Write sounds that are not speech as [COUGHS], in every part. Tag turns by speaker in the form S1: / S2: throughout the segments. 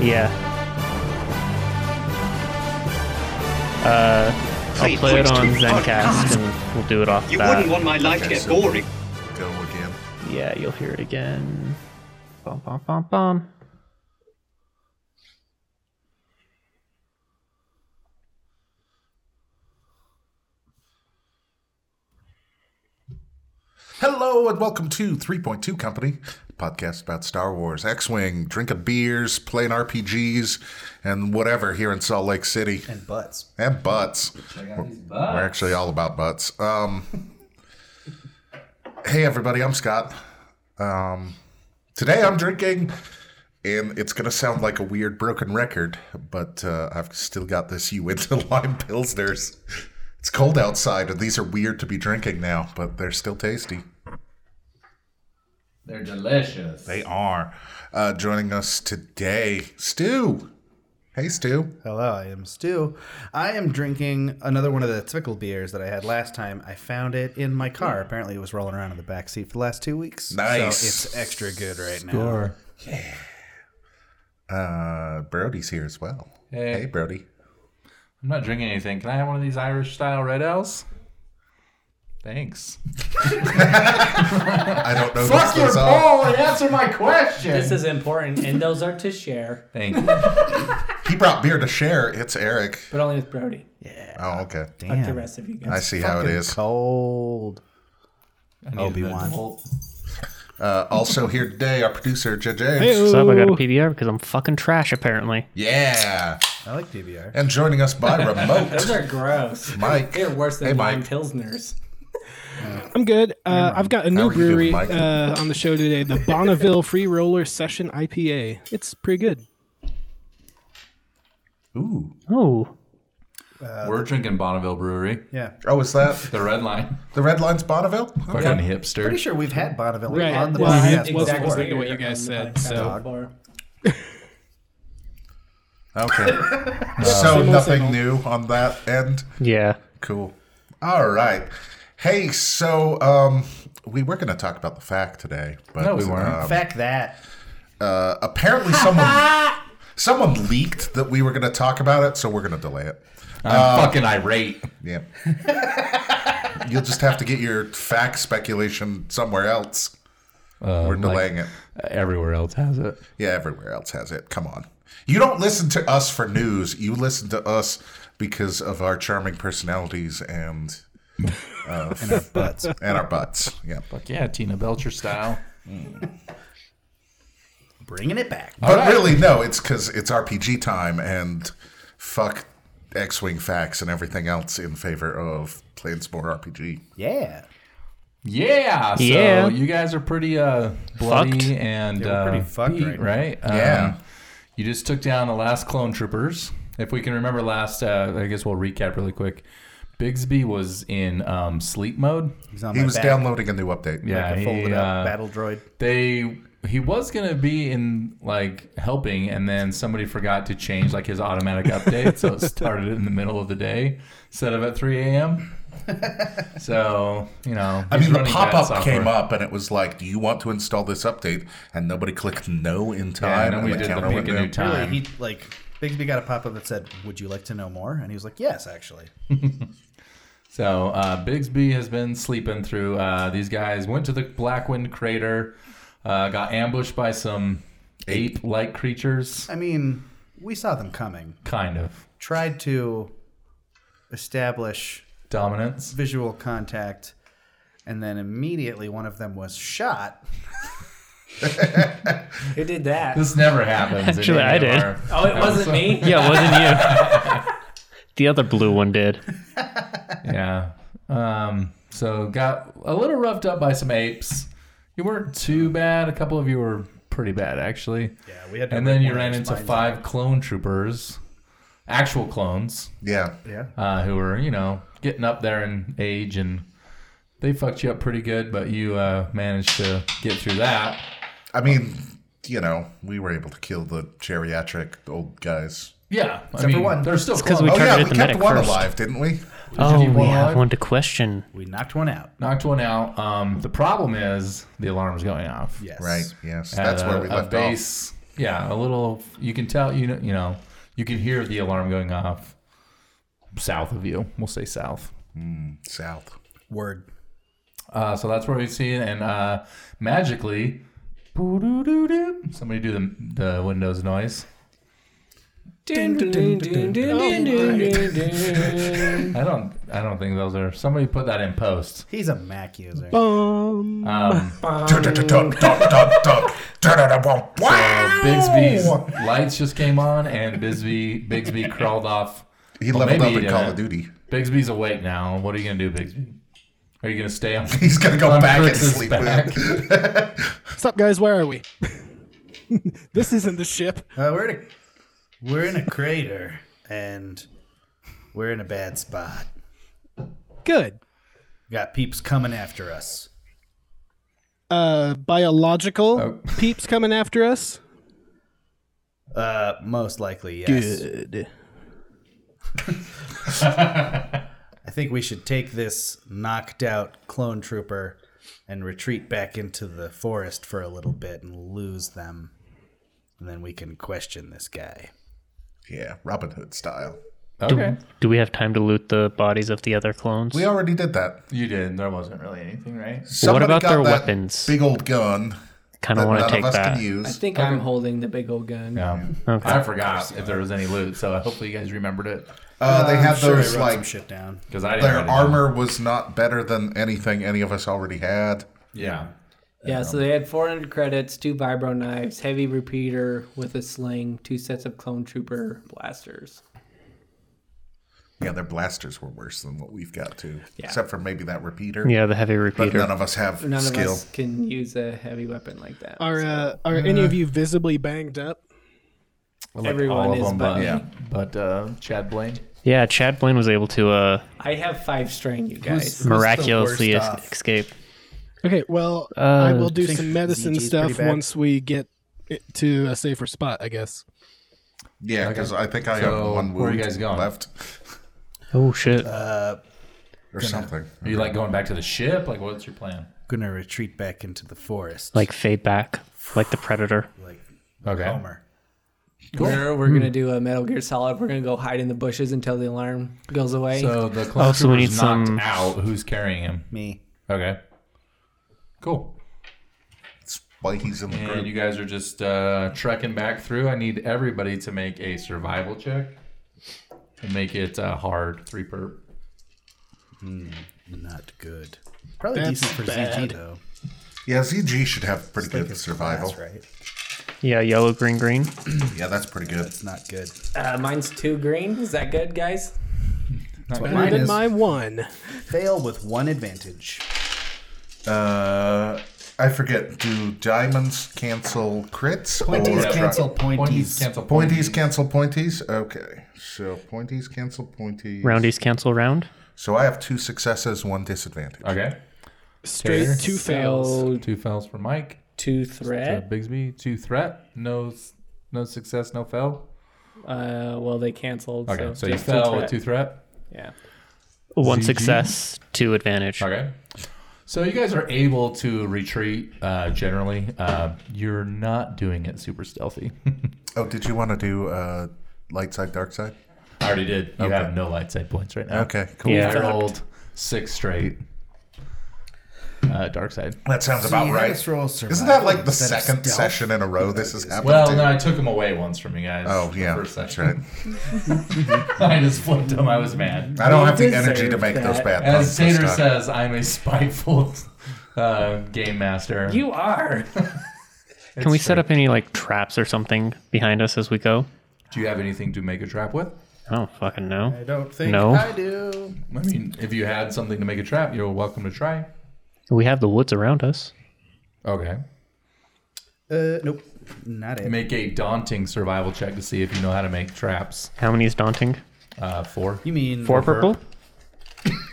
S1: Yeah. Uh, I'll
S2: Please,
S1: play it
S2: please
S1: on
S2: do. Oh,
S1: ZenCast and we'll do it off
S2: You
S1: the bat.
S2: wouldn't want my life to
S3: Okay,
S2: get
S3: so-
S2: boring.
S3: Go again.
S1: Yeah, you'll hear it again. Bum, bum, bum, bum.
S3: Hello and welcome to 3.2 Company, a podcast about Star Wars, X Wing, drinking beers, playing RPGs, and whatever here in Salt Lake City.
S4: and butts.
S3: And butts. We're actually all about butts. Um, hey, everybody, I'm Scott. Um, today I'm drinking, and it's going to sound like a weird broken record, but uh, I've still got this Uinta [LAUGHS] Lime Pilsners. It's cold outside, and these are weird to be drinking now, but they're still tasty.
S5: They're delicious.
S3: They are. Uh, joining us today, Stu. Hey, Stu.
S4: Hello, I am Stu. I am drinking another one of the Twickle beers that I had last time. I found it in my car. Apparently, it was rolling around in the back seat for the last two weeks.
S3: Nice.
S4: So it's extra good right now.
S5: Sure.
S3: Uh, Brody's here as well.
S5: Hey.
S3: hey Brody.
S5: I'm not drinking anything. Can I have one of these Irish style red ales? Thanks.
S3: I don't know what's this up.
S5: and answer my question.
S6: This is important, and those are to share,
S5: [LAUGHS] Thank you.
S3: He brought beer to share. It's Eric.
S6: but only with Brody.
S3: Oh, okay.
S4: Damn.
S6: The rest of you
S3: I
S6: guys.
S3: see how it
S4: Fucking
S3: is.
S4: Cold.
S5: I need
S4: Obi-Wan.
S5: the whole-
S3: Uh, also here today, our producer, J. James.
S1: What's up? I got a PDR because I'm fucking trash, apparently.
S3: Yeah.
S4: I like PBR.
S3: And joining us by
S6: Those
S3: remote,
S6: are
S3: [LAUGHS]
S6: gross.
S3: Mike.
S6: They're worse than
S3: Hey,
S6: lime
S3: Mike.
S6: pilsners.
S7: I'm good. Uh, I've got a
S3: How
S7: new
S3: are you doing,
S7: brewery
S3: Mike?
S7: uh, on the show today, the Bonneville Free Roller Session IPA. It's pretty good.
S3: Ooh.
S1: Oh,
S5: We're drinking Bonneville Brewery.
S4: Yeah.
S3: Oh, is that
S5: The red line.
S3: the Red Lines Bonneville? Okay.
S5: Fucking hipster.
S4: Pretty sure we've had Bonneville
S7: Right.
S4: on the
S7: Well,
S4: podcast
S7: I-
S4: before.
S7: exactly what you guys said, so-
S3: Okay. so nothing new on that end.
S1: yeah.
S3: Cool. All right. Hey, so um, we were going to talk about the fact today, but
S5: No, we weren't.
S3: um,
S4: Fact that.
S3: uh, apparently someone [LAUGHS] someone leaked that we were going to talk about it, so we're going to delay it. Um,
S5: I'm fucking irate.
S3: Yeah. [LAUGHS] You'll just have to get your fact speculation somewhere else.
S5: Uh,
S3: We're
S5: like,
S3: delaying it.
S5: Everywhere else has it.
S3: Yeah, everywhere else has it. Come on. You don't listen to us for news. You listen to us because of our charming personalities and uh,
S4: Butts.
S3: and our butts. Yeah.
S5: Fuck yeah, Tina Belcher style.
S4: Bringing it back.
S3: But really, no, it's because it's RPG time and fuck X Wing facts and everything else in favor of Planes more RPG.
S4: Yeah.
S5: [LAUGHS] Yeah. So
S1: Yeah.
S5: you guys are pretty uh, bloody
S1: Fucked.
S5: and
S4: Yeah, we're pretty
S5: uh,
S4: fucked
S5: beat, right?
S3: Yeah.
S5: Um, you just took down the last clone troopers. If we can remember last, uh, I guess we'll recap really quick. Bigsby was in um, sleep mode.
S4: He's on
S3: He
S4: my
S3: was
S4: back.
S3: downloading a new update.
S5: Yeah,
S4: I folded
S5: he,
S4: up.
S5: uh,
S4: Battle droid.
S5: They he was gonna be in like helping, and then somebody forgot to change like his automatic
S3: [LAUGHS]
S5: update, so it started in the middle of the day instead of at
S3: [LAUGHS]
S5: 3 a.m. So you know,
S3: I
S5: he's
S3: mean, the
S5: running
S3: pop
S5: bad
S3: up
S5: software.
S3: came up and it was like, "Do you want to install this update?" And nobody clicked no in time.
S5: Yeah, and then
S3: and
S5: we
S3: the
S5: did the
S3: counter
S5: pick a
S3: window-
S5: new time.
S4: Really, he like Bigsby got a pop up that said, "Would you like to know more?" And he was like, "Yes, actually."
S5: So uh, Bigsby has been sleeping through. Uh, these guys went to the Blackwind crater, uh, got ambushed by some ape-like creatures.
S4: I mean, we saw them coming.
S5: Kind of
S4: Tried to establish
S5: dominance.
S4: visual contact, and then immediately one of them was shot.
S6: Who did that?
S5: This never happens. in
S1: Actually,
S5: any
S1: I
S5: of
S1: did.
S5: our-
S6: Oh, it wasn't
S7: [LAUGHS]
S6: me.
S1: Yeah, it wasn't you. the other blue one did.
S5: yeah. Um, so got a little roughed up by some apes. You weren't too bad. A couple of you were pretty bad actually.
S4: Yeah, we had. To
S5: And then
S4: rip
S5: you
S4: one of
S5: ran
S4: those
S5: into
S4: lines
S5: five
S4: out.
S5: clone troopers, actual clones.
S3: Yeah,
S4: Yeah.
S5: uh, who were you know getting up there in age and they fucked you up pretty good but you uh, managed to get through that
S3: I mean, you know, we were able to kill the geriatric old guys.
S5: yeah I
S4: Except for one.
S5: they're still
S1: 'cause
S5: close
S1: we
S3: Oh yeah,
S1: targeted
S3: we
S1: the
S3: kept
S1: medic
S3: one
S1: first.
S3: alive, didn't we?
S1: Oh,
S5: keep
S1: we
S5: one
S1: have
S5: alive?
S1: one to question.
S4: We knocked one out.
S5: knocked one out um, the problem is the alarm was going off
S4: Yes.
S3: Right. Yes,
S5: At
S3: that's
S5: a-
S3: where we
S5: a
S3: left off.
S5: base yeah, a little. You can tell. You know. You know. You can hear the alarm going off south of you. We'll say south.
S3: South.
S4: Word.
S5: Uh, so that's where we see it, and uh, magically, boo-doo-doo-doo. somebody do the the Windows noise.
S6: Dun, dun, dun, dun, dun, dun, dun, dun, dun.
S5: I don't. I don't think those are. Somebody put that in post.
S4: He's a Mac user.
S7: Bum.
S5: Um,
S3: Wow.
S5: Bigsby's
S6: Oh.
S5: lights just came on, and Bisbee Bigsby crawled off.
S3: He
S5: Well,
S3: leveled
S5: maybe
S3: up
S5: he
S3: in Call of
S5: didn't.
S3: Duty. [LAUGHS]
S5: Bigsby's awake now. What are you gonna do, Bigsby? Are you gonna stay on?
S3: He's gonna go
S5: on
S3: back and
S5: Fritz's
S3: sleep
S5: back?
S3: in.
S7: What's up, guys? Where are we? [LAUGHS] this isn't the ship.
S4: Uh, we're in a, we're in a crater and we're in a bad spot.
S7: Good.
S4: Got peeps coming after us.
S7: Uh, biological
S5: Oh.
S7: peeps coming after us.
S4: Uh, most likely, yes.
S7: Good.
S4: [LAUGHS] I think we should take this knocked out clone trooper and retreat back into the forest for a little bit and lose them. And then we can question this guy.
S3: Yeah, Robin Hood style.
S5: Okay,
S1: Do we have time to loot the bodies of the other clones?
S3: We already did that.
S5: you did. There wasn't really anything, right?
S3: Somebody
S1: about
S3: got
S1: their
S3: that
S1: weapons?
S3: Big old gun
S1: kind
S3: that
S1: of want
S3: none
S1: to take
S3: of us
S1: that.
S3: can
S6: I
S3: use.
S6: think I'm holding the big old gun.
S5: Yeah.
S1: Okay.
S5: Um, I forgot if there was any loot, so hopefully you guys remembered it
S3: Uh, they had
S4: Sure, I
S3: those
S4: wrote some
S3: like
S4: shit down.
S5: because I didn't.
S3: their
S5: have any.
S3: armor was not better than anything any of us already had.
S5: Yeah.
S6: Yeah, so they had 400 credits, two vibro knives, heavy repeater with a sling, two sets of clone trooper blasters.
S3: Yeah, their blasters were worse than what we've got too. Except for maybe that repeater.
S1: Yeah, the heavy
S3: But
S1: repeater.
S3: none of us have
S6: None
S3: skill.
S6: of us can use a heavy weapon like that.
S7: Are uh, are any of you visibly banged up?
S5: Like
S6: Everyone
S5: all of
S6: is
S5: them,
S6: but
S5: but,
S6: me.
S5: yeah. but uh, Chad Blaine.
S1: Yeah, Chad Blaine was able to uh,
S6: I have five strain, you guys.
S1: miraculously
S4: worst
S1: es-
S4: off?
S1: escape.
S7: Okay, well, I will do
S4: think
S7: some medicine
S4: ZG is
S7: stuff
S4: Uh, pretty bad.
S7: once we get it to a safer spot, I guess.
S3: Yeah, because I think I
S5: So,
S3: have one
S5: where are you
S3: wound
S5: guys going?
S3: left
S1: Oh shit!
S3: or something.
S5: Are you like going back to the ship? Like, what's your plan?
S4: Gonna retreat back into the forest.
S1: like fade back, like the predator.
S4: like
S5: Okay. Hmm.
S4: Homer.
S6: We're, we're gonna do a Metal Gear Solid. We're gonna go hide in the bushes until the alarm goes away.
S5: So the clone
S1: Oh, so we
S5: trooper's
S1: need
S5: knocked
S1: some-
S5: out. Who's carrying him?
S4: Me.
S5: Okay. Cool.
S3: That's why he's in the
S5: And
S3: group.
S5: you guys are just uh, trekking back through. I need everybody to make a survival check and make it uh, hard three per.
S4: Not good. Probably
S7: That's
S4: decent for
S7: bad.
S4: ZG though.
S3: Yeah, ZG should have pretty
S4: Like
S3: good
S4: his
S3: survival.
S4: class, right?
S1: Yeah, yellow, green, green.
S3: Yeah, that's pretty good.
S4: It's not good.
S6: uh, mine's two green. Is that good, guys?
S4: That's what
S7: Better
S4: mine
S7: than
S4: is.
S7: my one.
S4: Fail with one advantage.
S3: Uh, I forget. Do diamonds cancel crits?
S4: Pointies
S3: or-
S4: cancel pointies.
S5: cancel
S3: Pointies cancel pointies. Okay, so pointies cancel pointies.
S1: Roundies cancel round.
S3: So I have two successes, one disadvantage.
S5: Okay.
S7: Straight
S5: Fair.
S7: two fails.
S6: So
S5: Two fails for Mike.
S6: two
S5: Uh,
S6: threat.
S5: Bigsby. Two threat. No, s- no success. No fail.
S6: Uh, well, they canceled.
S5: Okay. So,
S6: so
S5: you
S6: just two
S5: fell
S6: threat.
S5: with two threat.
S6: Yeah.
S1: One
S5: ZG?
S1: success, two advantage.
S5: Okay. So you guys are able to retreat. Uh, generally, uh, you're not doing it super stealthy.
S3: Oh, did you want to do uh, light side, dark side?
S5: [LAUGHS] I already did. You
S3: Okay.
S5: have no light side points right now.
S3: Okay, cool.
S1: Yeah.
S5: I rolled six straight. Uh, dark side.
S3: That sounds
S4: See,
S3: about right.
S4: let's roll
S3: Isn't that like the
S4: survival instead of
S3: second
S4: stealth.
S3: session in a row this has happened?
S5: Well,
S3: to?
S5: no, I took them away once from you guys.
S3: Oh
S5: the
S3: yeah,
S5: first
S3: that's
S5: session.
S3: right.
S5: [LAUGHS] I just flipped them. I was mad.
S3: I don't have the
S6: deserve
S3: energy to make those
S6: that.
S3: bad
S5: As
S3: puns this
S5: Tater
S3: time.
S5: says, I'm a spiteful [LAUGHS] uh, game master.
S6: You are. [LAUGHS]
S1: Can we set up any like traps or something behind us as we go?
S5: Do you have anything to make a trap with?
S1: I don't fucking know.
S4: I don't think
S1: No.
S4: I do.
S5: I mean, if you had something to make a trap, you're welcome to try.
S1: We have the woods around us.
S5: Okay.
S4: Uh, nope. Not it.
S5: Make a daunting survival check to see if you know how to make traps.
S1: How many is daunting?
S5: Uh, four.
S4: You mean
S1: Four purple.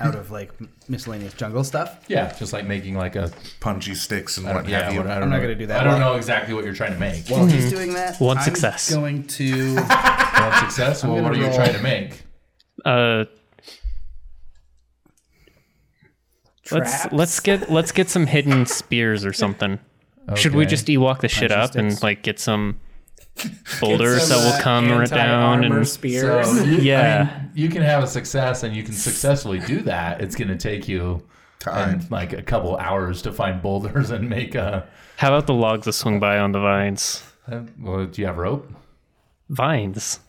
S4: out of like m- miscellaneous jungle stuff?
S5: Yeah, just like making like a.
S3: Punchy sticks and what
S5: Yeah,
S3: have you.
S5: what- I don't
S4: I'm not
S5: know.
S4: gonna do that.
S5: I don't know exactly what you're trying to make.
S4: While he's doing that,
S1: Hmm. One
S4: I'm
S1: success.
S4: Going
S1: [LAUGHS]
S4: to
S5: One success. Well,
S4: Ah! gonna
S5: what are you
S4: roll.
S5: trying to make?
S1: Uh,
S6: Traps?
S1: let's let's get let's get some hidden spears or something. Should we
S5: Okay.
S1: just Ewok the shit
S4: Punching
S1: up and
S4: sticks.
S1: like get some boulders that will come right down
S6: uh, Anti-armor
S1: and
S6: spears.
S5: So, you- I
S1: Yeah.
S5: mean, you can have a success and you can successfully do that. It's going to take you
S3: Time.
S5: and, like a couple hours to find boulders and make a.
S1: how about the logs that swing by on the vines?
S5: uh, Well, do you have rope?
S1: Vines.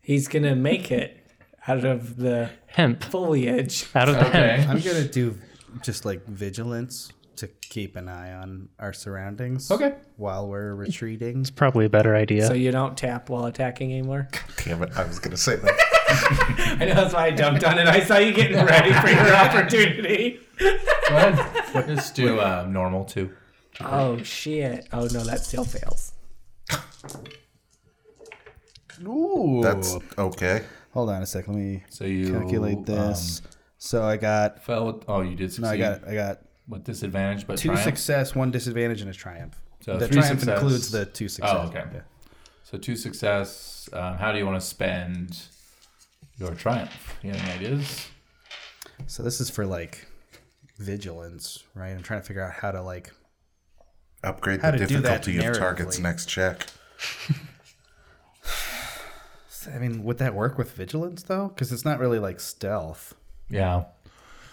S6: He's gonna make it out of the
S1: Hemp.
S6: foliage.
S1: Out of the hemp.
S5: Okay.
S4: I'm gonna do just like vigilance to keep an eye on our surroundings.
S5: Okay.
S4: While we're retreating.
S1: Probably a better idea.
S6: So you don't tap while attacking anymore.
S3: Damn it, I was gonna say that.
S6: [LAUGHS] I know that's why I jumped on it. I saw you getting ready for [LAUGHS] your opportunity.
S5: Go ahead. Just do uh, normal too.
S6: Oh shit! Oh no, that still fails.
S4: Ooh.
S3: That's okay.
S4: Hold on a sec. Let me
S5: So you
S4: calculate this. so I got.
S5: Um, fell. oh, you did
S4: No,
S5: succeed
S4: I got. I got
S5: with disadvantage, but
S4: two
S5: triumph.
S4: success, one disadvantage, and a triumph.
S5: So
S4: the
S5: three
S4: triumph
S5: success.
S4: includes the two success.
S5: Oh, okay. So two success. Um, how do you want to spend your triumph? You have any ideas?
S4: So this is for like vigilance, right? I'm trying to figure out how to like.
S3: Upgrade
S4: How
S3: the
S4: to do that
S3: difficulty of target's
S4: narratively.
S3: next check.
S4: I mean, would that work with vigilance though? Because it's not really like stealth.
S5: Yeah.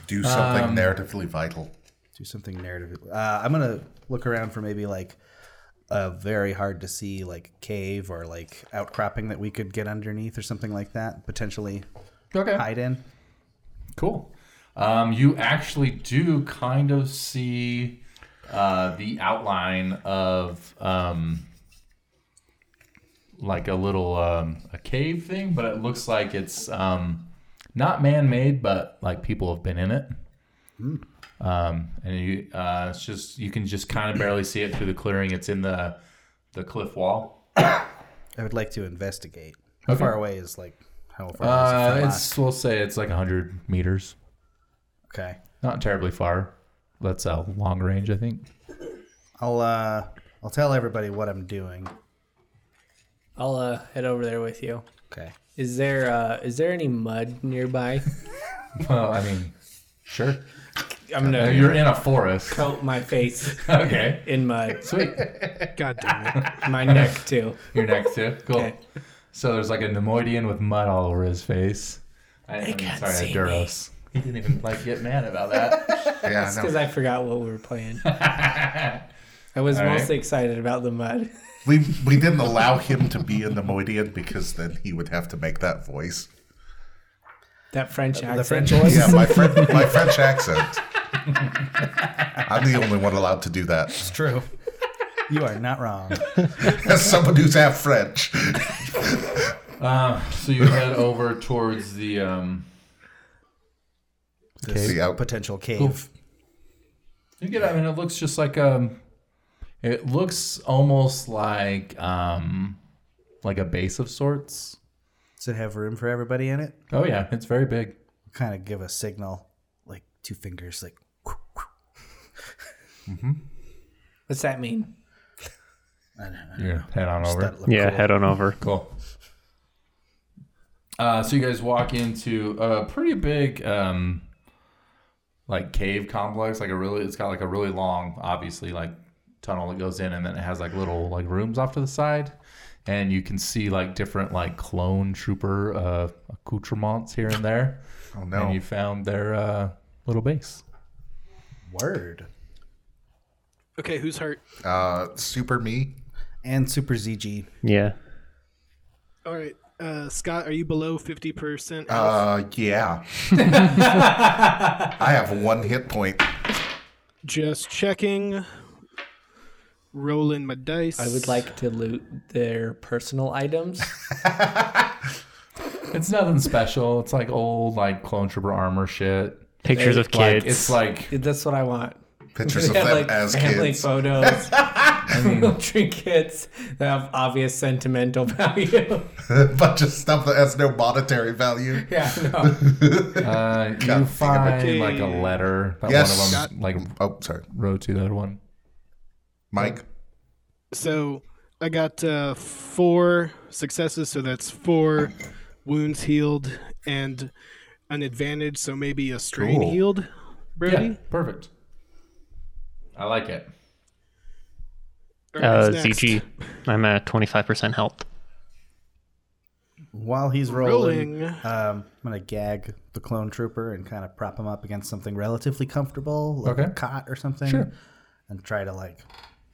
S3: Do something
S4: Um,
S3: narratively vital.
S4: Do something narrative. Uh, I'm gonna look around for maybe like a very hard to see like cave or like outcropping that we could get underneath or something like that potentially
S5: Okay.
S4: hide in.
S5: Cool. Um, you actually do kind of see uh, the outline of um, like a little um, a cave thing, but it looks like it's um, not man-made, but like people have been in it. Um, and you, uh, it's just you can just kind of barely see it through the clearing. It's in the the cliff wall.
S4: I would like to investigate. How far away is like how far?
S5: Uh,
S4: is it from us?
S5: it's we'll say it's like hundred meters,
S4: okay.
S5: not terribly far. That's a long range, I think.
S4: I'll uh, I'll tell everybody what I'm doing.
S6: I'll uh, head over there with you.
S4: Okay.
S6: Is there uh, is there any mud nearby?
S5: Well, I mean, sure.
S6: I'm gonna
S5: Uh, You're in a forest.
S6: coat
S4: [LAUGHS]
S6: my face
S5: [LAUGHS] Okay.
S6: in mud,
S5: Sweet.
S7: God damn it.
S6: my neck too.
S5: You're next to. Cool.
S6: Okay.
S5: So there's like a Nemoidian with mud all over his face. I, am
S6: can't
S5: sorry,
S6: see
S5: a Duros. He didn't even like get mad about that.
S3: Yeah, I
S6: That's
S3: know.
S6: because I forgot what we were playing.
S4: [LAUGHS]
S6: I was
S5: All right.
S6: mostly excited about the mud.
S3: We we didn't allow him to be in the Moidian because then he would have to make that voice.
S6: That French accent.
S4: The French
S6: [LAUGHS]
S4: voice.
S3: Yeah, my friend, my French accent. I'm the only one allowed to do that. [LAUGHS]
S4: It's true. You are not wrong.
S3: As someone who's half French,
S5: [LAUGHS] so you head over towards the. Um,
S4: This
S3: Yeah.
S4: potential cave.
S5: you get. I mean, it looks just like um, it looks almost like um, like a base of sorts.
S4: Does it have room for everybody in it?
S5: Oh yeah, it's very big.
S4: Kind of give a signal, like two fingers, like.
S6: What's that mean?
S5: Yeah. Head on over.
S4: that look
S1: yeah,
S4: cool.
S1: head on over.
S5: Cool. Uh, so you guys walk into a pretty big, um, like cave complex. Like a really, it's got like a really long, obviously like tunnel that goes in, and then it has like little like rooms off to the side, and you can see like different like clone trooper uh, accoutrements here and there.
S3: [LAUGHS] oh no,
S5: And you found their uh, little base.
S4: Word.
S7: Okay, who's hurt?
S3: uh, super me.
S4: And Super ZG.
S1: Yeah.
S7: All right. Uh, Scott, are you below 50%?
S3: Uh,
S6: [LAUGHS]
S3: yeah. I have one hit point.
S7: Just checking. Rolling my dice.
S6: I would like to loot their personal items.
S5: It's nothing special. It's like old like clone trooper armor shit.
S1: Pictures of
S5: Like
S1: kids.
S5: it's like
S6: That's what I want. [LAUGHS]
S3: Pictures of
S6: They have,
S3: them
S6: like,
S3: as
S6: family
S3: kids. [LAUGHS]
S6: photos, [LAUGHS] little trinkets that have obvious sentimental value. [LAUGHS]
S3: but just stuff that has no monetary value.
S6: yeah, no.
S5: Uh, you find like a letter. That
S3: Yes.
S5: One of them, like
S3: Oh, sorry,
S5: wrote to the other one.
S3: Mike.
S7: So I got uh, four successes, so that's four wounds healed and an advantage, so maybe a strain
S3: Cool.
S7: healed, Brody.
S5: perfect. I like it.
S7: Or
S1: Uh,
S7: who's next?
S1: ZG, I'm at 25% health.
S4: While he's rolling,
S7: Rolling.
S4: Um, I'm gonna gag the clone trooper and kind of prop him up against something relatively comfortable, like
S5: Okay.
S4: a cot or something,
S5: Sure.
S4: and try to like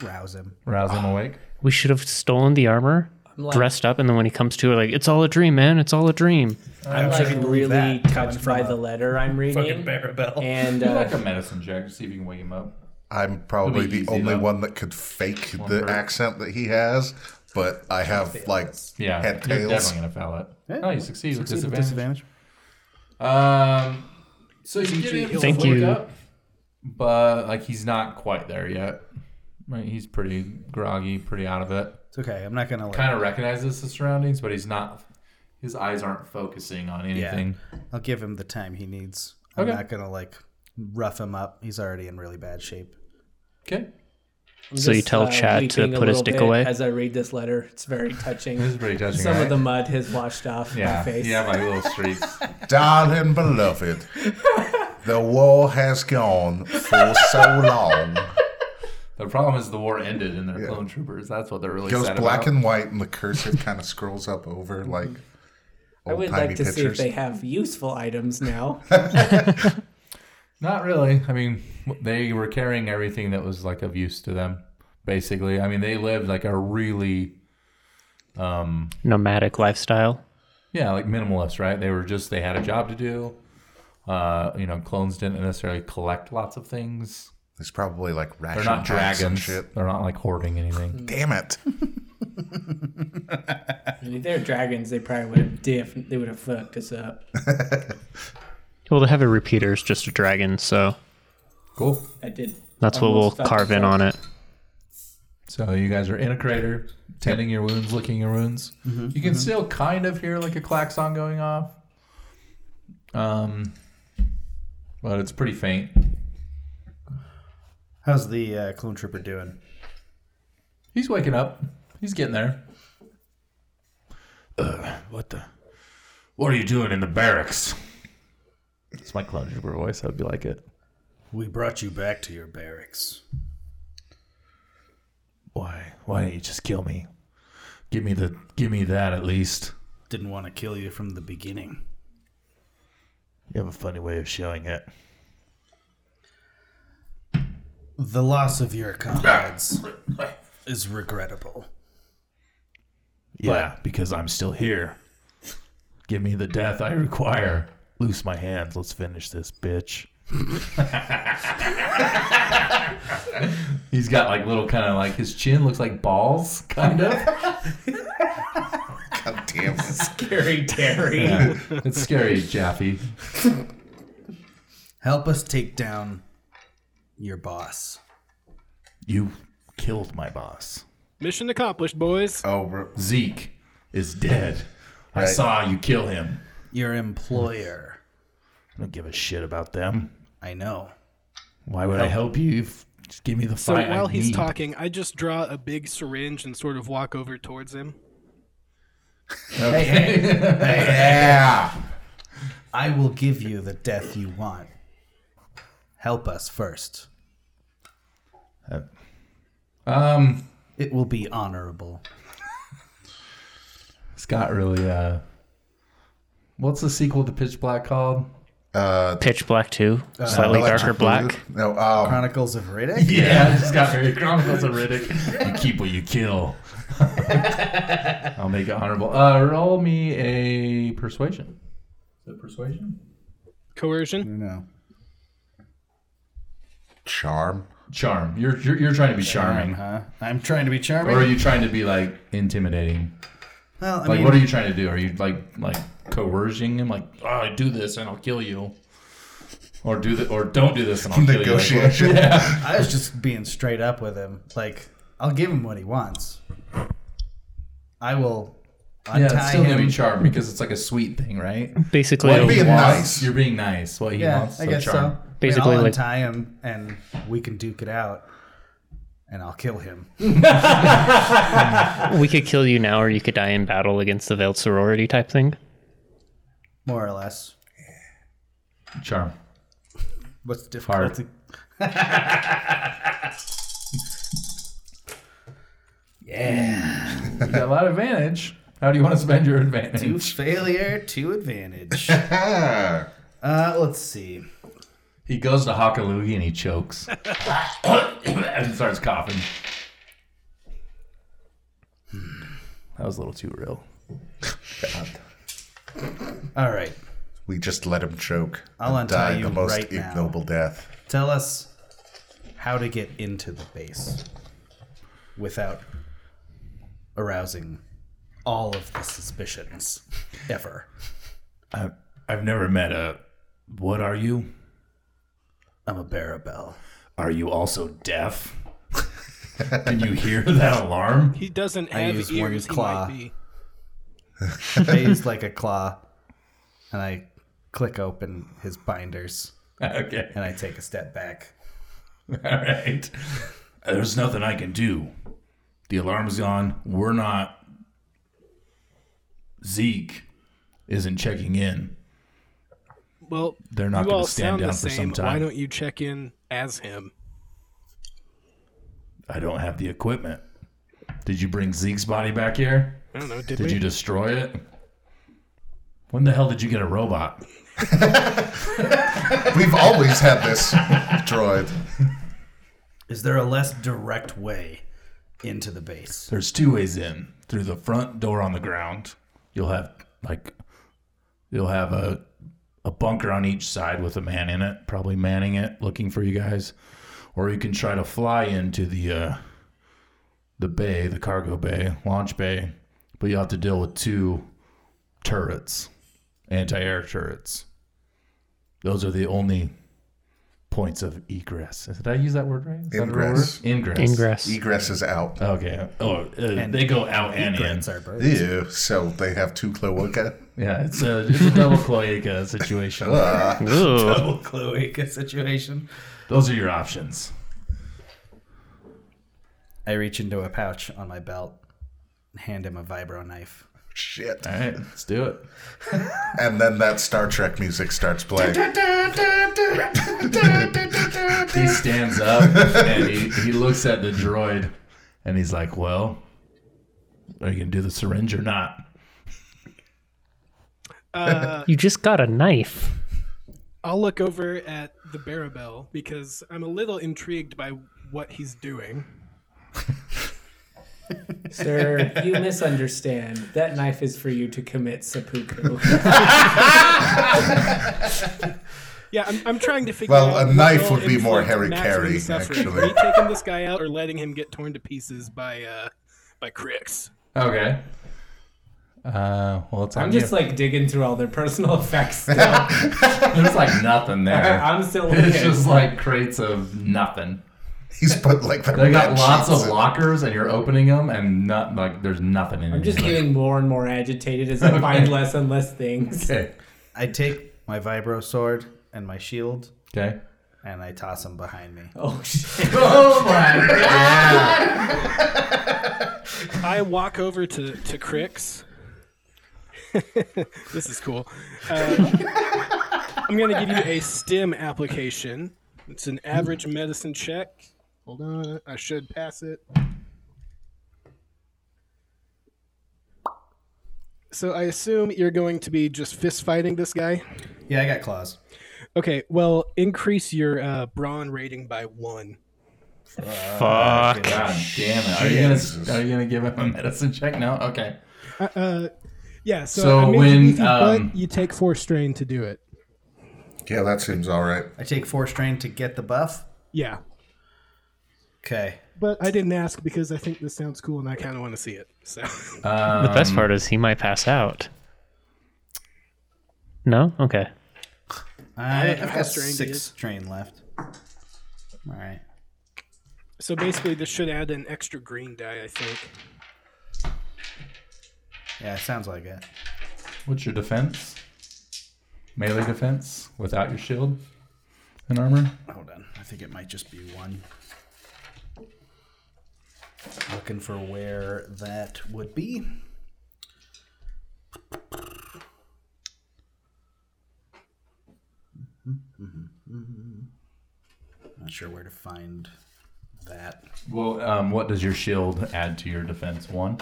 S4: rouse him.
S5: Rouse him awake.
S1: We should have stolen the armor,
S6: like-
S1: dressed up, and then when he comes to, like, it's all a dream, man. It's all a dream.
S6: I'm
S4: sure you
S6: like
S4: believe
S6: really
S4: that coming
S6: touched
S4: from
S6: by
S4: a
S6: the letter I'm reading.
S4: Maribel.
S6: And
S4: [LAUGHS]
S5: Do
S6: uh,
S5: like a medicine check to see if you can wake him up.
S3: I'm probably
S5: It'll be
S3: the
S5: easy,
S3: only
S5: though.
S3: one that could fake the
S5: hurt.
S3: accent that he has, but I have like
S5: Yeah,
S3: head
S5: you're
S3: tails.
S5: definitely gonna foul it.
S4: Yeah.
S5: No, you succeed, with
S4: Succeed with
S5: disadvantage.
S4: disadvantage.
S5: Um, so you get him to
S1: Thank
S5: wake
S1: you.
S5: up, but like he's not quite there yet. Right, he's pretty groggy, pretty out of it.
S4: It's okay. I'm not gonna like.
S5: Kind of recognizes the surroundings, but he's not. His eyes aren't focusing on anything.
S4: I'll give him the time he needs. I'm
S5: Okay.
S4: not gonna like rough him up. He's already in really bad shape.
S5: Okay,
S6: I'm
S1: So you
S6: just,
S1: tell
S6: uh,
S1: Chad to
S6: weeping a
S1: put his
S6: little
S1: dick
S6: bit
S1: away?
S6: As I read this letter, it's very touching.
S5: [LAUGHS] this is pretty touching.
S6: Some
S5: right?
S6: of the mud has washed off
S5: yeah,
S6: my face.
S5: yeah, like little streaks.
S3: Darling beloved, the war has gone for so
S5: [LAUGHS]
S3: long.
S5: the problem is the war ended and they're clone troopers. That's what they're really
S3: goes
S5: sad
S3: black
S5: about.
S3: and white, and the cursive kind of scrolls up over like
S6: I would
S3: old-timey
S6: like to see if
S3: pictures.
S6: they have useful
S5: [LAUGHS]
S6: items now.
S5: Not really. I mean, they were carrying everything that was like of use to them, basically. I mean, they lived like a really, um,
S1: Nomadic lifestyle.
S5: yeah, like minimalist, right? They were just they had a job to do. Uh, you know, clones didn't necessarily collect lots of things.
S3: There's probably like ration
S5: They're not
S3: packs and
S5: dragons.
S3: shit.
S5: They're not like hoarding anything.
S6: Mm.
S3: Damn it!
S6: I mean, if they're dragons, they probably would have diff. They would have fucked us up.
S1: Well, the heavy repeater is just a dragon, so
S5: Cool.
S6: I did.
S1: that's what we'll
S6: Almost fucked
S1: carve
S6: us
S1: in
S6: up.
S1: on it.
S5: So you guys are in a crater, tending your wounds, licking your wounds. You can still kind of hear like a klaxon going off. Um, but it's pretty faint.
S4: How's the uh, clone trooper doing?
S5: He's waking up. He's getting there. Uh, what the? What are you doing in the barracks? It's my clone trooper voice. I'd be like it.
S4: We brought you back to your barracks.
S5: Why? Why don't you just kill me? Give me the. Give me that at least.
S4: Didn't want to kill you from the beginning.
S5: You have a funny way of showing it.
S4: The loss of your comrades is regrettable.
S5: Yeah, because I'm still here. Give me the death I require. Loose my hands. Let's finish this, bitch. He's got like little kind of like his chin looks like balls, kind of.
S3: God damn it!
S6: Scary Terry.
S5: Yeah, [LAUGHS] it's scary, Jaffe.
S4: Help us take down your boss.
S5: You killed my boss.
S7: Mission accomplished, boys.
S3: Oh, we're-
S5: Zeke is dead. I
S3: Right.
S5: saw you kill him.
S4: Your employer.
S5: I don't give a shit about them.
S4: I know.
S5: Why would
S3: Oh.
S5: I help you? If, just give me the
S7: So
S5: fight. I
S7: while he's
S5: need.
S7: talking, I just draw a big syringe and sort of walk over towards him.
S5: Okay.
S3: yeah.
S4: I will give you the death you want. Help us first.
S5: um,
S4: It will be honorable.
S5: Scott really. uh What's the sequel to Pitch Black called?
S3: Uh,
S1: Pitch black too, slightly
S3: Electric
S1: darker black.
S3: Boogaloo? No. Um,
S4: Chronicles of Riddick?
S5: Yeah, I just got very Chronicles of Riddick. You keep what you [LAUGHS] kill. I'll make it honorable. Uh, roll me a persuasion. Is it persuasion?
S7: Coercion.
S4: No.
S3: charm. [LAUGHS]
S5: Charm. You're you're, you're trying to be charming,
S4: Huh? I'm trying to be
S5: or
S4: charming.
S5: are you trying to be like intimidating?
S4: well, I
S5: Like,
S4: mean,
S5: what are you trying to do? Are you like like coercing him? Like, oh, do this and I'll kill you, or do the or don't do this and I'll kill you. Like,
S3: Negotiation.
S5: [LAUGHS]
S4: I was just being straight up with him. Like, I'll give him what he wants. I will untie
S5: yeah, it's still gonna
S4: him.
S5: be charm because it's like a sweet thing, right?
S1: Basically,
S5: What
S1: it'll-
S5: he
S3: being
S5: wants,
S3: nice.
S5: You're being nice. What he
S4: yeah,
S5: wants,
S4: I
S5: so
S4: guess
S5: charm.
S4: so.
S1: Basically,
S4: Basically, I'll
S1: like-
S4: untie him and we can duke it out, and I'll kill him.
S1: we could kill you now, or you could die in battle against the veiled sorority type thing.
S4: More or less.
S5: Charm.
S4: What's the
S5: [LAUGHS] Hard.
S4: difficulty? Yeah.
S5: You got a lot of advantage. How do you want to spend your advantage?
S4: Two failure, two
S5: [LAUGHS]
S4: advantage.
S3: Ah,
S4: Uh, let's see.
S5: He goes to Hakalugi and he chokes [COUGHS] and starts coughing. That was a little too real.
S4: All right.
S3: we just let him choke.
S4: I'll
S3: and
S4: untie
S3: die
S4: you
S3: the most
S4: right now.
S3: ignoble death.
S4: Tell us how to get into the base without arousing all of the suspicions ever.
S5: I, I've never met a. What are you?
S4: I'm a Barabel.
S5: [LAUGHS] Are you also [LAUGHS] deaf? Can you hear that alarm? [LAUGHS]
S7: He doesn't
S4: I
S7: have
S4: use one
S7: ears.
S4: claw.
S7: He might be.
S4: I use like a claw and I click open his binders
S5: Okay.
S4: and I take a step back.
S5: [LAUGHS] All right. There's nothing I can do. The alarm's gone. We're not. Zeke isn't checking in.
S7: Well,
S5: They're not
S7: you
S5: gonna
S7: all
S5: stand
S7: sound the
S5: down for some
S7: same. Why
S5: time.
S7: don't you check in as him?
S5: I don't have the equipment. Did you bring Zeke's body back here?
S7: I don't know. Did,
S5: Did
S7: we?
S5: you destroy it? When the hell did you get a robot?
S3: We've always had this droid.
S4: Is there a less direct way into the base?
S5: There's two ways in. Through the front door on the ground, you'll have like you'll have a a bunker on each side with a man in it, probably manning it, looking for you guys. Or you can try to fly into the uh, the bay, the cargo bay, launch bay, but you have to deal with two turrets, anti-air turrets. Those are the only points of egress. Did I use that word right? Is that a real
S3: Ingress.
S5: word? Ingress.
S1: Ingress.
S3: Egress is out.
S5: Okay. Oh, uh, they go out and in.
S4: Grants are birds.
S3: Ew, so they have two cloaca.
S5: Yeah, it's a, it's a double cloaca [LAUGHS] situation.
S3: Uh,
S1: Ooh.
S4: [LAUGHS] double cloaca situation.
S5: Those are your options.
S4: I reach into a pouch on my belt and hand him a vibro knife.
S3: shit.
S5: All right, let's do it.
S3: And then that Star Trek music starts playing.
S5: He stands up and he, he looks at the droid and he's like, Well, are you going to do the syringe or not?
S1: You just got a knife.
S7: I'll look over at the Barabel because I'm a little intrigued by what he's doing.
S6: Sir, you misunderstand. That knife is for you to
S5: [LAUGHS]
S6: commit seppuku.
S7: Yeah, I'm, I'm trying to figure
S3: Well,
S7: out.
S3: a
S7: what
S3: knife
S7: will
S3: would be more
S7: inflict
S3: Harry
S7: maximum
S3: Carey,
S7: suffering.
S3: actually.
S7: Are we taking this guy out or letting him get torn to pieces by uh, by Crix?
S5: Okay. Uh, well, it's
S6: I'm
S5: on
S6: just
S5: you.
S6: like digging through all their personal
S5: [LAUGHS]
S6: [LAUGHS] effects still.
S5: There's like nothing [LAUGHS] there.
S6: I'm still looking.
S5: It's just like crates of nothing.
S3: He's put like the
S5: They got
S3: red
S5: lots
S3: sheets
S5: of
S3: in.
S5: lockers, and you're opening them, and not like there's nothing in
S6: I'm
S5: it.
S6: just getting more and more agitated as I find less and less things.
S5: okay.
S4: I take my vibro sword and my shield
S5: Okay.
S4: and I toss them behind me.
S6: Oh shit.
S5: Oh my
S7: I walk over to to [LAUGHS] Crix. this is cool. Uh, I'm gonna give you a stim application. It's an average medicine check. Hold on, I should pass it. So I assume you're going to be just fist fighting this guy.
S4: Yeah, I got claws.
S7: Okay, well, increase your uh, brawn rating by one.
S1: Fuck.
S5: God damn it! Are you
S3: Jesus.
S5: gonna are you gonna give him a medicine check? No. Okay.
S7: Uh, yeah. So,
S5: So
S7: I mean,
S5: when,
S7: if you- but
S5: um,
S7: you take four strain to do it.
S3: Yeah, that seems all right.
S4: I take four strain to get the buff.
S7: Yeah,
S4: Okay.
S7: but I didn't ask because I think this sounds cool and I kind of want to see it. So [LAUGHS]
S1: The best part is he might pass out. No? Okay.
S4: I, I've
S7: how
S4: got
S7: strained he
S4: six
S7: is.
S4: strain left. All right.
S7: so basically, this should add an extra green die, I think.
S4: Yeah, sounds like it.
S5: What's your defense? Melee defense without your shield and armor.
S4: Hold on. I think it might just be one. Looking for where that would be. Not sure where to find that.
S5: Well, um, what does your shield add to your defense? One.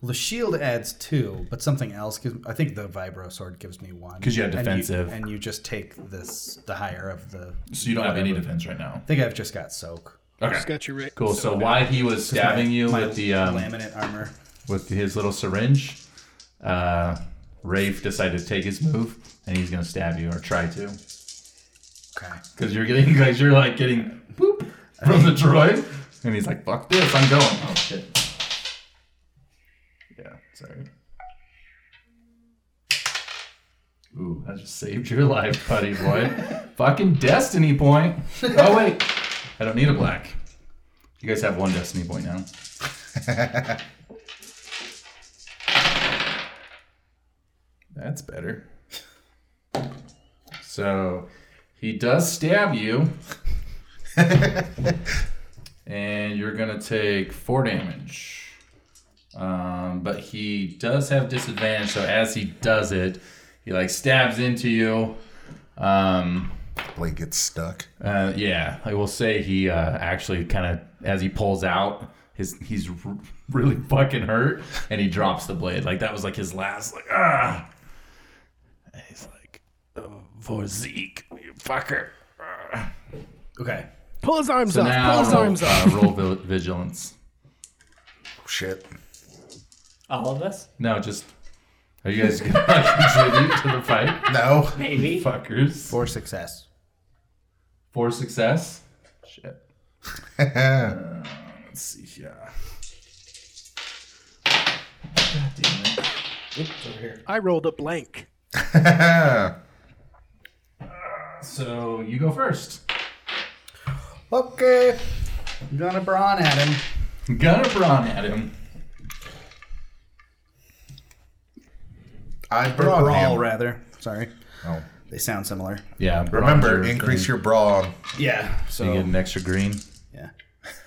S4: Well, the shield adds two, but something else gives. I think the vibro sword gives me one
S5: 'Cause you have
S4: And
S5: defensive.
S4: and you, just take this the higher of the.
S5: So you don't have any
S4: whatever.
S5: defense right now.
S4: I think I've just got soak.
S7: Just got your Rick.
S5: Cool. So while he was stabbing you
S4: My
S5: with the um,
S4: laminate armor.
S5: with his little syringe, uh, Rafe decided to take his move, and he's gonna stab you or try to,
S4: Okay.
S5: because you're getting [LAUGHS] because you're like getting boop from the droid, and he's like, "Fuck this, I'm going." Oh shit. Yeah. Sorry. Ooh, I just saved your life, buddy boy. Fucking destiny point. Oh wait, I don't need a black. You guys have one destiny point now. That's better. So he does stab you. and you're going to take four damage. Um, but he does have disadvantage. So as he does it, he like stabs into you. Um,
S3: Blade gets stuck.
S5: uh, yeah, I will say he uh, actually kind of as he pulls out, his he's r- really fucking hurt, and he drops the blade. Like that was like his last like ah. And he's like, oh, for Zeke, you fucker. Ah.
S4: Okay.
S7: Pull his arms
S5: So
S7: off.
S5: now
S7: Pull his
S5: roll, [LAUGHS]
S7: arms off.
S5: uh, roll vil- vigilance.
S3: Shit.
S6: All of us?
S5: No, just are you guys gonna [LAUGHS] contribute to the fight,
S7: [LAUGHS]
S3: No.
S4: [LAUGHS]
S6: Maybe.
S5: fuckers? For,
S4: For success.
S5: for success. Shit.
S3: [LAUGHS] That's
S5: Let's see here. God damn it.
S7: I rolled a blank.
S5: So you go first.
S4: Okay. I'm gonna brawn at him.
S5: Gunner brawn at him.
S3: I brawn
S4: Oh, Brawl,
S3: him.
S4: rather. Sorry.
S3: Oh.
S4: They sound similar.
S5: Yeah.
S3: Remember, increase your brawn.
S4: Yeah.
S5: So you
S4: So
S5: get an extra green.
S4: yeah.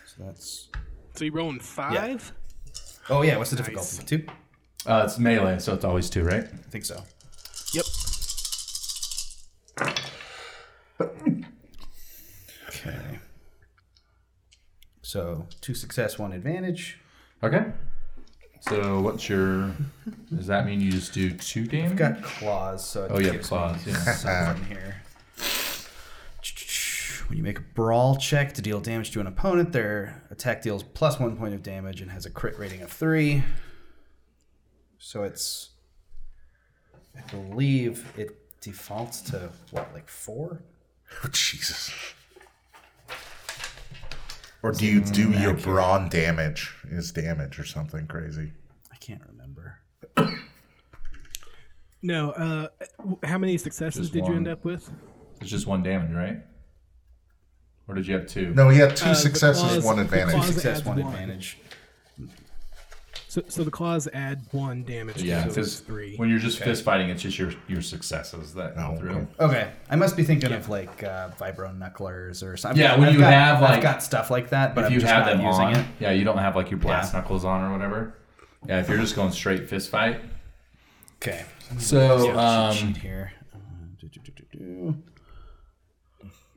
S4: So that's.
S7: So you rolling five?
S4: Oh yeah. What's the difficulty? Two.
S5: Uh, it's melee, so it's always two, right?
S4: I think so.
S7: Yep.
S4: Okay. So two success, one advantage.
S5: Okay. So what's your? Does that mean you just do two damage?
S4: Got claws, so it
S5: Oh, yeah,
S4: gives
S5: claws,
S4: me
S5: yeah.
S3: [LAUGHS] Ah.
S4: something here. When you make a brawl check to deal damage to an opponent, their attack deals plus one point of damage and has a crit rating of three. So it's, I believe it defaults to what, like four?
S3: Oh, Jesus. Or do you do your brawn damage? Is damage or something crazy?
S4: I can't remember.
S7: No. Uh, w- how many successes
S5: Just
S7: did you end
S5: one.
S7: up with?
S5: It's just one damage, right? Or did you have two?
S3: No, he had two
S7: Uh, the
S3: successes,
S7: claws-
S3: one
S7: the
S3: advantage.
S7: claws-
S4: Success,
S7: adds
S4: one
S7: one.
S4: advantage.
S7: So, so the claws add one damage.
S5: Yeah,
S7: so
S5: it's
S7: it's
S5: just
S7: three.
S5: When you're just fist fighting, it's just your your successes that go
S3: Oh,
S5: through.
S3: okay.
S4: Okay, I must be thinking of like uh, vibro knucklers or something.
S5: Yeah,
S4: I've-
S5: when
S4: I've
S5: you
S4: got-
S5: have, like-
S4: I've got stuff like that, but
S5: If
S4: I'm
S5: you
S4: just
S5: have
S4: not
S5: them
S4: using
S5: on,
S4: it.
S5: yeah, you don't have like your blast
S4: Yeah.
S5: knuckles on or whatever. Yeah, if you're just going straight fist fight.
S4: Okay,
S5: So
S4: cheat
S5: um,
S4: sheet here. Uh, do, do, do, do, do.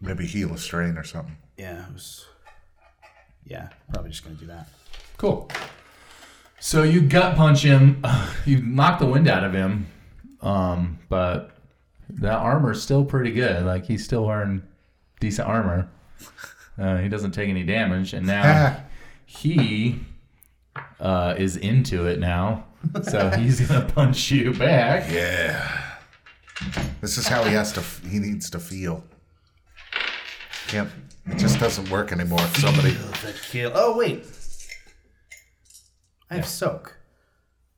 S3: Maybe heal a strain or something.
S4: Yeah, it was, yeah, probably just gonna do that.
S5: Cool. So you gut punch him. [LAUGHS] You knock the wind out of him. Um, but that armor's still pretty good. Like he's still wearing decent armor. Uh, he doesn't take any damage, and
S3: [LAUGHS] Ah,
S5: now he uh, is into it now. So he's gonna punch you back.
S3: Yeah. This is how he has to. He needs to feel. Can't. It just doesn't work anymore. If somebody.
S4: That kill. Oh wait, I have soak.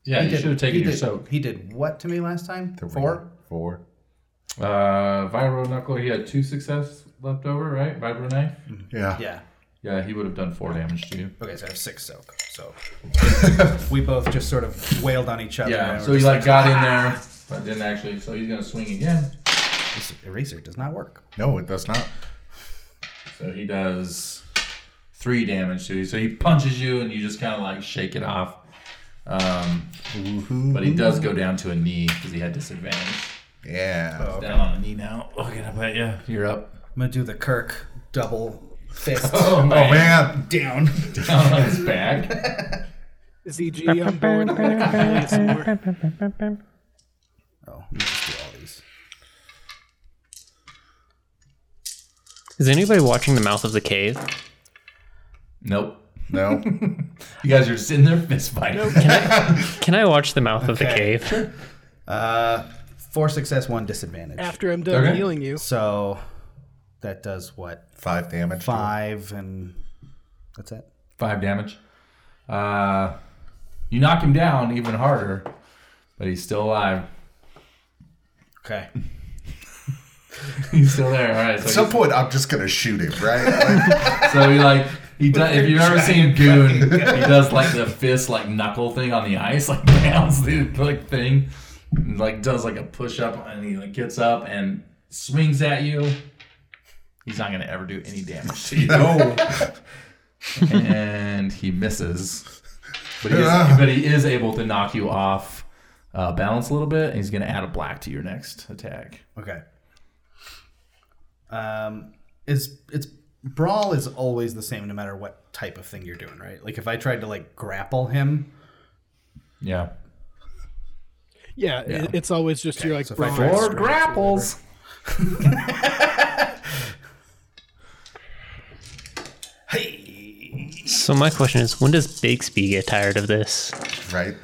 S5: Yeah,
S4: He
S5: you
S4: did-
S5: should have taken
S4: he
S5: your
S4: did-
S5: soak.
S4: He did what to me last time? Four.
S3: Four.
S5: Uh, Vibro knuckle. He had two success left over, right? Vibro knife.
S3: Yeah.
S4: Yeah.
S5: Yeah, he would have done four damage to you.
S4: Okay, so I have six soak.
S5: [LAUGHS]
S4: So we both just sort of wailed on each other.
S5: Yeah,
S4: and
S5: so
S4: we're
S5: he
S4: just
S5: like got in there, but didn't actually. So he's gonna swing again.
S4: This eraser does not work.
S3: No, it does not.
S5: So he does three damage to you. So he punches you, and you just kind of like shake it off. Um, but he does go down to a knee because he had disadvantage.
S3: Yeah.
S4: Oh.
S5: Down on a knee now. Looking up at you. You're up.
S4: I'm gonna do the Kirk double fist
S5: [LAUGHS] Oh,
S3: Oh man,
S4: down.
S5: Down on his back.
S7: ZG E on board. I can play [LAUGHS] it some more.
S4: Oh, let me just do all these.
S1: Is anybody watching the mouth of the cave?
S5: Nope.
S3: no.
S5: You guys are sitting there [LAUGHS] fist fighting.
S1: Can I watch the mouth of the cave?
S4: Uh, four success, one disadvantage.
S7: After I'm done
S5: Okay.
S7: healing you,
S4: So that does what?
S3: Five damage. to it.
S4: Five and that's it.
S5: Five damage. Uh, you knock him down even harder, but he's still alive. [LAUGHS]
S4: Okay.
S5: He's still there. All right. So,
S3: At some
S5: he's-
S3: point, I'm just gonna shoot him,
S4: [LAUGHS]
S3: right? Like,
S5: so he like he does. If you've ever seen Goon, he does like the fist like knuckle thing on the ice, like [LAUGHS] pounds the like thing, and, like does like a push up, and he like gets up and swings at you. He's not gonna ever do any damage to you.
S3: no.
S5: [LAUGHS] and he misses. But he, is, but he is able to knock you off uh, balance a little bit, and he's going to add a black to your next attack.
S4: [LAUGHS] Okay. Um, is it's brawl is always the same no matter what type of thing you're doing, right? Like if I tried to like grapple him,
S5: Yeah.
S7: yeah, i- it's always just your like
S4: so if I
S7: brawn.
S4: throw-
S5: Or
S4: Strength
S5: grapples.
S1: So my question is, when does Bixby get tired of this?
S3: Right.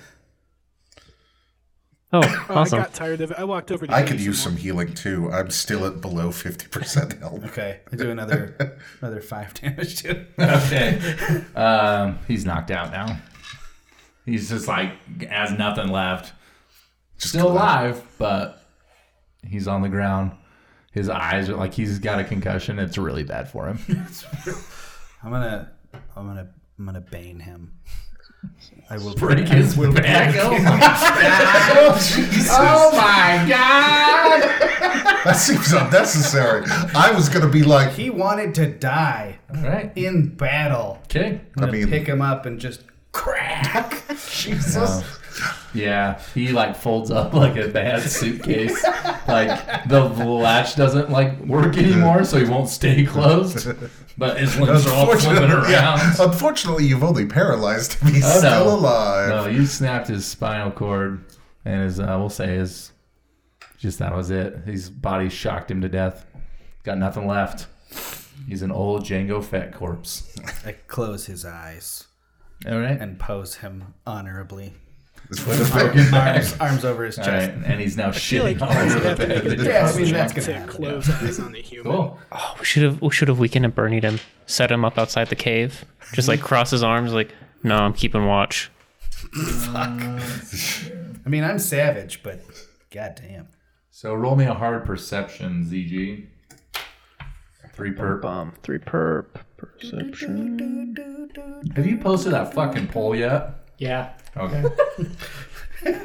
S1: Oh,
S7: Oh, I
S1: awesome.
S7: got tired of it. I walked over. To
S3: I
S7: you
S3: could use
S7: more.
S3: some healing too. I'm still at below fifty percent
S4: [LAUGHS]
S3: health.
S4: okay, I do another another five damage to it.
S5: [LAUGHS] okay. Um, he's knocked out now. He's just like has nothing left.
S3: Just
S5: Still
S3: collapse.
S5: alive, but he's on the ground. His eyes are like he's got a concussion. It's really bad for [LAUGHS] him.
S4: I'm gonna I'm gonna I'm gonna bane him. I will
S5: Break his back. oh [LAUGHS] my god!
S3: That seems unnecessary. I was gonna be like,
S4: He wanted to die
S5: All right.
S4: in battle.
S5: Okay.
S4: I'm
S3: I
S4: gonna
S3: mean,
S4: pick him up and just crack.
S3: Jesus.
S5: Yeah, he like folds up [LAUGHS] like a bad suitcase. like the latch doesn't like work anymore, so he won't stay closed. But his limbs are all flipping around.
S3: Unfortunately, [LAUGHS] yeah. Unfortunately, you've only paralyzed him. He's
S5: Oh,
S3: still
S5: no.
S3: alive.
S5: No, you snapped his spinal cord, and his uh, we'll say his just that was it. His body shocked him to death. Got nothing left. He's an old Django Fett corpse.
S4: I close his eyes
S5: All right,
S4: and pose him honorably.
S3: It's what the fuck-
S4: Arms, arms over his
S5: all
S4: chest.
S5: right, and he's now shitting
S7: like
S5: all over the
S7: that's
S5: bed.
S7: happening.
S4: Yeah, I mean that's
S5: [LAUGHS]
S4: gonna
S7: to
S4: happen.
S7: close eyes on the human.
S5: Cool.
S1: Oh, we should have we should have weakened and burned him, set him up outside the cave, just like cross his arms, like no, I'm keeping watch.
S4: I mean, I'm savage, but goddamn.
S5: So roll me a hard perception, ZG. Three perp.
S1: Um, three perp perception.
S5: Have you posted that fucking poll yet?
S6: Yeah.
S5: Okay. [LAUGHS]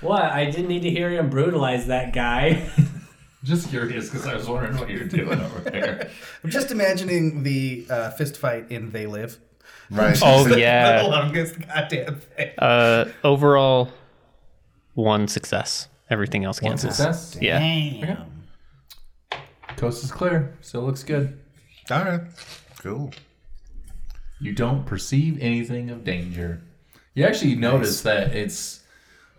S6: What? I didn't need to hear him brutalize that guy. [LAUGHS]
S5: Just curious because I was wondering what you're doing over there.
S4: I'm just imagining the uh, fist fight in They Live.
S3: [LAUGHS] right. [LAUGHS]
S1: Oh
S7: Uh,
S4: the
S1: yeah.
S4: longest goddamn thing.
S1: Uh, overall, one success. Everything else
S5: One
S1: cancels.
S5: success.
S1: Yeah.
S4: Damn.
S5: Coast is clear. Still looks good.
S3: All right. Cool.
S5: You don't perceive anything of danger. You actually notice that it's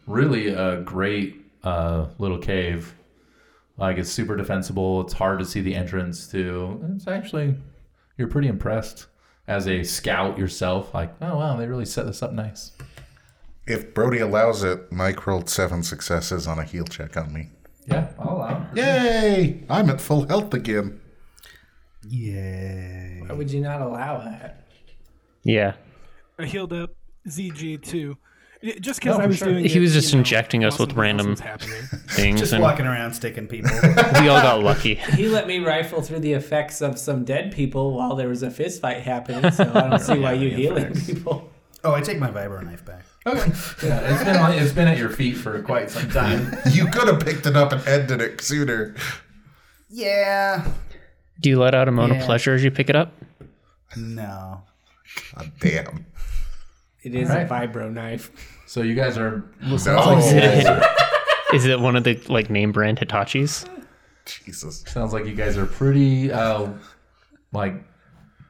S5: really a great uh, little cave. Like it's super defensible. It's hard to see the entrance to. It's actually you're pretty impressed as a scout yourself. Like, oh wow, they really set this up nice.
S3: If Brody allows it, Mike rolled seven successes on a heal check on me.
S5: Yeah, I'll allow. it.
S3: Yay! I'm at full health again. [LAUGHS]
S4: Yay.
S6: Why would you not allow that?
S1: Yeah.
S7: I healed up ZG too. Y- Just because
S5: No,
S7: I
S5: for
S7: was
S5: sure.
S7: doing
S1: He
S7: it,
S1: was just
S7: you know,
S1: injecting us
S7: while
S1: with
S7: something else
S1: random-
S5: [LAUGHS]
S7: was happening.
S1: Things
S4: Just
S1: and
S4: walking around sticking
S7: [LAUGHS]
S4: people.
S1: we all got lucky.
S6: He let me rifle through the effects of some dead people while there was a fist fight happening, so I [LAUGHS] don't see why you healing people.
S4: oh, I take my vibro knife back.
S5: Okay. Yeah, it's been on- it's been at your feet for quite some time.
S3: You could have picked it up and ended it sooner.
S4: Yeah.
S1: Do you let out a moan of
S4: Yeah.
S1: pleasure as you pick it up?
S4: No.
S3: God Ah, damn.
S6: It is
S5: Alright.
S6: a vibro knife.
S5: So you guys are Oh,
S3: No.
S1: Is it one of the like name brand Hitachis?
S3: Jesus.
S5: sounds like you guys are pretty uh, like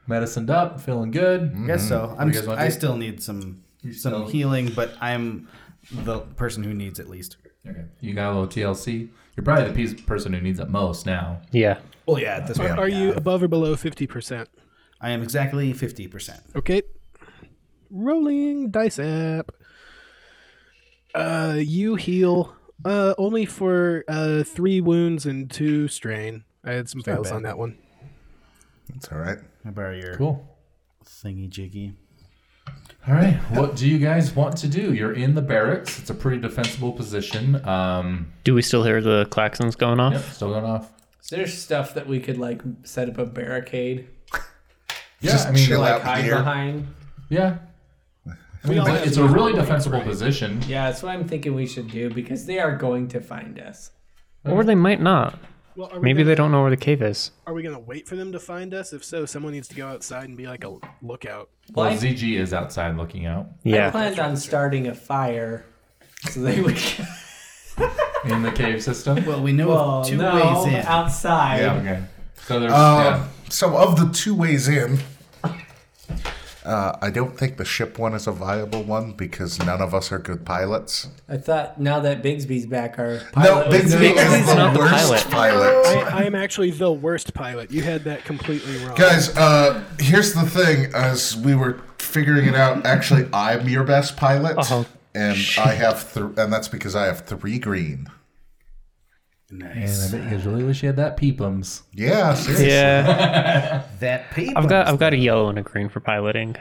S5: medicined up, feeling good.
S4: I guess so.
S7: Mm-hmm.
S4: I'm
S5: you guys
S4: st-
S5: wanna
S4: I
S5: do?
S4: still need some some
S5: still-
S4: healing, but I'm the person who needs at least.
S5: Okay. You got a little TLC. You're probably the piece, person who needs it most now.
S1: Yeah.
S4: Well, yeah, at this point,
S7: Are you
S4: yeah.
S7: above or below 50%?
S4: I am exactly fifty percent.
S7: Okay. Rolling dice app. Uh, you heal uh, only for uh, three wounds and two strain. I had some fails
S4: bad.
S7: on that one.
S3: That's all right.
S4: I borrow your
S5: Cool.
S4: thingy jiggy.
S5: All right. What do you guys want to do? You're in the barracks. It's a pretty defensible position. Um,
S1: Do we still hear the claxons going off?
S5: yep, still going off.
S6: Is there stuff that we could like set up a barricade,
S5: Yeah,
S3: Just
S5: I mean,
S3: chill
S5: like,
S3: out
S6: hide
S3: here.
S6: behind?
S5: yeah. I mean,
S7: all
S5: it's-
S7: have
S5: it's a really defensible position.
S6: Yeah, that's what I'm thinking we should do because they are going to find us.
S1: Or they might not.
S7: Well, are
S1: Maybe
S7: we
S1: they
S7: gonna,
S1: don't know where the cave is.
S7: are we gonna wait for them to find us? If so, someone needs to go outside and be like a lookout.
S5: Well,
S6: I-
S5: ZG is outside looking out
S6: I
S1: Yeah.
S6: planned on starting a fire so they would. [LAUGHS]
S5: in the cave system.
S4: Well, we know
S6: Well,
S4: of two
S6: no,
S4: ways in.
S6: outside.
S3: Yeah.
S5: Okay. So there's
S3: Uh, So, of the two ways in, uh, I don't think the ship one is a viable one because none of us are good pilots.
S6: I thought now that Bigsby's back, our
S3: No,
S6: pilot was-
S3: Bigsby is
S1: Bigsby's
S3: the
S1: not the
S3: worst pilot.
S7: I, I am actually the worst pilot. You had that completely wrong.
S3: Guys, uh, here's the thing. As we were figuring it out, actually, I'm your best pilot,
S1: Uh-huh.
S3: and I have, th- and that's because I have three green.
S5: yeah.
S4: Nice.
S5: And I bet you guys really wish you had that peepums.
S3: Yeah, seriously.
S1: [LAUGHS] Yeah.
S4: That paper.
S1: I've got I've got a yellow and a green for piloting.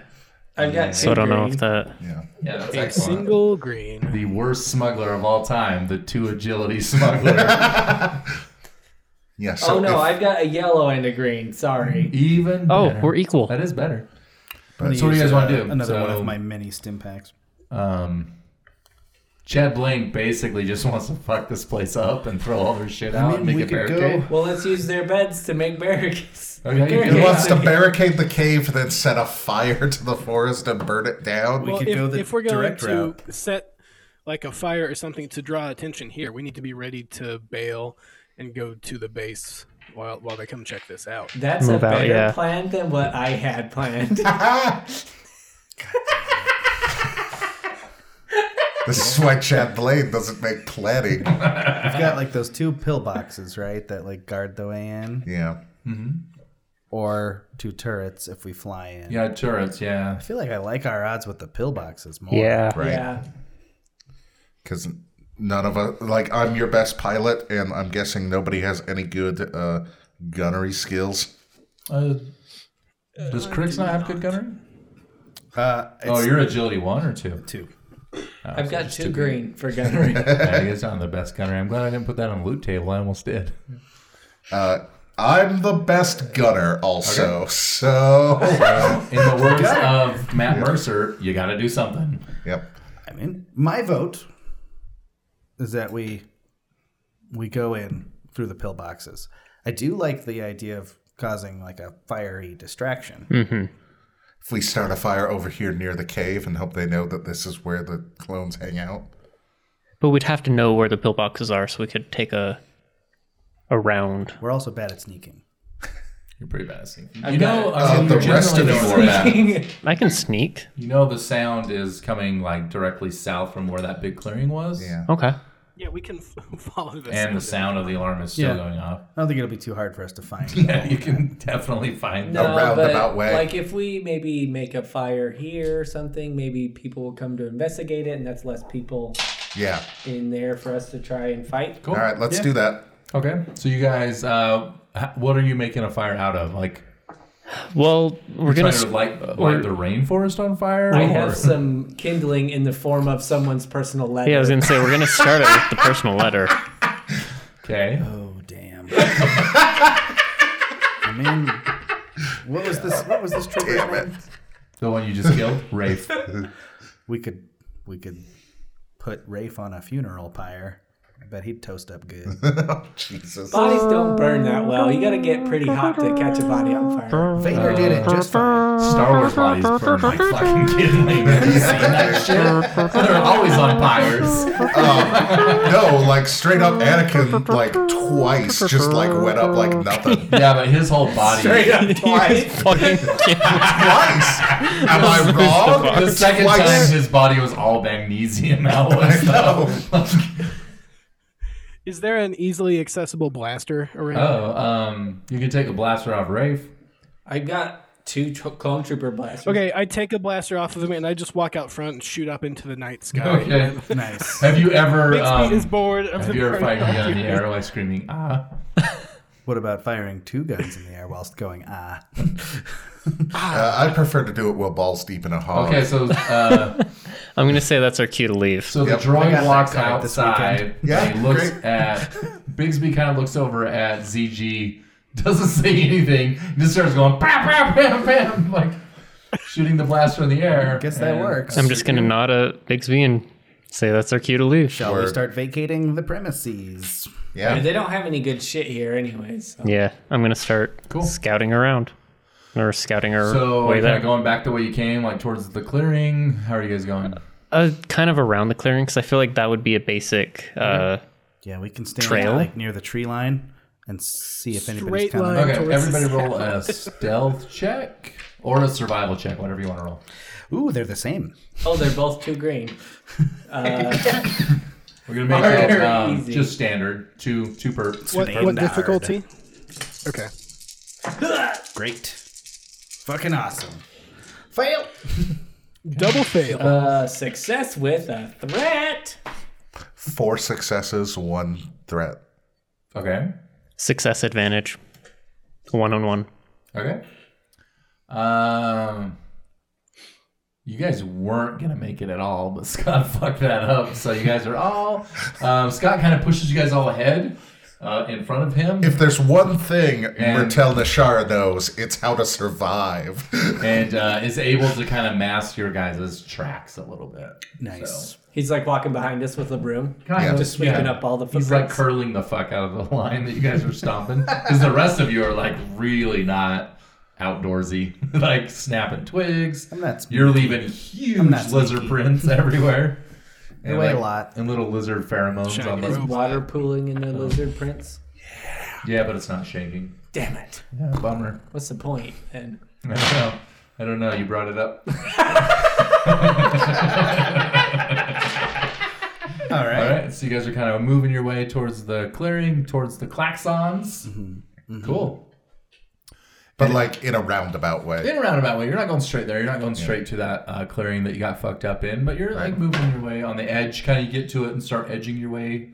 S6: I've got.
S1: So I don't know if that
S3: Yeah.
S5: Yeah, that's
S7: Single green.
S5: The worst smuggler of all time, the two agility [LAUGHS] smuggler.
S1: [LAUGHS]
S3: Yeah, so
S6: Oh no,
S3: if-
S6: I've got a yellow and a
S1: [LAUGHS]
S6: green. Sorry.
S5: Even
S1: Oh,
S5: better.
S1: we're equal.
S5: That is better.
S4: I'm gonna
S5: So what do you
S4: use,
S5: guys wanna do?
S4: Another one
S5: So-
S4: of my many stim packs.
S5: Um, Chad Blank basically just [LAUGHS] wants to fuck this place up and throw all their shit out
S4: mean,
S5: and make
S4: we
S5: a
S4: could
S5: barricade.
S6: Well, let's use their beds to make barricades.
S1: [LAUGHS]
S5: Okay, you
S3: he
S5: Yeah.
S3: wants [LAUGHS] to barricade the cave, then set a fire to the forest and burn it down.
S4: We
S7: Well,
S4: could
S7: if,
S4: go the
S7: if we're going
S4: direct
S7: to
S4: route.
S7: set like a fire or something to draw attention here, we need to be ready to bail and go to the base while while they come check this out.
S6: That's
S1: Move
S6: a
S1: out,
S6: better
S1: yeah.
S6: plan than what I
S1: [LAUGHS]
S6: had planned.
S3: This is why Chad Blade doesn't make planning.
S4: I've got like those two pill boxes, right? That like guard the way in,
S3: Yeah.
S4: or two turrets if we fly in.
S5: Yeah, turrets. Yeah,
S4: I feel like I like our odds with the pill boxes more.
S1: Yeah.
S3: Right.
S6: Yeah.
S3: because none of us like i'm your best pilot and i'm guessing nobody has any good uh gunnery skills
S5: Uh, does Crix not have good gunnery?
S4: Uh, it's
S5: Oh, you're agility one or [LAUGHS] two.
S4: two.
S6: I've got two green
S3: [LAUGHS]
S6: for gunnery.
S5: I guess not the best gunnery. I'm glad I didn't put that on the loot table. I almost did.
S3: Uh, i'm the best gunner also so [LAUGHS]
S5: In the words of Matt Mercer, you got to do something.
S3: yep
S4: I mean, my vote is that we we go in through the pill boxes. I do like the idea of causing like a fiery distraction.
S3: if we start a fire over here near the cave and hope they know that this is where the clones hang out
S1: But we'd have to know where the pillboxes are so we could take a a round.
S4: We're also bad at sneaking.
S5: You're pretty bad at sneaking. You know,
S6: got-
S5: I mean,
S3: Uh,
S5: you're
S3: the rest
S5: generally
S3: of
S5: not
S3: the
S5: bad.
S1: I can sneak.
S5: You know, the sound is coming like directly south from where that big clearing was.
S3: Yeah.
S1: Okay.
S7: Yeah, we can f- [LAUGHS] follow this.
S5: And the sound of the alarm is still
S4: Yeah.
S5: going off. [LAUGHS]
S4: I don't think it'll be too hard for us to find.
S5: Yeah, you can definitely find
S6: [LAUGHS] No,
S3: roundabout
S6: but,
S3: way.
S6: Like if we maybe make a fire here or something, maybe people will come to investigate it, and that's less people
S3: yeah
S6: in there for us to try and fight.
S5: Cool.
S3: all right let's do that [LAUGHS]
S5: Okay. So you guys, uh, h- what are you making a fire out of? Like
S1: Well, we're
S5: trying
S1: gonna.
S5: to
S1: s-
S5: light, light the rainforest on fire?
S6: I
S5: or-
S6: have some kindling in the form of someone's personal letter.
S1: yeah, I was gonna say we're gonna start it with the personal letter.
S5: Okay.
S4: Oh damn. I mean, what was this? What was this trigger? name?
S5: The one you
S3: [LAUGHS]
S5: just killed, Rafe.
S4: We could we could put Rafe on a funeral pyre. I bet he'd toast up good.
S3: Oh, Jesus.
S6: Bodies don't burn that well. You gotta get pretty hot to catch a body on fire.
S7: Oh,
S4: Vader did it just fine.
S5: Star Wars bodies
S3: [LAUGHS]
S5: burn like fucking kindling. Have you seen that shit? [LAUGHS] They're always on fires.
S3: Um, No, like straight up Anakin, like twice, just like went up like nothing.
S5: Yeah, but his whole body.
S6: Straight
S5: [LAUGHS]
S6: up twice.
S1: Fucking
S3: Twice? [LAUGHS] Am I wrong?
S5: The second
S3: Twice.
S5: time his body was all magnesium [LAUGHS] alloy.
S3: I know.
S7: Is there an easily accessible blaster around?
S5: Oh, um, you can take a blaster off Rafe.
S6: I got two tro- clone trooper blasters.
S7: Okay, I take a blaster off of him and I just walk out front and shoot up into the night sky.
S5: Okay.
S4: Nice.
S5: Have you ever?
S7: Bixby is
S5: Um,
S7: bored of
S5: have
S7: the
S5: you ever
S7: burning
S5: fired a gun in the
S7: document.
S5: air like screaming ah?
S4: What about firing two guns in the air whilst going ah?
S3: Uh, I prefer to do it while balls deep in a hog.
S5: Okay, so uh,
S1: I'm gonna say that's our cue to leave.
S5: So
S3: Yep.
S5: the
S4: I got
S5: droid
S4: that
S5: walks
S4: covered this
S5: outside.
S3: Yeah,
S5: and he looks
S3: great.
S5: at Bigsby. Kind of looks over at ZG. Doesn't say anything. Just starts going bam, bam, bam, bam, like shooting the blaster in the air.
S4: Guess that
S5: And
S4: works.
S1: I'm just gonna nod at Bigsby and say that's our cue to leave.
S4: Shall we
S3: Word.
S4: start vacating the premises?
S3: Yeah.
S6: They don't have any good shit here, anyways. so-
S1: Yeah, I'm gonna start
S5: Cool.
S1: scouting around or scouting our
S5: So
S1: way
S5: kind
S1: there.
S5: of going back the way you came, like towards the clearing. How are you guys going?
S1: uh, kind of around the clearing because I feel like that would be a basic. Uh,
S4: Yeah, we can stand
S1: Trail?
S4: like near the tree line and see if anybody's
S7: Straight
S4: coming.
S7: line.
S5: Okay,
S7: towards the
S5: everybody roll a stealth check or a survival check, whatever you want to roll.
S4: Ooh, they're the same.
S6: Oh, they're both too green.
S5: We're gonna make it
S6: Very
S5: um,
S6: easy.
S5: just standard two two per.
S7: What,
S4: Name
S7: what
S4: that hard.
S7: difficulty? Okay.
S4: Great. Fucking awesome. Fail.
S7: Double fail.
S6: Uh, success with a threat.
S3: Four successes, one threat.
S5: Okay.
S1: success advantage, one on one.
S5: Okay. Um, you guys weren't gonna make it at all, but [LAUGHS] Scott fucked that up. So you guys are all. Um, Scott kind of pushes you guys all ahead, uh, in front of him,
S3: If there's one thing
S5: And-
S3: Mertel Nashar knows, it's how to survive. [LAUGHS]
S5: and uh, is able to kind of mask your guys' tracks a little bit.
S4: Nice.
S6: He's like walking behind us with a broom.
S5: Kind
S3: Yeah.
S5: of
S6: Just sweeping up all the
S5: He's like
S6: footprints.
S5: curling the fuck out of the [LAUGHS] line that you guys are stomping because the rest of you are like really not outdoorsy, [LAUGHS] like snapping twigs.
S4: I'm not
S5: You're leaving huge
S4: not
S5: lizard
S4: sneaky.
S5: prints [LAUGHS] everywhere. And
S4: weigh a lot.
S5: And little lizard pheromones on
S6: Is
S5: them.
S6: water pooling
S1: Oh.
S6: in the lizard prints?
S5: [LAUGHS] Yeah, but it's not shaking.
S6: Damn it.
S5: Yeah, bummer.
S6: What's the point? And
S5: [LAUGHS] I don't know. I don't know. You brought it up.
S4: All right.
S5: All right. So you guys are kind of moving your way towards the clearing, towards the klaxons.
S4: Mm-hmm.
S5: Cool.
S3: but like in a roundabout way.
S5: in a roundabout way. You're not going straight there. You're not going straight to that uh, clearing that you got fucked up in, but you're like moving your way on the edge. Kind of get to it and start edging your way,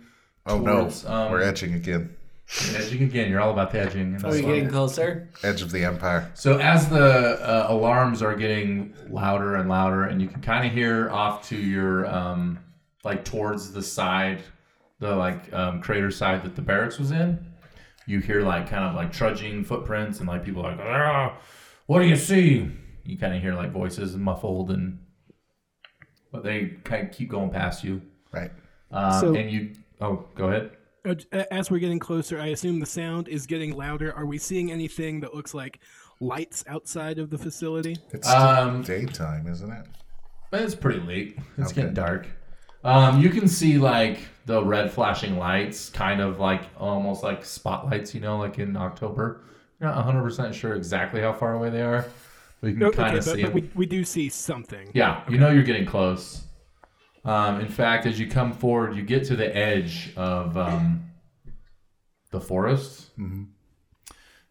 S3: Oh
S5: towards,
S3: no,
S5: um,
S3: we're edging again.
S5: edging again. You're all about the edging.
S6: are we getting closer?
S3: Edge of the empire.
S5: So as the uh, alarms are getting louder and louder, and you can kind of hear off to your um, like towards the side, the like um, crater side that the barracks was in. You hear like kind of like trudging footprints and like people like, "Ah, what do you see? You kind of hear like voices muffled and, but they kind of keep going past you.
S3: Right.
S5: Um,
S7: So-
S5: and you, oh, go ahead.
S7: Uh, As we're getting closer, I assume the sound is getting louder. Are we seeing anything that looks like lights outside of the facility?
S3: It's still
S5: Um,
S3: daytime, isn't it?
S5: But it's pretty late. It's
S3: Okay.
S5: getting dark. Um, you can see like the red flashing lights, kind of like almost like spotlights, you know, like in October. You're not 100% sure exactly how far away they are, but you can
S7: No,
S5: kind
S7: okay,
S5: of see
S7: but,
S5: them.
S7: but we, we do see something.
S5: Yeah, you know you're getting close. Um, in fact, as you come forward, you get to the edge of um, the forest,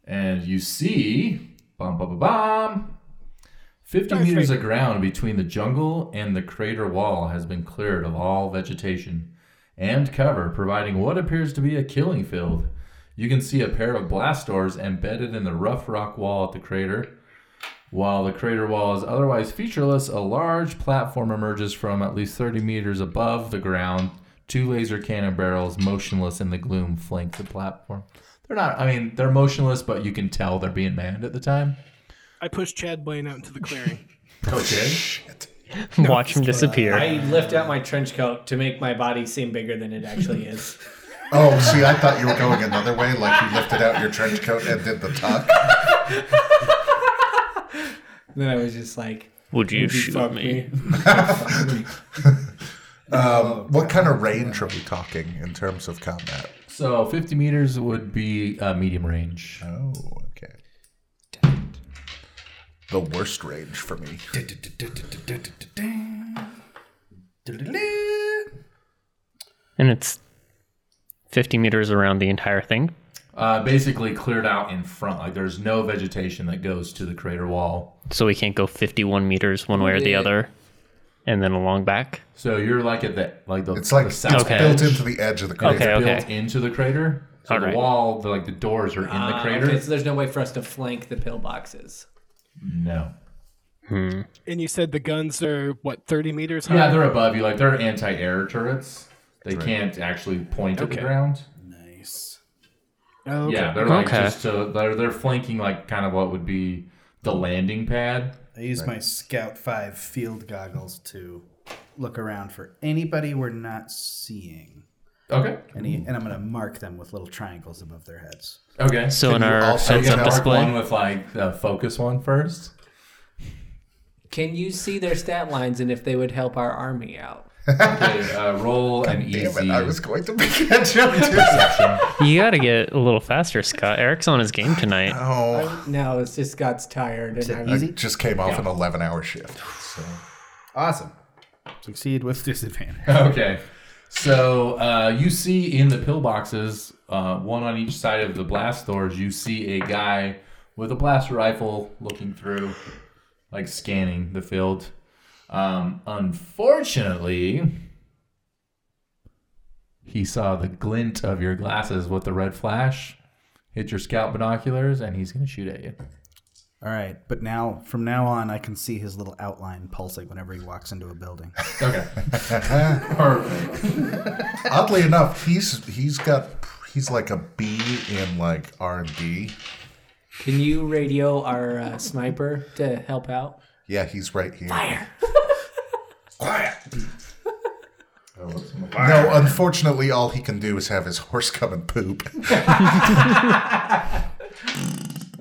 S5: and you see, bum bum bum, bum, fifty
S7: Darth
S5: meters
S7: Vader.
S5: of ground between the jungle and the crater wall has been cleared of all vegetation and cover, providing what appears to be a killing field. You can see a pair of blast doors embedded in the rough rock wall at the crater. While the crater wall is otherwise featureless, a large platform emerges from at least 30 meters above the ground. Two laser cannon barrels, motionless in the gloom, flank the platform. They're not, I mean, they're motionless, but you can tell they're being manned at the time. [LAUGHS]
S7: I push Chad Blaine out into the clearing.
S5: Okay.
S3: Oh, Shit.
S1: [LAUGHS] Watch him disappear.
S6: I lift out my trench coat to make my body seem bigger than it
S1: [LAUGHS]
S6: actually is.
S3: Oh, see, I thought you were going another way, like you lifted out your trench coat and did the tuck.
S6: then I was just like,
S1: Would you
S6: "Would you
S1: shoot
S6: fuck
S1: me? [LAUGHS]
S3: Um, what kind of range are we talking in terms of combat?
S5: So 50 meters would be uh, medium range.
S3: Oh, okay. The worst range for me.
S1: And it's 50 meters around the entire thing.
S5: Uh, basically cleared out in front. Like there's no vegetation that goes to the crater wall.
S1: So we can't go 51 meters one way or the
S6: Yeah.
S1: other. And then along back.
S5: So you're like at the like the
S3: It's like
S5: the
S3: it's
S5: south
S1: Okay.
S3: built into the edge of the crater.
S1: Okay,
S5: built into the crater. So the
S1: Alright.
S5: wall, the, like the doors are in the
S3: Ah,
S5: crater.
S6: Okay, so there's no way for us to flank the pillboxes.
S5: No.
S7: And you said the guns are what thirty meters high.
S5: Yeah, they're above you. Like they're anti-air turrets. They can't actually point at the ground.
S4: Nice.
S7: Oh, okay.
S5: Yeah, they're like
S1: Okay.
S5: just to they're they're flanking like kind of what would be the landing pad.
S4: I use my Scout 5 field goggles to look around for anybody we're not seeing.
S5: Okay.
S4: Any, and I'm going to mark them with little triangles above their heads.
S5: Okay.
S1: So in
S3: you
S1: our
S3: also
S1: heads
S5: you
S1: up
S5: gotta mark one
S1: display.
S5: with like the focus one first.
S1: [LAUGHS]
S6: Can you see their stat lines and if they would help our army out?
S5: Okay, uh, roll an easy.
S3: Damn it, I was going [LAUGHS] to make that joke too.
S1: You got to get a little faster, Scott. Eric's on his game tonight.
S3: Oh,
S6: No, it's just Scott's tired. And I'm-
S3: I just came off an 11 hour shift. So.
S4: Awesome. Succeed with disadvantage.
S5: [LAUGHS] Okay. So uh, you see in the pillboxes, uh, one on each side of the blast doors, you see a guy with a blaster rifle looking through, like scanning the field. Um, unfortunately, he saw the glint of your glasses with the red flash, hit your scout binoculars, and he's going to shoot at you.
S4: [LAUGHS] All right, but now from now on, I can see his little outline pulsing whenever he walks into a building.
S5: Okay. Perfect.
S3: Oddly enough, he's he's got he's like a B in like R and D.
S6: Can you radio our uh, sniper to help out?
S3: Yeah, he's right here.
S6: Fire.
S3: [LAUGHS] Quiet. No, unfortunately, all he can do is have his [LAUGHS] horse come and poop.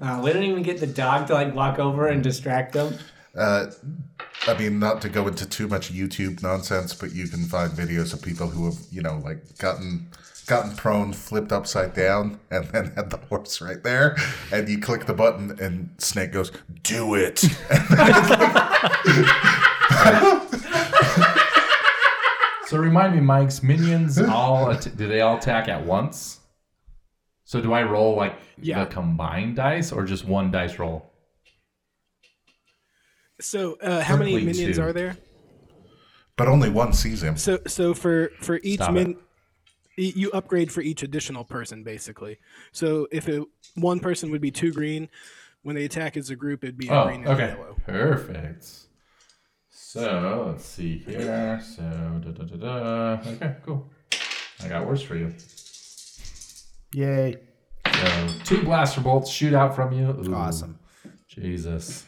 S6: Uh, we don't even get the dog to like walk over and distract them.
S3: Uh, I mean, not to go into too much YouTube nonsense, but you can find videos of people who have, you know, like gotten gotten prone, flipped upside down, and then had the horse right there. And you click the button, and Snake goes, "Do [LAUGHS] it."
S5: So remind me, Mike's minions all at- do they all attack at once? So do I roll like
S7: Yeah.
S5: the combined dice or just one dice roll?
S7: So uh, how many
S5: Complete
S7: minions
S5: two.
S7: are there?
S3: but only one sees him.
S7: So so for for each
S5: Stop
S7: min, y- you upgrade for each additional person basically. So if it, one person would be two green, when they attack as a group, it'd be a
S5: Oh,
S7: green and a
S5: okay,
S7: yellow.
S5: perfect. So let's see here. So da da da da. Okay, cool. I got worse for you.
S4: [LAUGHS] Yay!
S5: So two blaster bolts shoot out from you. Ooh,
S4: Awesome.
S5: Jesus.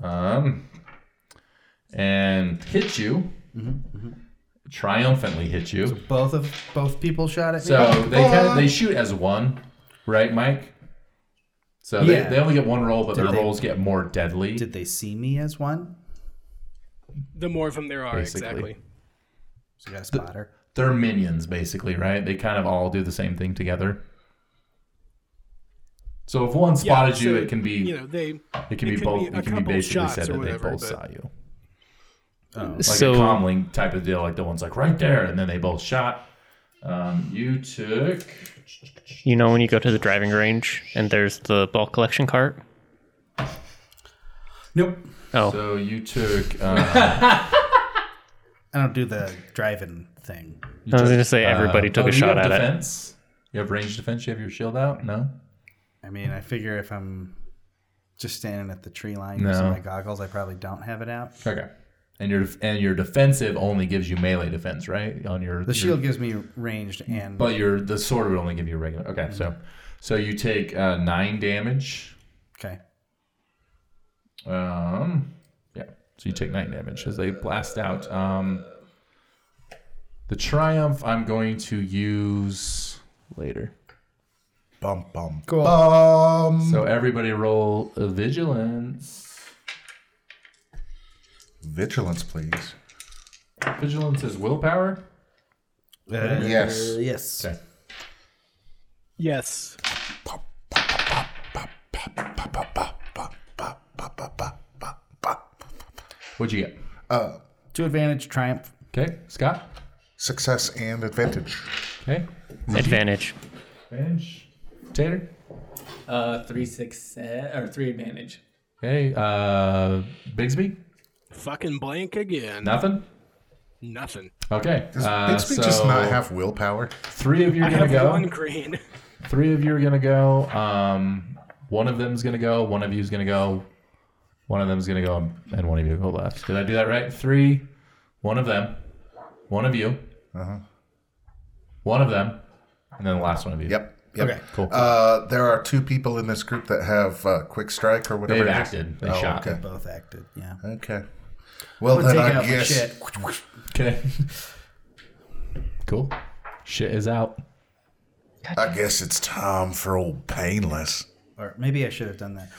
S5: Um, and hit you.
S7: Mm-hmm,
S5: Triumphantly hit you.
S4: Both of both people shot at me.
S5: So they can, they shoot as one, right, Mike? So they,
S4: Yeah.
S5: they only get one roll, but their
S4: they-
S5: rolls get more deadly.
S4: Did they see me as one?
S7: The more of them there are,
S5: Basically.
S7: exactly.
S4: So I got a spotter.
S5: They're minions, basically, right? They kind of all do the same thing together. So if one
S7: Yeah,
S5: spotted you,
S7: so,
S5: it can be
S7: you know they
S5: it can
S7: it
S5: be
S7: could
S5: both.
S7: be a
S5: it can be
S7: couple
S5: basically
S7: shots
S5: said
S7: or
S5: that
S7: whatever,
S5: they both
S7: but-
S5: saw you,
S4: Oh.
S5: like
S1: so
S5: a comlink type of deal. Like the one's like right there, and then they both shot. Um, you took
S1: you know when you go to the driving range and there's the ball collection cart.
S4: Nope.
S1: Oh,
S5: so you took. Uh,
S4: I don't do the driving thing.
S1: I was gonna say [LAUGHS] everybody took
S5: oh,
S1: a
S5: you
S1: shot
S5: have
S1: at it.
S5: defense? You have range defense. You have your shield out. No.
S4: I mean, I figure if I'm just standing at the tree line
S5: No.
S4: using my goggles, I probably don't have it out.
S5: Okay. And your and your defensive only gives you melee defense, right? On your
S4: The shield gives me ranged and
S5: Mm. but your the sword would only give you regular. Okay, so so you take uh, nine damage.
S4: okay.
S5: Um, yeah, So you take nine damage as they blast out. Um, the triumph I'm going to use later.
S3: Bum bum.
S4: Cool.
S3: Bum.
S5: So everybody roll a vigilance.
S3: Vigilance, please.
S5: Vigilance is willpower.
S4: Uh,
S3: Yes.
S4: Yes.
S5: Okay.
S7: Yes.
S5: What'd you get?
S4: Two advantage, triumph.
S5: Okay, Scott.
S3: Success and advantage.
S5: Okay,
S1: Advantage.
S5: advantage. Tater.
S6: Uh, three success or three advantage.
S5: Okay, uh, Bigsby.
S7: Fucking blank again.
S5: Nothing.
S7: Nothing.
S5: Okay.
S3: Does
S5: uh,
S3: Bixby
S5: so
S3: just not have willpower?
S5: three of you are
S3: [LAUGHS]
S7: I
S5: gonna
S7: have
S5: go.
S7: one green.
S5: Three of you are gonna go. Um, one of them's gonna go. One of you's gonna go. One of them's gonna go, and one of you go left. Did I do that right? Three. One of them. One of you. Uh huh.
S3: Uh-huh.
S5: One of them, and then the last one of you.
S3: Yep. yep.
S4: Okay.
S5: Cool.
S3: Uh, there are two people in this group that have uh, quick strike or whatever.
S5: They've
S3: it is.
S5: acted. They
S3: oh,
S5: shot.
S3: Okay.
S4: Both acted. Yeah.
S3: Okay. Well,
S4: We'll
S3: then
S4: take
S3: I
S4: out my
S3: guess.
S4: shit.
S5: Okay. cool. Shit is out.
S3: I guess it's time for old painless.
S4: Or maybe I should have done that.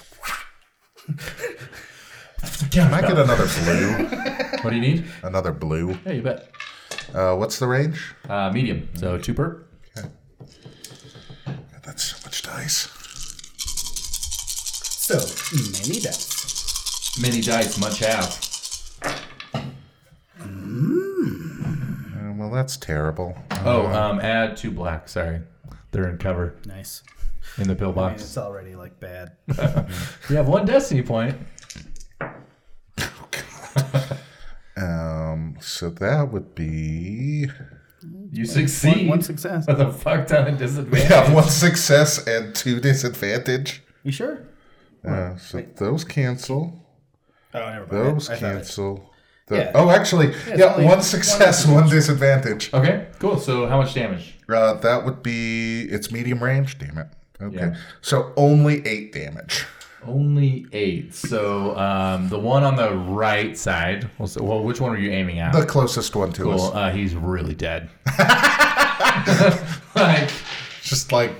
S3: Can I get another
S5: [LAUGHS]
S3: blue?
S5: What do you need?
S3: another blue.
S5: Yeah, you bet.
S3: Uh, what's the range?
S5: Uh, medium. So two perp.
S3: God, That's so much dice.
S4: So many dice.
S5: Many dice, much half.
S3: Uh, well, that's terrible.
S5: Oh, um, add two black. Sorry, they're in cover
S4: Nice.
S5: in the
S4: I mean,
S5: pillbox.
S4: it's already like bad.
S5: You have one destiny point.
S3: Um, so that would be [LAUGHS]
S5: You succeed.
S4: One, one success.
S5: With a fuck ton of disadvantage.
S3: yeah, one success and two disadvantage.
S4: [LAUGHS] You sure?
S3: Uh, so those cancel.
S4: Oh, never mind.
S3: Those
S4: I thought it-
S3: cancel. The-
S4: Yeah.
S3: Oh, actually, yeah,
S4: only
S3: one
S4: one
S3: success, one, disadvantage.
S5: Okay, cool. So how much damage?
S3: Uh, that would be it's medium range. Damn it. Okay,
S5: Yeah.
S3: so only eight damage.
S5: Only eight. So um, the one on the right side. Well, so, well which one are you aiming at?
S3: The closest one to
S5: Cool.
S3: us,
S5: Uh, he's really dead. [LAUGHS] like
S3: just like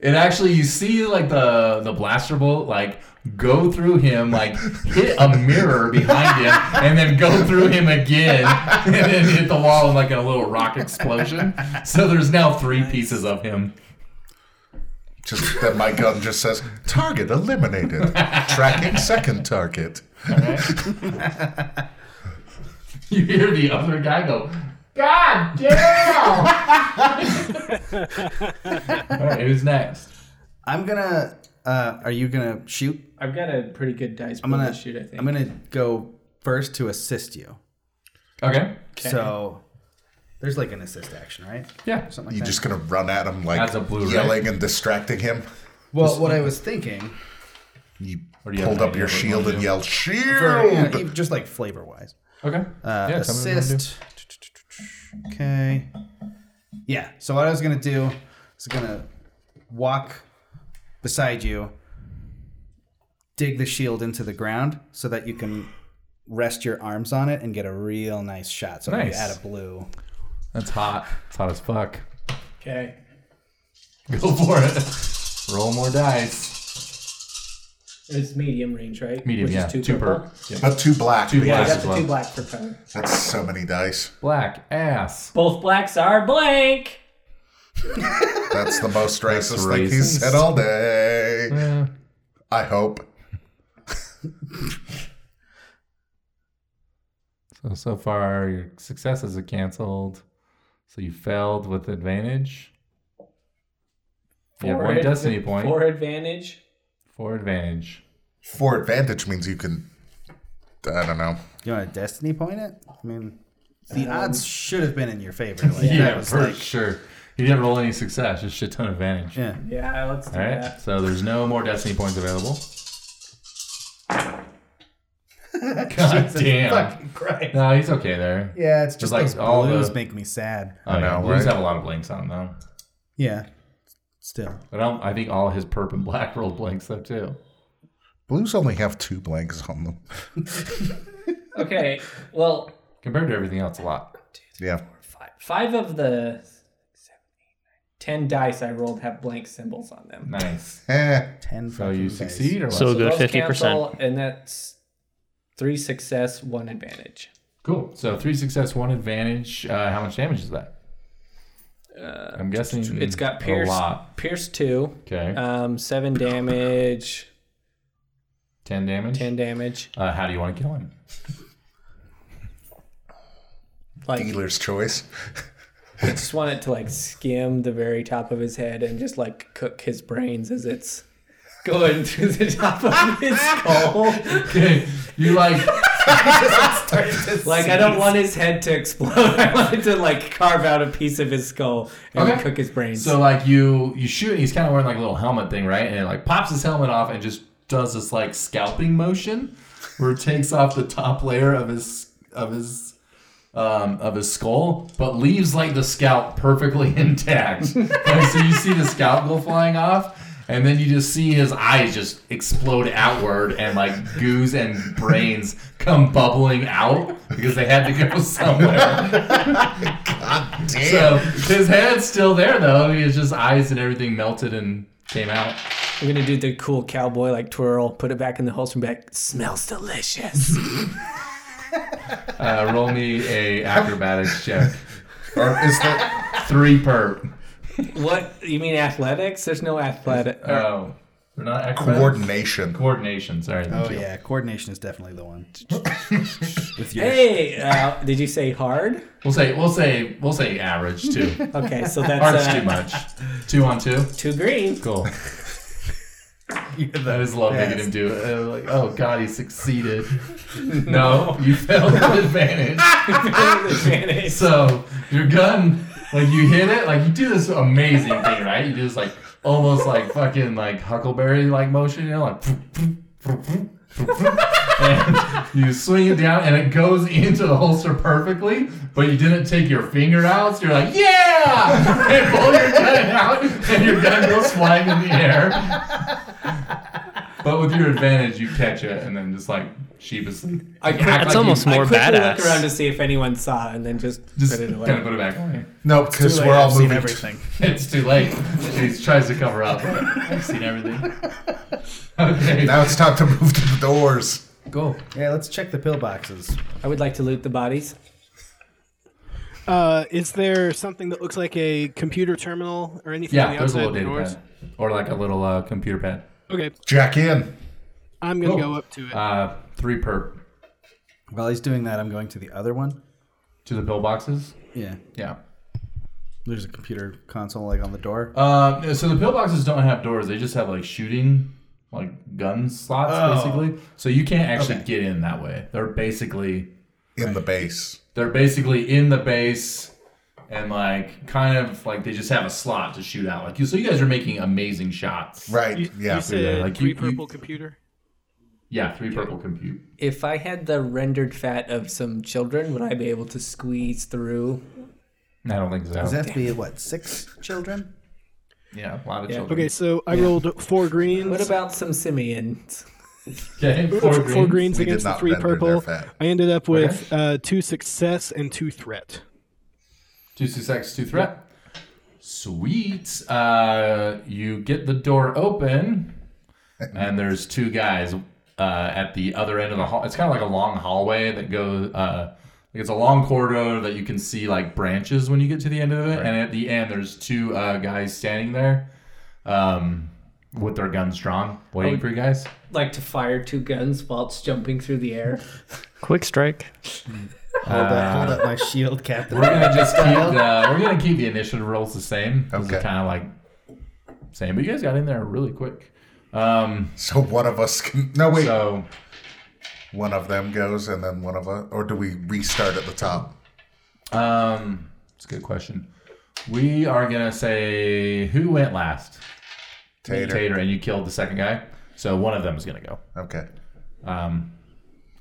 S5: it actually, you see like the the blaster bolt like go through him, like hit a mirror behind him, and then go through him again, and then hit the wall in like a little rock explosion. So there's now three pieces of him.
S3: just that my gun just says target eliminated, tracking second target.
S5: You hear the other guy go, "God damn!" All right, who's next?
S4: I'm gonna. Uh, are you gonna shoot?
S6: I've got a pretty good dice
S4: I'm
S6: pool
S4: gonna
S6: to shoot. I think.
S4: I'm gonna go first to assist you.
S5: Okay.
S4: So there's like an assist action, right?
S5: Yeah.
S4: Something like
S3: You
S4: that.
S3: just gonna run at him like
S5: That's a blue, right?
S3: yelling and distracting him.
S4: well, what I was thinking,
S3: You
S5: do you
S3: pulled
S5: have
S3: up
S5: an
S3: your
S5: idea what you
S3: shield
S5: wanna
S3: and
S5: do?
S3: yelled shield.
S4: for, you know, even just like flavor wise,
S5: Okay.
S4: uh,
S5: yeah, tell me what you wanna do.
S4: assist. Okay. Yeah. So what I was gonna do is gonna walk beside you, dig the shield into the ground so that you can rest your arms on it and get a real nice shot. So if you
S5: Nice.
S4: add a blue.
S5: That's hot. It's hot as fuck.
S6: okay.
S5: Go for it. Roll more dice.
S6: It's medium range, right?
S5: Medium,
S6: Which
S5: yeah.
S6: Is two,
S5: two
S6: purple.
S5: per. Yeah.
S3: But two black.
S5: Two
S6: I
S5: black
S6: got
S5: as
S6: the
S5: well.
S6: two black for color.
S3: That's so many dice.
S5: Black ass.
S6: Both blacks are blank.
S3: That's the most racist thing
S5: racist.
S3: he's said all day. I hope.
S5: So so far your successes are canceled. So you failed with advantage. You have
S6: Four
S5: one
S6: ad-
S5: destiny point.
S6: Four advantage.
S5: Four advantage.
S3: Four advantage means you can. I don't know.
S4: You want a destiny point it? I mean, the odds should have been in your favor. Like, that
S5: Yeah,
S4: was
S5: for
S4: like,
S5: sure. You didn't roll any success, just shit ton of advantage.
S4: yeah.
S6: Yeah, let's do
S5: All right.
S6: that.
S5: So there's no more destiny points
S4: [LAUGHS]
S5: available. God damn.
S4: Christ.
S5: No, he's okay there.
S4: Yeah, it's just
S5: like
S4: those
S5: all
S4: blues
S5: the-
S4: make me sad.
S5: I know.
S3: know,
S5: Blues
S3: right?
S5: have a lot of blanks on them.
S4: Yeah, still.
S5: But I, don't, I think all his perp and [LAUGHS] black rolled blanks though too.
S3: Blues only have two blanks on them.
S6: Okay. Well,
S5: Compared to everything else, a lot.
S3: Yeah.
S6: five, five of the six, seven, eight, nine, ten dice I rolled have blank symbols on them.
S5: Nice.
S3: Eh,
S4: Ten.
S5: So you
S4: fucking dice.
S5: succeed or what?
S1: So good,
S6: rolls
S1: 50%.
S6: cancel, and that's three success, one advantage.
S5: Cool. So three success, one advantage. Uh, how much damage is that? I'm guessing
S6: Uh, It's got
S5: a
S6: pierce,
S5: lot.
S6: pierce two,
S5: Okay,
S6: um, seven damage,
S5: ten damage.
S6: ten damage.
S5: Uh, how do you want to kill him?
S6: Like,
S3: dealer's choice.
S6: I just want it to like skim the very top of his head and just like cook his brains as it's going through the top of
S5: [LAUGHS]
S6: his skull.
S5: Okay, [LAUGHS] you like
S6: Like, I don't want his head to explode. [LAUGHS] I want it to like carve out a piece of his skull and
S5: Okay.
S6: cook his brains.
S5: so like you you shoot. He's kind of wearing like a little helmet thing, right? And it like pops his helmet off and just does this like scalping motion, where it takes off the top layer of his of his um, of his skull, but leaves like the scalp perfectly [LAUGHS] intact. Like, so you see the scalp go flying off, and then you just see his eyes just explode outward, and like goos and brains come bubbling out because they had to go [LAUGHS] somewhere.
S3: God damn.
S5: So his head's still there though. His just eyes and everything melted and came out.
S6: I'm gonna do the cool cowboy like twirl, put it back in the holster, and be like, smells delicious.
S5: Uh, roll me a acrobatics check.
S3: or is that
S5: Three perp.
S6: what you mean athletics? There's no athletic.
S5: Oh, they're not acrobatics.
S3: coordination?
S5: Coordination. Sorry. thank
S4: Oh
S5: you.
S4: yeah, coordination is definitely the one. With your
S6: hey, uh, did you say hard?
S5: We'll say we'll say we'll say average too.
S6: Okay, so
S5: Art's
S6: that's
S5: too
S6: uh,
S5: much. Two on two.
S6: two green. [LAUGHS]
S5: Cool. That is love making him do it. Uh, like, oh god, he succeeded. no, you failed with advantage.
S1: [LAUGHS]
S6: Advantage.
S5: So your gun, like you hit it, like you do this amazing thing, right? You do this like almost like fucking like Huckleberry like motion, you know, like. and [LAUGHS] you swing it down and it goes into the holster perfectly, but you didn't take your finger out, so you're like, yeah! [LAUGHS] And pull your gun out and your gun goes flying in the air. But with your advantage, you catch it and then just like sheepishly.
S6: I
S5: act like
S1: That's
S5: you-
S1: almost
S6: I
S1: more
S6: quickly
S1: badass.
S6: look around to see if anyone saw it and then just,
S5: Just
S6: put it
S5: kind of
S6: away.
S5: put it back away.
S3: No, because we're all
S4: I've seen
S3: moving.
S4: everything.
S5: It's too late. He tries to cover up. I've seen everything. [LAUGHS] Okay.
S3: Now it's time to move to the doors.
S5: go.
S4: Yeah, let's check the pillboxes.
S6: I would like to loot the bodies.
S7: Uh, is there something that looks like a computer terminal or anything on
S5: Yeah,
S7: the
S5: there's a
S7: outside
S5: little
S7: of the
S5: data
S7: doors?
S5: pad. Or like a little uh, computer pad.
S7: Okay,
S3: Jack in.
S7: I'm gonna
S5: Cool.
S7: go up to it.
S5: Uh, three per
S4: While he's doing that, I'm going to the other one.
S5: to the pillboxes.
S4: Yeah,
S5: Yeah.
S4: there's a computer console like on the door.
S5: Uh, so the pillboxes don't have doors. They just have like shooting, like gun slots, basically. So you can't actually
S4: Okay.
S5: get in that way. They're basically
S3: In the base.
S5: they're basically in the base and like kind of like they just have a slot to shoot out. Like you, so you guys are making amazing shots.
S3: Right.
S7: you,
S3: yeah.
S7: you said
S5: like,
S7: three
S5: you- you-
S7: purple computer.
S5: Yeah, three purple compute.
S6: If I had the rendered fat of some children, would I be able to squeeze through?
S5: I don't think so.
S4: Does that have to be what six children?
S5: Yeah, a lot of
S6: Yeah.
S5: children.
S7: Okay, so I rolled four greens.
S6: What about some simians?
S5: Okay, four,
S7: four,
S5: greens.
S7: four greens
S3: We did
S7: against the
S3: not
S7: three
S3: render their
S7: purple.
S3: fat.
S7: I ended up with uh, two success and two threat.
S5: Two success, two threat. Sweet. Uh, you get the door [LAUGHS] open, and there's two guys uh, at the other end of the hall. It's kind of like a long hallway that goes. Uh, like it's a long corridor that you can see like branches when you get to the end of it, and at the end there's two uh, guys standing there, um, with their guns drawn, waiting for you guys.
S6: Like to fire two guns whilst jumping through the air?
S1: Quick strike.
S4: Hold up, hold up, my shield, Captain.
S5: We're gonna just keep the we're gonna keep the initiative rolls the same.
S3: Okay.
S5: Kind of like same, but you guys got in there really quick. Um,
S3: So one of us can. No, wait.
S5: so
S3: One of them goes and then one of us. Or do we restart at the top?
S5: um, it's a good question. We are gonna say who went last.
S3: Tater.
S5: and you killed the second guy. So one of them is gonna go.
S3: Okay.
S5: Um,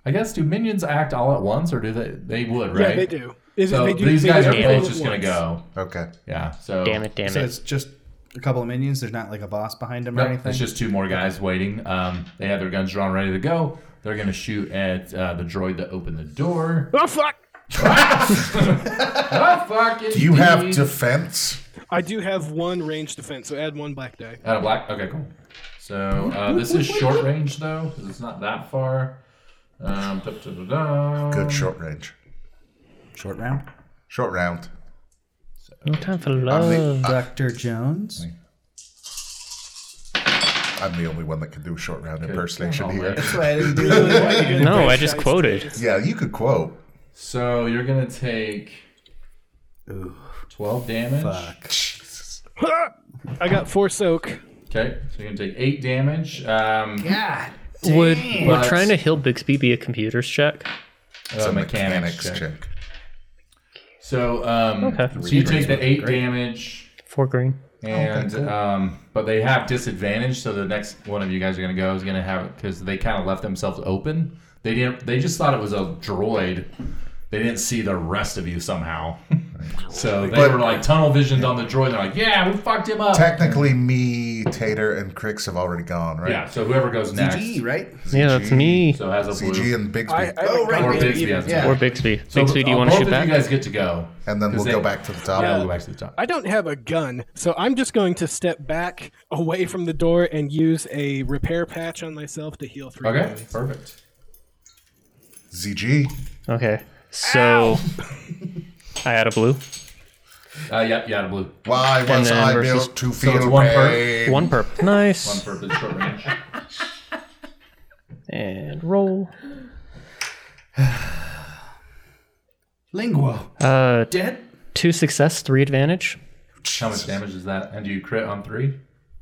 S5: I guess do minions act all at once, or do they? They would, right?
S7: Yeah, they do. Is it-
S5: So
S7: they do-
S5: these
S7: they
S5: guys
S7: do
S5: are
S7: it all
S5: both
S7: at
S5: just gonna
S7: once.
S5: go.
S3: Okay.
S5: Yeah. So
S1: Damn it, damn
S4: So
S1: it.
S4: it's just a couple of minions. There's not like a boss behind him or
S5: Nope,
S4: anything.
S5: it's just two more guys waiting. Um, they have their guns drawn, ready to go. They're going to shoot at uh, the droid that opened the door.
S7: Oh fuck!
S5: Ah, fucking
S3: Do you have
S5: D.
S3: defense?
S7: I do have one range defense, so add one black die.
S5: Out of black? Okay, cool. So uh, this is short range, though, 'cause it's not that far. Um, da, da, da, da.
S3: Good short range.
S4: Short round.
S3: Short round.
S1: No time for
S3: I'm
S1: love.
S3: the, I-
S4: Dr. Jones.
S3: I'm the only one that can do a short round impersonation
S5: Oh,
S3: here.
S5: man.
S4: Why I didn't do it.
S1: no, I just quoted.
S3: Yeah, you could quote.
S5: So you're going to take 12 damage.
S7: I got four soak.
S5: Okay, so you're going to take 8 damage. Um,
S1: Would we're
S5: But-
S1: trying to heal Bixby be a computer's check?
S5: uh, mechanics check.
S3: check.
S5: So, um,
S1: Okay.
S5: so you take the 8 damage.
S1: Four green.
S5: And um, but they have disadvantage, so the next one of you guys are gonna go is gonna have it because they kind of left themselves open. They didn't. They just thought it was a droid. They didn't see the rest of you somehow. so they
S3: But-
S5: were like tunnel visioned on the droid. They're like, yeah, we fucked him up.
S3: Technically, me, Tater, and Crix have already gone, right?
S5: Yeah. So whoever goes next,
S4: GG, right?
S1: Yeah, that's me.
S5: so has a blue.
S3: CG and Bigsby,
S4: Oh,
S5: Or
S4: right.
S5: Bixby
S4: yeah.
S5: has to
S1: Or Bixby.
S5: So
S1: Bixby, do you
S5: uh,
S1: want to
S5: both
S1: shoot
S5: of
S1: back?
S5: You guys get to go.
S3: and then
S5: 'Cause
S3: we'll
S5: they-
S3: go back to the top.
S5: Yeah, we'll go back to the top.
S7: I don't have a gun, so I'm just going to step back away from the door and use a repair patch on myself to heal three.
S5: Okay.
S7: wounds.
S5: Perfect.
S3: ZG,
S1: Okay. So I add a blue.
S5: Uh, yeah, yeah, blue.
S3: why was
S1: then
S3: I
S1: versus-
S3: built to
S5: so
S3: feel
S5: it's one per-
S3: pain?
S1: One purple. Nice.
S5: One purpose, short range.
S1: And roll.
S4: Linguo.
S1: Uh,
S4: Dead?
S1: two success, three advantage.
S5: How much damage is that? And do you crit on three?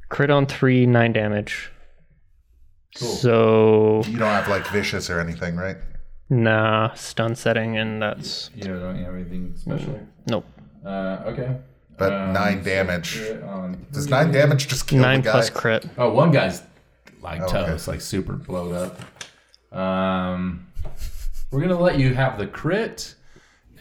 S1: Crit on three, nine damage. So
S3: You don't have like vicious or anything, right?
S1: nah, stun setting, and that's
S5: You don't have anything special.
S1: nope.
S5: Uh, okay.
S3: But
S5: Um,
S3: nine damage.
S5: Crit on-
S3: Does nine damage just kill
S1: Nine
S3: the guy?
S1: plus crit.
S5: Oh, one guy's like
S3: okay.
S5: toast, like super blowed up. Um, we're gonna let you have the crit,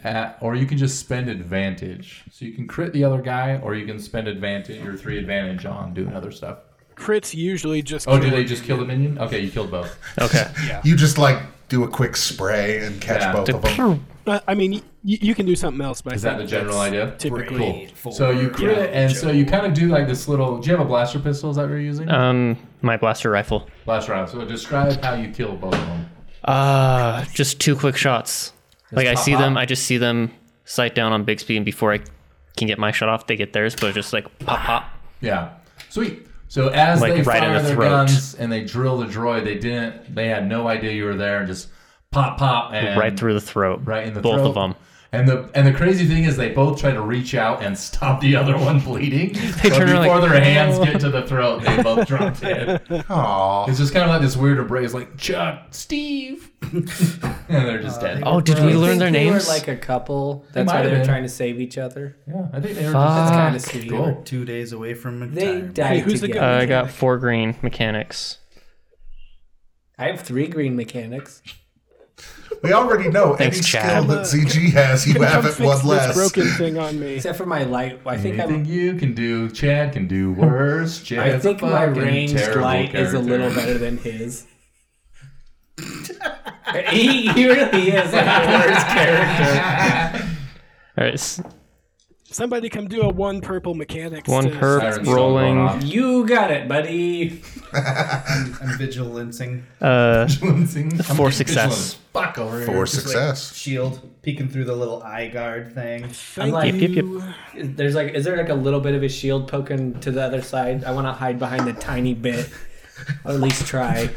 S5: at, or you can just spend advantage. So you can crit the other guy, or you can spend advantage your three advantage on doing other stuff.
S7: Crits usually just.
S5: Oh,
S7: kill
S5: do they
S7: it.
S5: just kill the minion? Okay, you killed both.
S1: Okay.
S3: You just like do a quick spray and catch
S5: Yeah.
S3: both of them.
S7: Uh, I mean, y- you can do something else, but
S5: Is that the general idea?
S7: typically
S5: Cool. So you crit, and so you kind of do like this little. Do you have a blaster pistol? Is that what you're using?
S1: Um, my blaster rifle.
S5: blaster round. So describe how you kill both of them.
S1: Uh, just two quick shots. like I
S5: pop
S1: see them,
S5: out.
S1: I just see them sight down on Bixby, and before I can get my shot off, they get theirs. But it's just like pop, pop.
S5: Yeah. Sweet. So as
S1: Like,
S5: they
S1: right in
S5: fire
S1: the
S5: their
S1: throat.
S5: guns and they drill the droid, they didn't. They had no idea you were there, and just pop, pop, and
S1: right through the throat.
S5: right in the
S1: both
S5: throat.
S1: of them.
S5: And the and the crazy thing is, they both try to reach out and [LAUGHS] stop the other one bleeding. but
S1: turn around
S5: before
S1: like,
S5: their hands get to the throat,
S1: [LAUGHS]
S5: they both drop dead.
S3: Aww.
S5: It's just kind of like this weird embrace, like Chuck, Steve, [LAUGHS] and they're just dead.
S1: Oh, did we learn their names?
S6: They were like a couple. That's
S5: might
S6: why
S5: have
S6: they were
S5: been.
S6: trying to save each other.
S5: yeah, Oh, I think they were
S6: That's
S1: Fuck.
S5: just
S6: kind of sweet.
S5: cool.
S4: Two days away from a
S6: They
S4: time.
S6: died
S7: Hey, who's the
S6: together.
S1: uh, I got four green mechanics.
S6: I have three green mechanics.
S3: We already know
S1: Thanks,
S3: any
S1: Chad.
S3: skill that ZG has, you have
S7: Come
S3: it
S7: fix
S3: one
S7: this
S3: less.
S7: broken thing on me.
S6: Except for my light. I think
S5: Anything
S6: I'm.
S5: you can do, Chad can do worse.
S6: [LAUGHS] I
S5: Chad's a
S6: think my
S5: fucking
S6: ranged
S5: terrible
S6: light is a little
S5: character.
S6: better than his. he, he really is like the worst character.
S1: All right, s-
S7: Somebody come do a one purple mechanics.
S1: one
S7: to-
S1: perp
S5: Sirens still going
S1: rolling.
S5: [LAUGHS] off.
S6: You got it, buddy.
S4: I'm vigilancing.
S1: Uh,
S5: Vigilancing. I'm
S1: Four
S5: vigilant
S1: success.
S5: as Fuck over here.
S3: For
S4: Just, like,
S3: success.
S4: shield peeking through the little eye guard thing.
S7: Thank
S6: like-
S1: Yep, yep, yep.
S7: you.
S6: There's like, is there like a little bit of his shield poking to the other side? I want to hide behind a tiny bit, or at least try.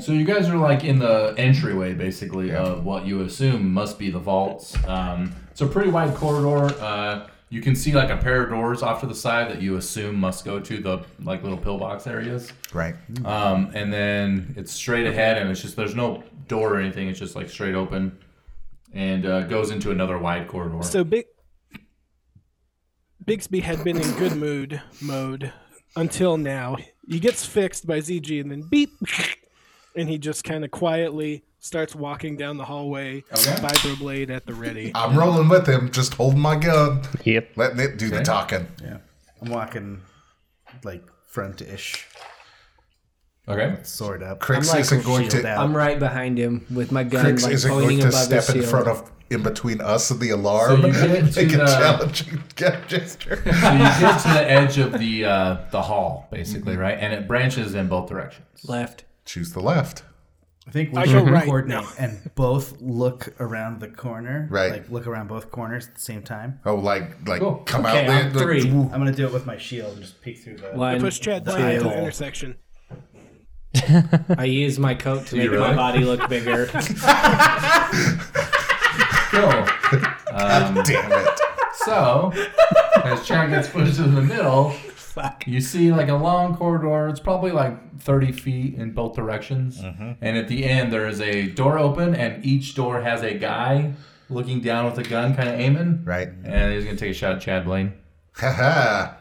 S5: So you guys are like in the entryway, basically, of what you assume must be the vaults. Um, it's a pretty wide corridor. Uh, you can see like a pair of doors off to the side that you assume must go to the like little pillbox areas.
S3: Right.
S5: Um, and then it's straight ahead, and it's just there's no door or anything. It's just like straight open, and uh, goes into another wide corridor.
S7: So Big Bigsby had been in good mood mode until now. He gets fixed by ZG and then beep, and he just kind of quietly starts walking down the hallway, vibroblade at the ready.
S3: I'm rolling with him, just holding my gun,
S1: Yep.
S3: letting it do the talking.
S4: I'm walking like front ish.
S5: Okay.
S4: sword up.
S3: Crix
S6: like
S3: isn't going
S4: shield
S3: to.
S4: out.
S6: I'm right behind him with my gun
S3: Crix
S6: like
S3: isn't going
S6: pointing
S3: to
S6: above his
S3: step in
S6: shield.
S3: front of in between us and the alarm.
S5: So you get
S3: and [LAUGHS] make
S5: to
S3: a
S6: uh,
S5: the-
S3: challenging gesture.
S5: So you get to the edge of the uh, the hall, basically,
S1: Mm-hmm.
S5: right? And it branches in both directions.
S6: left.
S3: Choose the left.
S4: I think we
S7: I
S4: should
S7: go right
S4: coordinate and both look around the corner.
S3: Right.
S4: Like look around both corners at the same time.
S3: Oh, like like
S5: Cool.
S3: come
S6: Okay,
S3: out there.
S6: I'm
S3: like,
S6: three.
S3: woo.
S4: I'm gonna do it with my shield and just peek through the.
S6: One,
S7: Push Chad
S6: two.
S7: down to the intersection.
S6: I use my coat to make
S5: you really?
S6: my body look
S3: [LAUGHS]
S6: bigger.
S5: Cool.
S3: Damn it.
S5: Um, So, as Chad gets pushed to the middle, you see like a long corridor. It's probably like 30 feet in both directions.
S3: Mm-hmm.
S5: And at the end, there is a door open, and each door has a guy looking down with a gun, kind of aiming.
S3: Right. [LAUGHS]
S5: And he's going to take a shot at Chad Blaine.
S3: Haha.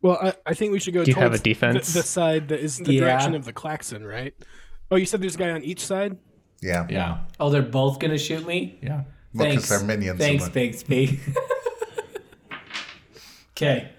S7: Well, I, I think we should go.
S1: Do you have
S7: towards
S1: a defense?
S7: The, the side that is the
S6: Yeah.
S7: direction of the klaxon, right? Oh, you said there's a guy on each side.
S3: yeah.
S5: Yeah.
S6: Oh, they're both gonna shoot me.
S5: Yeah.
S3: Look, 'cause
S6: Thanks.
S3: they're minions.
S6: Thanks,
S3: Someone-
S6: Bixby. [LAUGHS] Okay.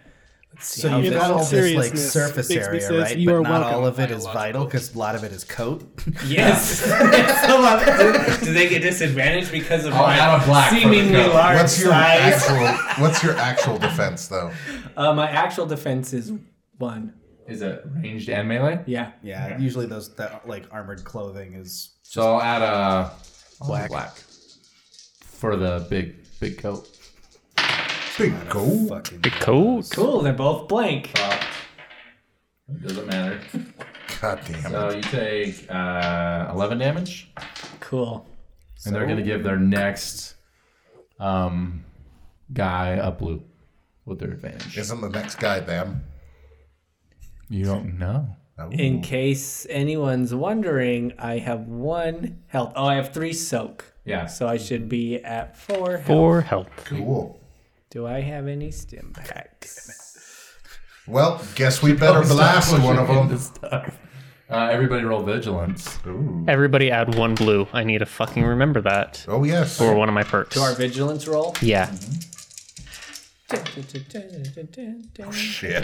S4: so you've
S7: In
S4: got
S7: all
S4: all this like
S7: seriousness,
S4: surface
S7: Bixby
S4: area,
S7: says
S4: right?
S7: you
S4: but
S7: are
S4: not
S7: welcome.
S4: all of it is vital because a lot of it is coat.
S6: [LAUGHS] Yes. uh, do, do they get disadvantaged because
S3: Oh,
S6: of
S5: out
S6: my
S5: of Oh, black for the
S6: seemingly
S5: coat.
S6: large
S3: What's your
S6: size?
S3: actual What's your actual defense
S6: [LAUGHS]
S3: though?
S6: Uh, my actual defense is one.
S5: Is it ranged and melee?
S6: Yeah.
S4: yeah. [LAUGHS] Usually those that like armored clothing is
S5: So at a
S4: Black.
S5: for the big big coat.
S3: Big goal.
S4: fucking.
S1: Big coat.
S6: Cool. They're both blank.
S5: Uh, it doesn't matter.
S3: God damn it.
S5: So you take uh, eleven damage,
S6: Cool.
S5: and they're gonna give their next um, guy a blue with their advantage.
S3: Isn't the next guy them? Oh.
S5: You don't know.
S3: No.
S6: In case anyone's wondering, I have one health. Oh, I have three soak.
S5: Yeah.
S6: So I should be at four. health.
S1: Four health.
S3: Cool.
S6: Do I have any stim packs?
S3: Well, guess we better blast one [LAUGHS] of them.
S5: Uh, everybody roll vigilance.
S1: Everybody add one blue. I need to fucking remember that
S3: Oh yes.
S1: for one of my perks.
S6: To our vigilance roll.
S1: yeah.
S3: Shit.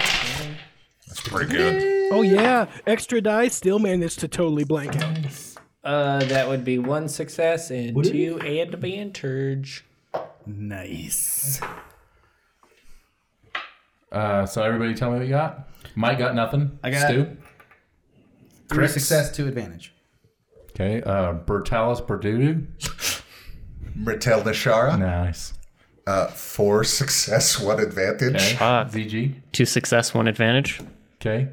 S3: That's pretty good.
S7: Oh yeah, extra die still managed to totally blank out.
S6: Uh, that would be one success and two and to be enterge.
S4: Nice.
S5: Uh, so everybody, tell me what you got. Mike got nothing. I
S4: got-
S5: Stu.
S4: Three success, two advantage.
S5: Okay. Uh, Bertalis Berdudu.
S3: Mertel Nashara.
S5: Nice.
S3: Uh, four [LAUGHS] success, one advantage.
S5: Okay.
S1: Fuck.
S5: ZG.
S1: Two success, one advantage.
S5: Okay.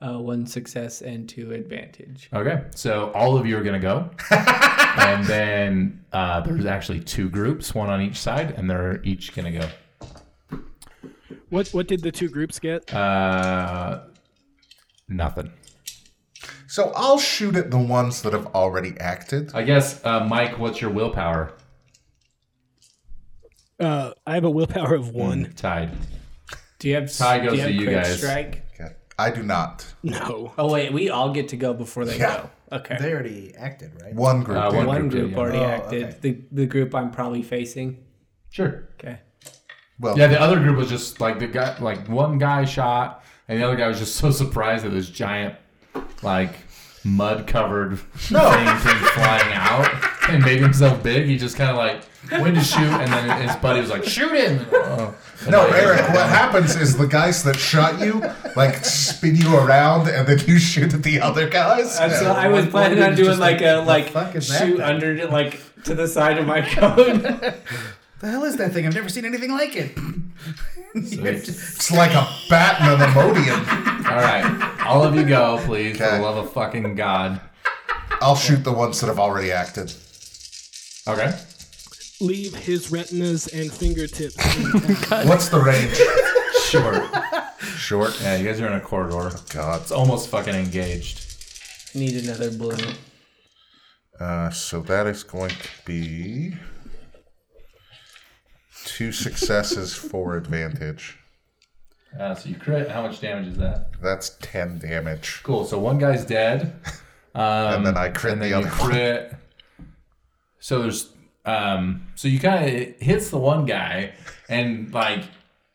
S6: Uh, one success and two advantage.
S5: Okay, so all of you are going to [LAUGHS] go. and then uh, there's actually two groups, one on each side, and they're each going to go.
S7: What what did the two groups get?
S5: Uh, nothing.
S3: So I'll shoot at the ones that have already acted.
S5: I guess, uh, Mike, what's your willpower
S7: Uh, I have a willpower of one.
S5: tied?
S6: Do you have
S5: Tie goes
S6: do
S5: to
S6: you have
S5: you
S6: quick
S5: guys.
S6: strike?
S3: Okay. I do not.
S7: No.
S6: Oh wait, we all get to go before they
S3: Yeah.
S6: go. Okay.
S4: They already acted, right?
S3: One group.
S5: Uh,
S3: did.
S5: one-
S6: One
S5: group did,
S6: group
S5: yeah.
S6: already
S4: Oh,
S6: acted.
S4: okay.
S6: The the group I'm probably facing.
S5: Sure.
S6: Okay.
S3: well,
S5: Yeah, the other group was just like the guy, like one guy shot, and the other guy was just so [LAUGHS] surprised that this giant, like, mud covered thing came flying out and made himself big. He just kind of like went to shoot, and then his buddy was like, shoot him! Oh.
S3: no, Eric. What happens is the guys that shot you like spin you around, and then you shoot at the other guys.
S6: And so I was
S4: one-
S6: planning
S4: one
S6: on
S4: dude's
S6: doing
S4: just
S6: like,
S4: like,
S6: a
S4: "The
S6: like
S4: fuck is that
S6: shoot
S4: thing?"
S6: under it, like to the side of my [LAUGHS] coat.
S4: The hell is that thing? I've never seen anything like it.
S3: It's like a bat in an Imodium.
S5: [LAUGHS] All right, all of you go, please, for
S3: Okay.
S5: the love of fucking God.
S3: I'll shoot the ones that have already acted.
S5: Okay.
S7: Leave his retinas and fingertips.
S3: What's the range?
S5: Sure.
S3: Short.
S5: Yeah, you guys are in a corridor.
S3: God.
S5: It's almost fucking engaged.
S6: Need another blue.
S3: Uh, so that is going to be two successes, four advantage.
S5: Uh, so you crit. How much damage is that?
S3: That's ten damage.
S5: Cool. So one guy's dead.
S3: [LAUGHS]
S5: Um,
S3: And then I crit
S5: and then
S3: the
S5: you
S3: other one.
S5: crit. So there's um so you kind of hits the one guy and like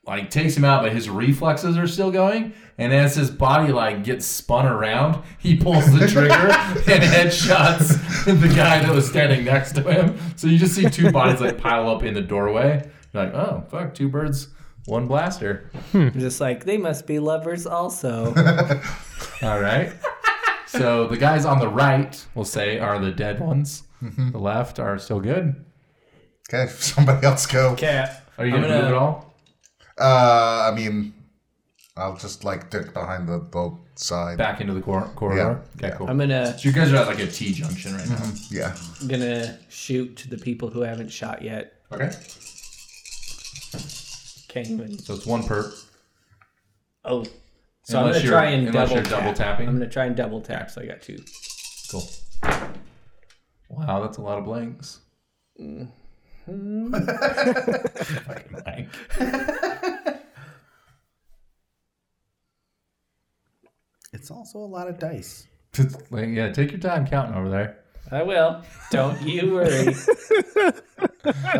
S5: like takes him out, but his reflexes are still going. And as his body like gets spun around, he pulls
S3: [LAUGHS]
S5: the trigger and headshots the guy that was standing next to him. So you just see two bodies like pile up in the doorway. You're like, oh fuck, two birds, one blaster.
S6: I'm just like, they must be
S4: [LAUGHS]
S6: lovers also.
S5: All
S6: [LAUGHS]
S5: right. So the guys on the right, we'll say, are the dead ones.
S6: Mm-hmm.
S5: The left are still good.
S3: Okay, [LAUGHS] somebody else go.
S6: Cat.
S5: Are you gonna,
S6: gonna-
S5: move at all?
S3: Uh, I mean, I'll just like duck behind the boat side.
S5: Back into the cor- corridor.
S3: Yeah.
S5: Okay, cool.
S6: I'm gonna Mm-hmm.
S5: so you guys are at like a T junction right now.
S3: Yeah.
S6: gonna shoot to the people who haven't shot yet.
S5: Okay.
S6: Can't even.
S5: So it's one per.
S6: Oh,
S5: Unless
S6: so I'm gonna
S5: you're-
S6: try and
S5: unless
S6: double,
S5: you're
S6: tap.
S5: double tapping.
S6: I'm gonna try and double tap. So I got two.
S5: Cool. Wow, that's a lot of blanks.
S6: Mm-hmm.
S5: [LAUGHS] Fucking blank.
S4: It's also a lot of dice.
S5: Like, yeah, take your time counting over there.
S6: I will. Don't you worry.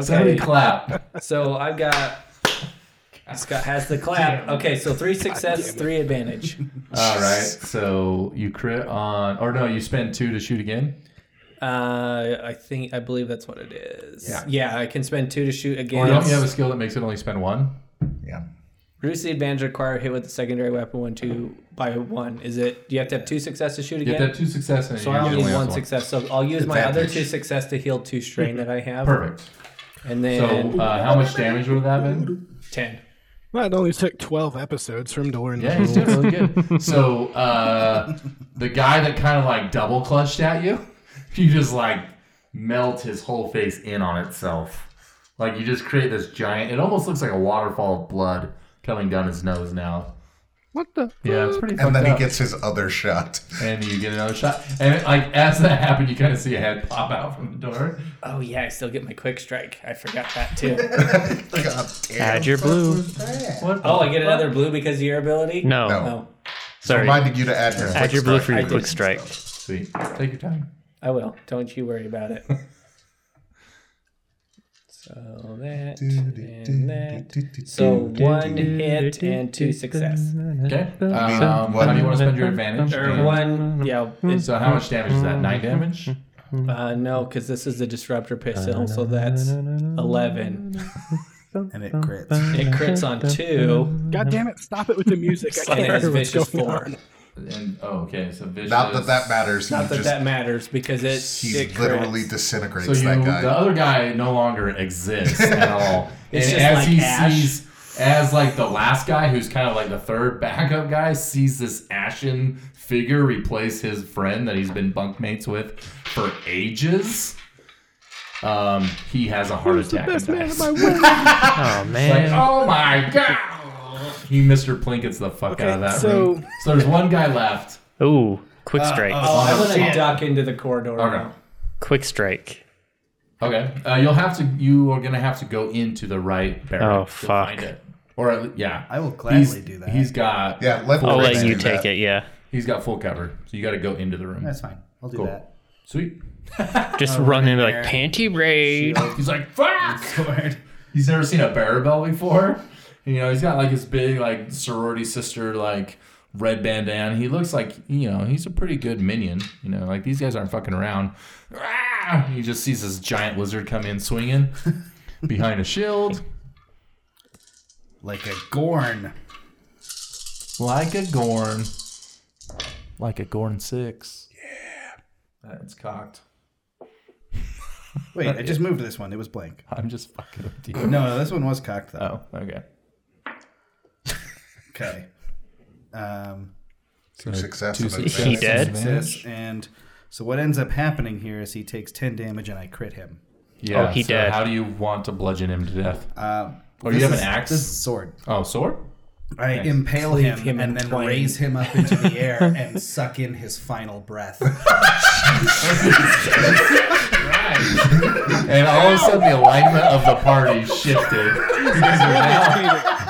S5: Somebody
S6: okay,
S5: clap.
S6: so I've got. Scott has the clap. Okay, so three success, three advantage.
S5: All right. So you crit on, or no, you spend two to shoot again.
S6: Uh, I think I believe that's what it is.
S5: Yeah.
S6: I can spend two to shoot
S5: Or don't you have a
S6: again.
S5: skill that makes it only spend one?
S3: Yeah.
S6: Reduce the advantage required hit with the secondary weapon one two by one. Is it? Do you have to have two success to shoot
S5: You
S6: again?
S5: have to have two success. And
S6: So
S5: you
S6: I only
S5: usually
S6: need
S5: have
S6: one success. So I'll use my other two success to heal two strain that I have,
S5: Perfect. So
S6: and then
S5: uh, how much damage would that have been?
S6: ten.
S7: Well, it only took 12 episodes for him to learn
S5: Yeah,
S7: the
S5: he's
S7: rules.
S5: doing really good. So uh, the guy that kind of like double clutched at you, [LAUGHS] you just like melt his whole face in on itself. Like you just create this giant. It almost looks like a waterfall of blood coming down his nose now.
S7: What the?
S5: Yeah, it's pretty.
S3: And
S5: fucked
S3: then
S5: up.
S3: he gets his other shot. [LAUGHS]
S5: and you get another shot. And like as that happened, you kind of see a head pop out from the door.
S6: Oh yeah, I still get my quick strike. I forgot that too.
S3: [LAUGHS] God damn.
S1: Add your blue.
S5: What?
S6: oh, I get another blue because of your ability.
S1: No,
S3: No.
S6: Oh,
S1: sorry.
S3: Reminded you to add your
S1: Add
S3: quick
S1: your blue
S3: strike.
S1: for your
S6: I
S1: quick
S6: did.
S1: strike.
S5: Sweet. Take your time.
S6: I will. Don't you worry about it. [LAUGHS] so that and that. So one hit and two success.
S5: Okay. Um,
S3: what-
S5: how do you want to spend your advantage?
S6: Or one, yeah. It's,
S5: So how much damage is that? Nine damage.
S6: uh, no, because this is the disruptor pistol, so that's eleven.
S4: And it crits.
S6: It crits on two,
S7: God damn it, stop it with the music.
S5: [LAUGHS]
S7: I
S6: and
S7: can't
S6: it's
S7: hear what's going
S6: vicious four.
S7: on.
S5: And oh, okay. So vicious.
S3: Not that that matters.
S6: Not
S3: he
S6: that
S3: just,
S6: that matters because it,
S3: he
S6: it
S3: literally
S6: cracks.
S3: disintegrates
S5: So you,
S3: that guy.
S5: the other guy no longer exists
S6: [LAUGHS]
S5: at all.
S6: It's
S5: and
S6: just
S5: as
S6: like
S5: he
S6: ash.
S5: sees, as like the last guy, who's kind of like the third [LAUGHS] backup guy, sees this ashen figure replace his friend that he's been bunkmates with for ages. Um, he has a heart
S7: Who's the
S5: attack.
S7: best
S5: and
S7: man in
S5: dies.
S7: my
S5: [LAUGHS]
S7: way?
S1: Oh
S5: Like,
S1: man.
S5: oh my god! He Mr. Plinkets the fuck out of that
S7: so-
S5: room. So there's one guy left.
S1: Ooh, quick strike.
S6: Oh, I want to duck into the corridor.
S5: Okay.
S6: now.
S1: Quick strike.
S5: Okay. Uh, you'll have to. You are gonna have to go into the right barracks
S1: Oh,
S5: to
S1: fuck.
S5: find it. Or at le- yeah,
S4: I will gladly
S5: he's,
S4: do that.
S5: He's got
S3: yeah, let
S1: I'll
S3: Lorenz
S1: let you
S3: do
S1: take
S3: that.
S1: it. Yeah.
S5: he's got full cover, so you got to go into the room.
S4: That's fine. I'll do
S5: Cool.
S4: that.
S5: Sweet.
S1: Just run in like panty raid.
S5: He's like
S4: [LAUGHS]
S5: fuck. He's never seen a Barabel before. You know, he's got like his big like sorority sister like red bandana. He looks like you know he's a pretty good minion. You know, like these guys aren't fucking around. Ah! He just sees this giant lizard come in
S4: [LAUGHS]
S5: swinging behind a shield
S4: Like a Gorn.
S5: like a Gorn, like a Gorn six. Yeah, that's cocked.
S4: Wait, I just moved this one. It was blank.
S5: I'm just fucking with you.
S4: No, no, this one was cocked though.
S5: Oh, okay.
S4: Okay. Um,
S3: Two success.
S5: Two
S3: and
S5: success.
S1: He
S3: advantage.
S1: dead?
S4: success, and so what ends up happening here is he takes ten damage and I crit him.
S1: Oh,
S5: Yeah.
S1: he
S5: so
S1: dead.
S5: How do you want to bludgeon him to death?
S4: Um,
S5: Or Oh, you
S4: this
S5: have
S4: is-
S5: an axe?
S4: This is sword.
S5: Oh, sword.
S4: I impale him,
S6: him
S4: and
S6: in
S4: then
S6: twain.
S4: raise him up into the air
S5: [LAUGHS]
S4: and suck in his final breath.
S5: Right. [LAUGHS] and all of a sudden the alignment of the party shifted. You guys are [LAUGHS] now
S3: [LAUGHS]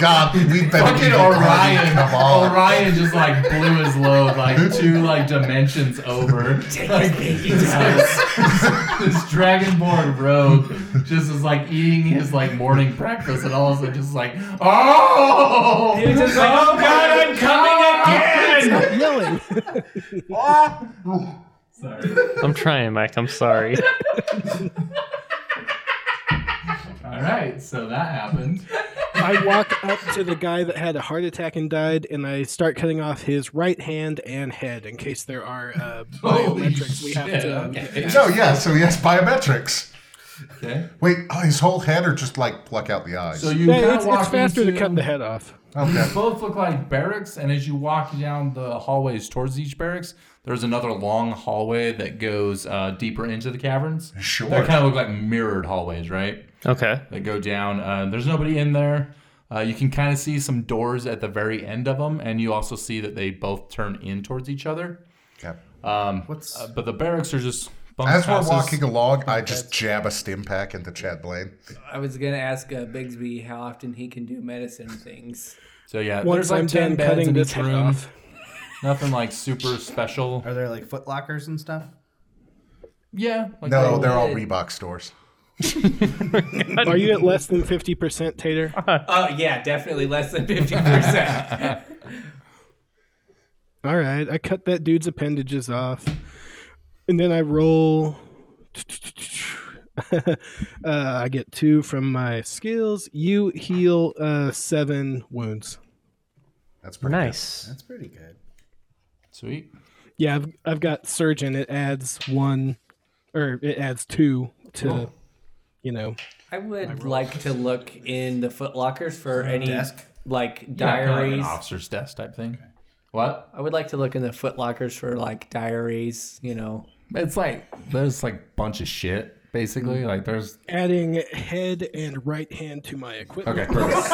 S3: God, we've been
S5: Fucking
S3: evil party,
S5: Orion!
S3: Come on.
S5: Orion just like blew his load like two like dimensions over. Like, [LAUGHS] this, this dragonborn rogue just is like eating his like morning breakfast, and all of a sudden just like, oh,
S6: He was just like,
S5: oh god, I'm
S7: Oh,
S5: coming again.
S7: Yelling.
S5: Sorry,
S1: I'm trying, Mike. I'm
S6: [LAUGHS]
S1: sorry.
S5: all right, so that happened.
S7: I walk up to the guy that had a heart attack and died, and I start cutting off his right hand and head in case there are uh,
S5: Holy
S7: biometrics we have
S5: shit,
S7: to. um,
S5: okay.
S3: No, yeah, so yes, biometrics.
S5: Okay.
S3: Wait, oh, his whole head or just like pluck out the eyes?
S5: So you
S7: Yeah,
S5: kinda
S7: it's, it's
S5: walk
S7: faster to
S5: into-
S7: cut the head off.
S3: okay.
S5: [LAUGHS] These both look like barracks, and as you walk down the hallways towards each barracks, there's another long hallway that goes uh, deeper into the caverns.
S3: Sure.
S5: They kind of look like mirrored hallways, right?
S1: Okay.
S5: That go down. Uh, there's nobody in there. Uh, you can kind of see some doors at the very end of them, and you also see that they both turn in towards each other.
S3: Okay.
S5: Um,
S4: What's
S5: uh, but the barracks are just bunk
S3: As we're
S5: houses.
S3: walking along, I just jab a stim pack into Chad Blaine.
S5: Oh,
S6: I was gonna ask uh, Bigsby how often he can do medicine [LAUGHS] things.
S5: So yeah,
S7: Once
S5: there's like
S7: I'm
S5: ten
S7: done
S5: beds
S7: cutting
S5: in
S7: this
S5: each
S7: head
S5: room.
S7: off.
S5: [LAUGHS] Nothing like super special.
S4: Are there like foot lockers and stuff?
S5: Yeah. Like
S3: No,
S5: they-
S3: they're all Reebok stores.
S7: Are you at less than 50%, Tater?
S6: Oh yeah, definitely less than fifty percent.
S7: All right, I cut that dude's appendages off, and then I roll. [LAUGHS] uh, I get two from my skills. You heal uh, seven wounds.
S3: That's pretty
S1: Nice.
S4: That's pretty good.
S5: Sweet.
S7: Yeah, I've, I've got surgeon. It adds one, or it adds two to,
S5: Oh.
S7: you know.
S6: [LAUGHS] I would like to look in the footlockers for any
S4: Desk?
S5: Yeah,
S6: like
S5: kinda like an
S6: diaries.
S5: officer's desk type thing. What?
S6: I would like to look in the footlockers for like diaries. You know,
S5: It's like there's like bunch of shit basically. Like there's
S7: Adding head and right hand to my equipment.
S5: okay. Perfect.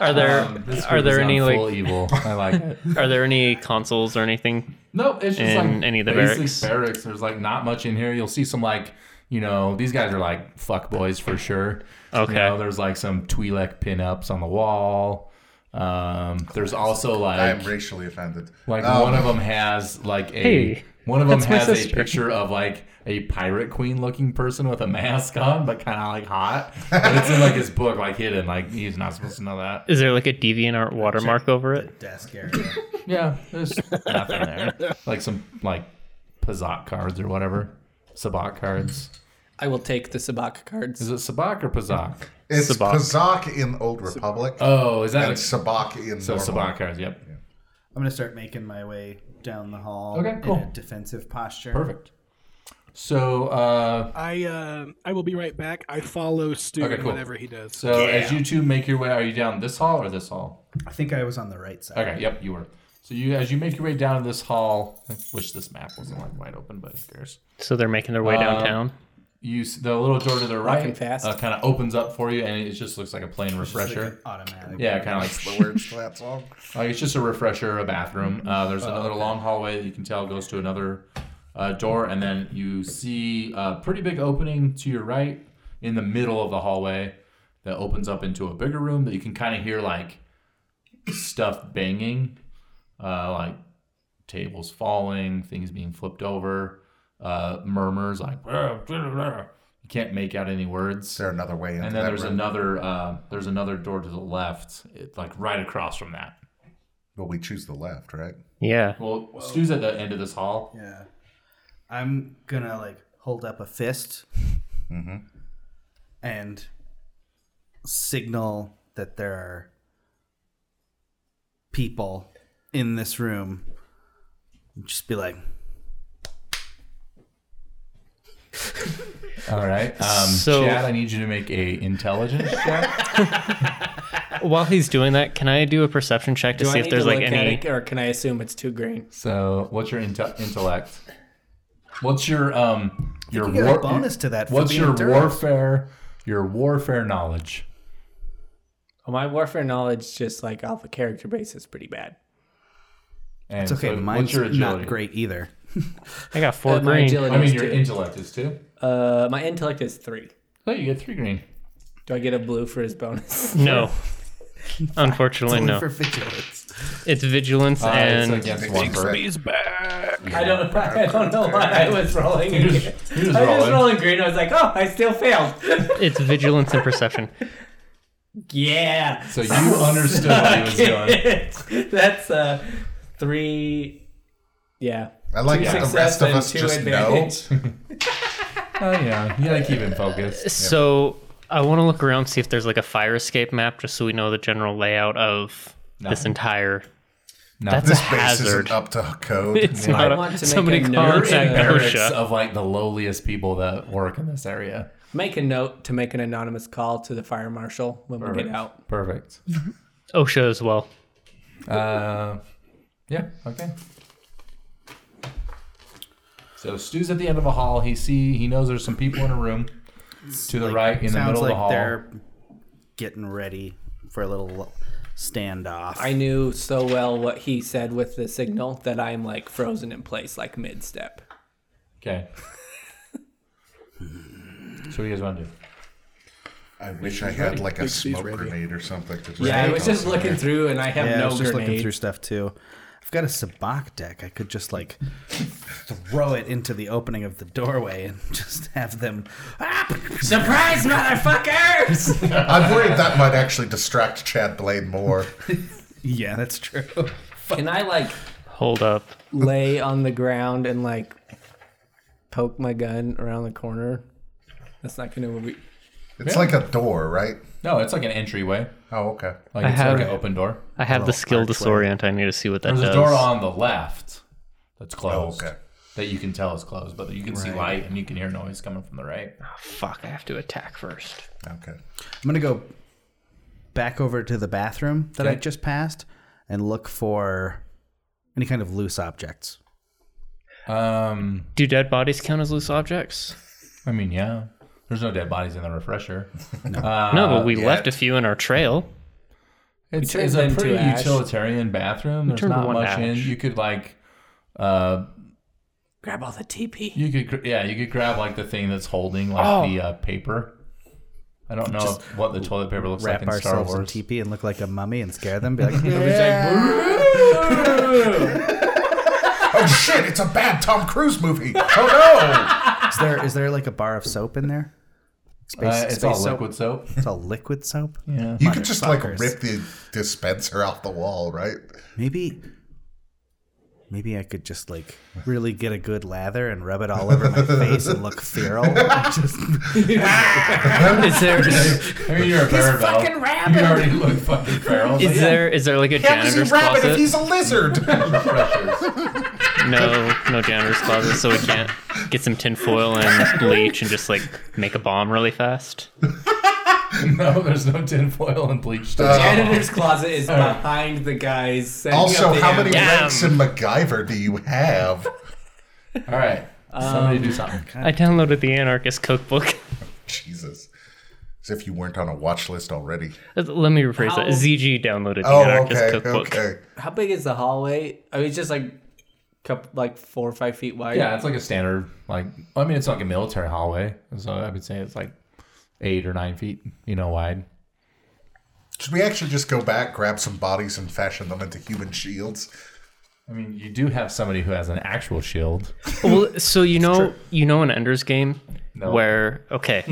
S1: Are there [LAUGHS]
S6: Um,
S1: are there any
S5: full
S1: like
S5: evil? I like [LAUGHS] it.
S1: are there any consoles or anything?
S5: No, it's just
S1: In
S5: like
S1: any of the
S5: basic
S1: barracks?
S5: There's like not much in here. You'll see some like you know these guys are like fuck boys for sure.
S1: Okay.
S5: You know, there's like some Twi'lek pinups on the wall. Um, there's also like
S3: I am racially offended.
S5: Like
S3: Um,
S5: one of them has like a
S1: Hey,
S5: one of them
S1: that's my
S5: has a
S1: sister.
S5: picture of like a pirate queen looking person with a mask on, but kind of like hot. But it's in like his book, like hidden. Like he's not supposed to know that.
S1: Is there like a DeviantArt watermark over it?
S4: Desk area.
S5: Yeah, there's nothing there. [LAUGHS] Like some like Pazak cards or whatever, Sabak cards.
S6: I will take the Sabak cards.
S5: Is it Sabak or Pazak?
S3: It's
S1: Sabak.
S3: Pazak in Old Republic
S5: Oh, is that
S3: and
S5: a,
S3: Sabak in
S5: so?
S3: normal.
S5: Sabak cards. Yep.
S4: I'm gonna start making my way down the hall
S5: Okay, cool.
S4: in a defensive posture.
S5: Perfect. So uh,
S7: I uh, I will be right back. I follow Stu
S5: Okay,
S7: in
S5: cool.
S7: whatever he does.
S5: so as you two make your way, are you down this hall or this hall?
S4: I think I was on the right side.
S5: Okay, yep, you were. So you as you make your way down this hall, [LAUGHS] I wish this map wasn't like wide open, but who cares?
S1: So they're making their way
S6: Uh,
S1: downtown.
S5: You s- the little door to the right
S6: fast.
S5: Uh, kind of opens up for you, and it just looks like a plain
S4: Just like
S5: refresher.
S4: an automatic.
S5: yeah, kind
S4: [LAUGHS]
S5: of like
S3: Word for that song.
S5: like it's just a refresher, a bathroom.
S3: Mm-hmm.
S5: Uh,
S3: Oh,
S5: there's another long hallway that you can tell goes to another uh, door, and then you see a pretty big opening to your right in the middle of the hallway that opens up into a bigger room that you can kind of hear like stuff banging, uh, like tables falling, things being flipped over, uh, murmurs like you can't make out any words
S3: Is there another way into
S5: and then
S3: that
S5: there's
S3: room?
S5: another uh, there's another door to the left, it, like right across from that.
S3: Well, we choose the left, right?
S1: Yeah.
S5: Well, Stu's at the end of this hall.
S4: Yeah. I'm gonna like hold up a fist
S5: Mm-hmm.
S4: and signal that there are people in this room. Just be like,
S5: All right, um,
S1: So-
S5: Chad, I need you to make a
S4: [LAUGHS]
S5: intelligence check.
S1: While he's doing that, can I do a perception check to
S6: Do I
S1: see if
S6: need
S1: there's
S6: to
S1: like
S6: look at
S1: any?
S6: it, or can I assume it's two green?
S5: so, what's your inte- intellect? What's your um your
S4: you get
S5: war-
S4: a bonus to that. For
S5: What's
S4: being
S5: your
S4: Duros.
S5: warfare? Your warfare knowledge.
S6: Well, Oh, my warfare knowledge, just like off a character base, is pretty bad.
S5: And
S4: It's okay.
S5: so what's
S4: mine's
S5: your agility?
S4: not great either.
S1: I got four
S6: Uh, my
S1: green.
S6: agility
S5: I mean,
S6: is
S5: your
S6: two.
S5: intellect is two.
S6: Uh, my intellect is three.
S5: Oh, you get three green.
S6: Do I get a blue for his bonus? [LAUGHS]
S1: No. Unfortunately,
S4: Only
S1: no.
S4: [LAUGHS] for vigilance.
S1: It's vigilance
S5: Uh,
S6: Ah,
S5: it's
S1: and
S5: against one.
S7: He's back.
S6: I don't. I don't know why I was
S5: [LAUGHS]
S6: rolling.
S5: He was,
S6: again.
S5: he was
S6: I was just
S5: rolling.
S6: rolling green. I was like, oh, I still failed.
S1: it's vigilance and perception.
S6: yeah.
S5: So you understood what he
S4: [LAUGHS]
S5: was doing.
S6: doing. That's uh, three. Yeah.
S3: I like
S6: Two
S3: that the
S6: success
S3: rest of
S6: and
S3: us
S6: two
S3: just know.
S6: advantage.
S5: Oh yeah, you gotta keep him focused.
S1: So I want to look around see if there's like a fire escape map, just so we know the general layout of this
S5: No.
S1: entire.
S5: No.
S1: That's
S3: This
S1: a
S3: base
S1: hazard.
S3: isn't up to code.
S1: [LAUGHS] It's
S5: Yeah.
S1: not
S5: I
S1: a-
S6: want to make
S1: somebody
S6: a
S1: call
S6: note
S1: it
S6: in
S1: back
S6: the-
S5: Barracks
S1: OSHA.
S5: of like the lowliest people that work in this area.
S6: Make a note to make an anonymous call to the fire marshal when we get out.
S1: [LAUGHS]
S5: Perfect.
S1: OSHA as well.
S5: Uh, yeah. Okay. So Stu's at the end of a hall. He see he knows there's some people in a room to the
S4: Like,
S5: right in the
S4: sounds
S5: middle
S4: like
S5: of the hall.
S4: they're getting ready for a little standoff.
S6: I knew so well what he said with the signal that I'm like frozen in place, like mid step.
S5: Okay. so what do you guys want to do?
S3: I wish I had like a smoke grenade or something. To just
S6: Yeah, I
S3: throw
S6: was just
S3: in
S6: looking
S3: there.
S6: through and I have
S4: yeah, I
S6: no
S4: was just looking
S6: grenade.
S4: through stuff too. I've got a sabak deck. I could just like throw it into the opening of the doorway and [LAUGHS] just have them. Ah!
S6: Surprise, [LAUGHS] motherfuckers!
S3: [LAUGHS] I'm worried that might actually distract Chad Blade more.
S4: Yeah, that's true.
S6: Can I like
S1: Hold up.
S6: lay on the ground and like poke my gun around the corner? That's not gonna be.
S3: It's like a door, right?
S5: No, it's like an entryway.
S3: Oh, okay.
S5: Like
S1: I
S5: it's
S1: have-
S5: like an open door.
S1: I have the skill disorient. I need to see what that
S5: There's
S1: does.
S5: a door on the left that's
S3: Oh,
S5: closed.
S3: okay.
S5: That you can tell is closed, but you can see light and you can hear noise coming from the right.
S1: Fuck! I have to attack first.
S3: Okay.
S4: I'm gonna go back over to the bathroom that I
S5: Okay.
S4: just passed and look for any kind of loose objects.
S5: Um,
S1: Do dead bodies count as loose objects?
S5: I mean, yeah. There's no dead bodies in the refresher.
S1: no, but we
S3: yeah.
S1: left a few in our trail.
S5: It's,
S6: turned
S5: it's a
S6: them to
S5: pretty
S6: ash.
S5: utilitarian bathroom. There's
S1: turned
S5: not
S1: one
S5: much
S1: ash.
S5: in. You could like, uh,
S6: Grab all the TP.
S5: you could gr- yeah, you could grab like the thing that's holding like the uh, paper. I don't know if- what the toilet paper looks like
S4: Wrap
S5: in Star
S4: ourselves in
S5: Wars.
S4: TP and look like a mummy and scare them. Be like, "Yeah."
S3: Oh shit! It's a bad Tom Cruise movie. Oh
S4: is there is there like a bar of soap in there? Space,
S5: Uh, it's
S4: space
S5: all
S4: soap.
S5: liquid soap. [LAUGHS]
S4: It's all liquid soap.
S5: Yeah.
S1: [LAUGHS]
S3: no! You could just like
S4: Motherfuckers.
S3: rip the dispenser off the wall, right?
S4: Maybe, maybe I could just like really get a good lather and rub it all over my face and look feral. [LAUGHS] Just-
S1: Is there is
S5: I mean, you're a bear
S6: fucking rabid.
S5: You already look fucking feral. It's like,
S1: there is there like a janitor's closet?
S3: a lizard?
S6: [LAUGHS]
S1: No, no janitor's closet, so we can't get some tinfoil and bleach and just like make a bomb really fast.
S5: [LAUGHS] no, there's no tinfoil and bleach. stuff.
S6: Janitor's closet is behind the guys.
S3: [LAUGHS]
S6: setting
S3: also,
S6: up the
S3: how many
S6: ammo.
S1: Damn.
S3: ranks in MacGyver do you have?
S5: All right. Somebody do something.
S1: I downloaded the anarchist cookbook. [LAUGHS]
S3: Jesus. As if you weren't on a watch list already.
S1: Let me rephrase that.
S6: How-
S1: ZG downloaded the
S3: Oh,
S1: anarchist
S3: okay,
S1: cookbook.
S3: okay.
S6: How big is the hallway? I mean, it's just like, couple, like four or five feet wide.
S5: Yeah, it's like a standard, like, I mean, it's like a military hallway. So I would say it's like eight or nine feet, you know, wide.
S3: Should we actually just go back, grab some bodies, and fashion them into human shields?
S5: I mean, you do have somebody who has an actual shield.
S1: Well, so you know, you know, an Ender's Game
S5: No.
S1: where [LAUGHS] okay,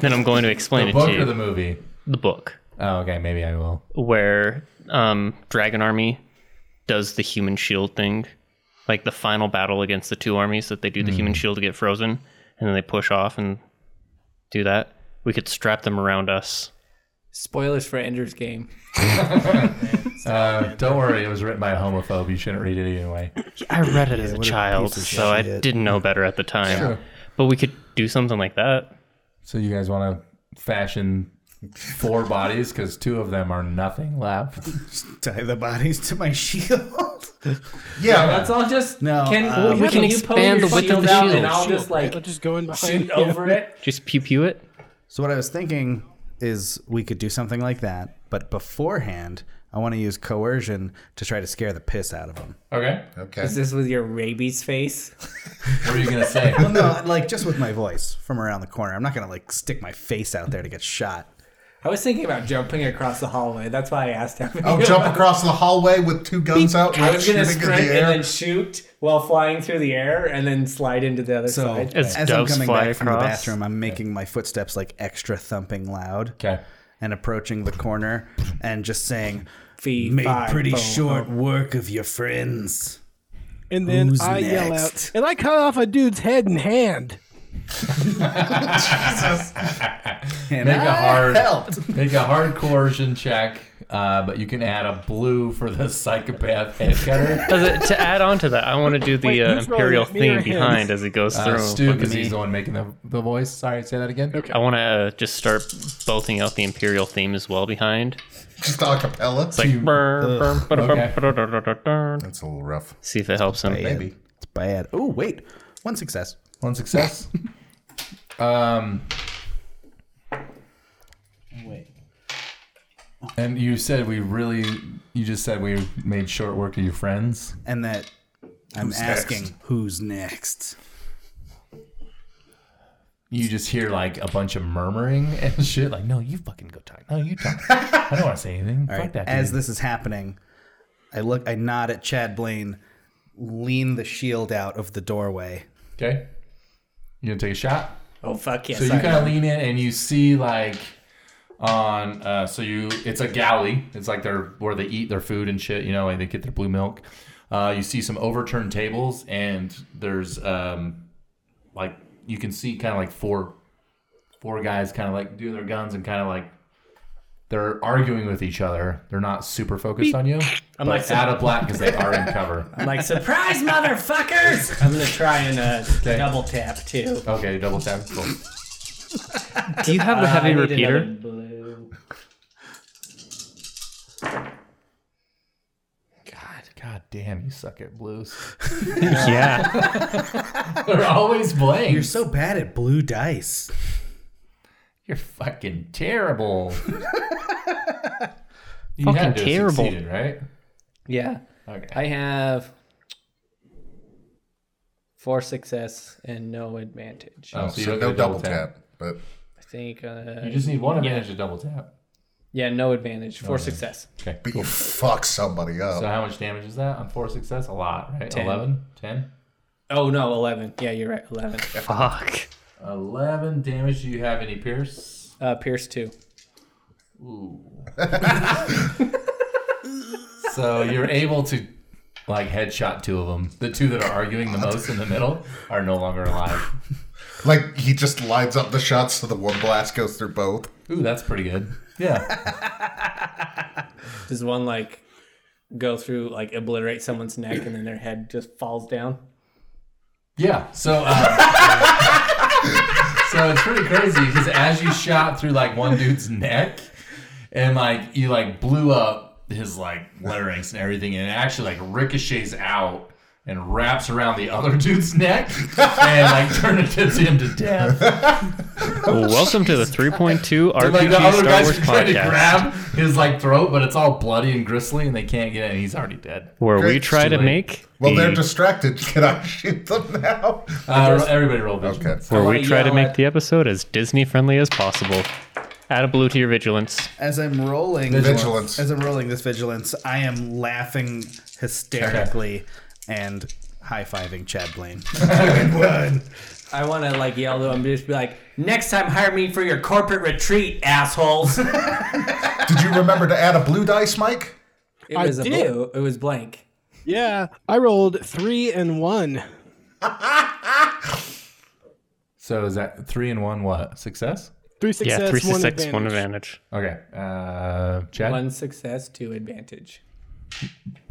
S1: then I'm going to explain
S5: The
S1: it
S5: book
S1: to you.
S5: or the movie?
S1: the book
S5: Oh, okay, maybe I will.
S1: where um, Dragon Army does the human shield thing, like the final battle against the two armies that they do the human shield to get frozen, and then they push off and do that. We could strap them around us.
S6: Spoilers for Ender's Game.
S5: Uh, don't worry, it was written by a homophobe. You shouldn't read it anyway.
S1: I read it as a
S4: what a
S1: child,
S4: piece of
S1: so I
S4: shit.
S1: didn't know better at the time.
S5: Sure.
S1: But we could do something like that.
S5: So you guys want to fashion four bodies because two of them are nothing left.
S4: tie the bodies to my shield. [LAUGHS]
S3: Yeah,
S6: Let's all just
S4: No,
S6: Can,
S4: uh,
S1: we can
S6: you pull
S1: expand
S6: your
S1: the width
S6: shield
S1: of the
S6: out
S1: shield.
S6: And I'll
S5: [LAUGHS]
S7: Shield,
S6: just like
S7: I'll just go in behind
S6: shoot
S7: you.
S6: over it.
S1: Just pew pew it.
S4: so what I was thinking is we could do something like that, but beforehand, I want to use coercion to try to scare the piss out of them.
S5: Okay.
S3: Okay.
S6: Is this with your rabies face?
S5: What are you gonna
S4: [LAUGHS]
S5: say?
S4: Well, no, like just with my voice from around the corner. I'm not gonna like stick my face out there to get shot.
S6: I was thinking about jumping across the hallway. That's why I asked him.
S3: Oh, jump across the hallway with two guns out,
S6: I was
S3: shooting
S6: gonna
S3: in the
S6: sprint and
S3: air.
S6: then shoot while flying through the air, and then slide into the other
S4: So
S6: side.
S1: As
S4: as I'm
S1: doves
S4: coming
S1: fly
S4: back from the
S1: across.
S4: bathroom, I'm making my footsteps like extra thumping loud
S5: Okay.
S4: and approaching the corner and just saying, "Oh,
S6: Feed,
S4: "Made
S6: fire,
S4: pretty
S6: bone.
S4: short work of your friends."
S7: And then
S4: Who's
S7: I yell out,
S4: next?
S7: and I cut off a dude's head and hand.
S4: And
S5: Make a
S4: I
S5: hard
S4: helped.
S5: make a hard coercion check, uh, but you can add a blue for the psychopath head cutter.
S1: As a- to add on to that, I want to do the
S7: Wait,
S1: uh,
S7: who's rolling
S1: imperial
S7: it, me or
S1: theme
S7: him?
S1: behind as it goes
S5: Uh,
S1: through.
S5: Stu, because
S1: Me.
S5: he's the one making the, the voice. Sorry, say that again.
S1: I want to uh, just start bolting out the imperial theme as well behind.
S3: [LAUGHS] Just a cappella.
S1: It's like burr, burr, burr,
S5: Okay.
S1: burr, burr, burr, burr, burr.
S3: That's a little rough.
S1: see if it helps him.
S4: Bad. It's bad. Oh wait, one success.
S5: One success. um.
S4: Wait.
S5: And you said we really, you just said we made short work of your friends.
S4: And that I'm asking who's next.
S5: You just hear like a bunch of murmuring [LAUGHS] and shit. Like, no, you fucking go talk. No, you talk. I don't want to say anything.
S4: All
S5: Fuck
S4: right.
S5: that.
S4: As
S5: dude.
S4: this is happening, I look. I nod at Chad Blaine, lean the shield out of the doorway.
S5: okay. You gonna take a shot?
S6: Oh fuck yes!
S5: So you
S6: I
S5: kind of lean in and you see like on uh, so you it's a galley. It's like their where they eat their food and shit. You know, and they get their blue milk. Uh, you see some overturned tables and there's um like you can see kind of like four four guys kind of like doing their guns and kind of like they're arguing with each other. They're not super focused on you. I'm
S6: like
S5: like out of black because they are in cover.
S6: I'm like, surprise, motherfuckers! I'm gonna try and uh, double tap too.
S5: Okay, double tap. Cool.
S1: Do you have the
S6: Uh, I
S1: heavy
S6: need another
S1: repeater?
S6: blue.
S5: God, god damn, you suck at blues.
S1: [LAUGHS] Yeah.
S5: They're always blank.
S4: You're so bad at blue dice.
S5: You're fucking [LAUGHS] terrible. you
S1: Fucking
S5: had to have
S1: terrible.
S5: succeeded, right?
S6: Yeah,
S5: Okay.
S6: I have four success and no advantage.
S5: Oh,
S3: So,
S5: don't
S3: no
S5: get a
S3: double tap. but
S6: I think. Uh,
S5: You just need one advantage to double tap.
S6: yeah, no advantage. Four success.
S5: Okay.
S3: but you fuck somebody up.
S5: So how much damage is that on four success? A lot, right?
S6: Ten.
S5: 11? 10?
S6: Oh no, eleven. Yeah, you're right. Eleven.
S1: Fuck.
S5: 11 damage. Do you have any pierce?
S6: Uh, Pierce two.
S5: So you're able to like headshot two of them. The two that are arguing the most in the middle are no longer alive.
S3: like he just lines up the shots so the one blast goes through both.
S5: Ooh, that's pretty good. Yeah.
S6: Does one like go through like obliterate someone's neck and then their head just falls down?
S5: Yeah. So. Uh, [LAUGHS] so it's pretty crazy because as you shot through like one dude's neck, and like you like blew up his like larynx and everything, and it actually like ricochets out. And wraps around the other dude's neck and like [LAUGHS] tourniquets him to death.
S1: Welcome
S5: [LAUGHS]
S1: to the 3.2 RPG
S5: And, like the other
S1: Star
S5: guy's
S1: Wars
S5: trying to
S1: podcast,
S5: grab his like throat, but it's all bloody and gristly, and they can't get it. And he's already dead. Uh,
S1: where we
S3: Great.
S1: try to
S5: Too late.
S1: make
S3: Well, they're
S1: the-
S3: distracted. [LAUGHS] Can I shoot them now?
S5: Uh, everybody roll vision.
S6: [LAUGHS]
S3: Okay.
S1: where
S6: wanna
S1: we try to
S6: yell
S1: make
S6: at-
S1: the episode as Disney friendly as possible. Add a blue to your vigilance.
S4: As I'm rolling,
S3: Vigilance.
S4: As I'm rolling this vigilance, I am laughing hysterically and high fiving Chad Blaine.
S6: I want to like yell to him, just be like, "Next time, hire me for your corporate retreat, assholes." [LAUGHS] it
S3: Did you remember to add a blue dice, Mike?
S7: I
S6: was a
S7: did.
S6: blue. It was blank.
S7: Yeah, I rolled three and one.
S5: So is that three and one? What success?
S7: Three success,
S1: yeah, three
S7: one
S1: success,
S7: advantage.
S1: one advantage.
S5: Okay. Uh, Chad.
S6: One success, two advantage.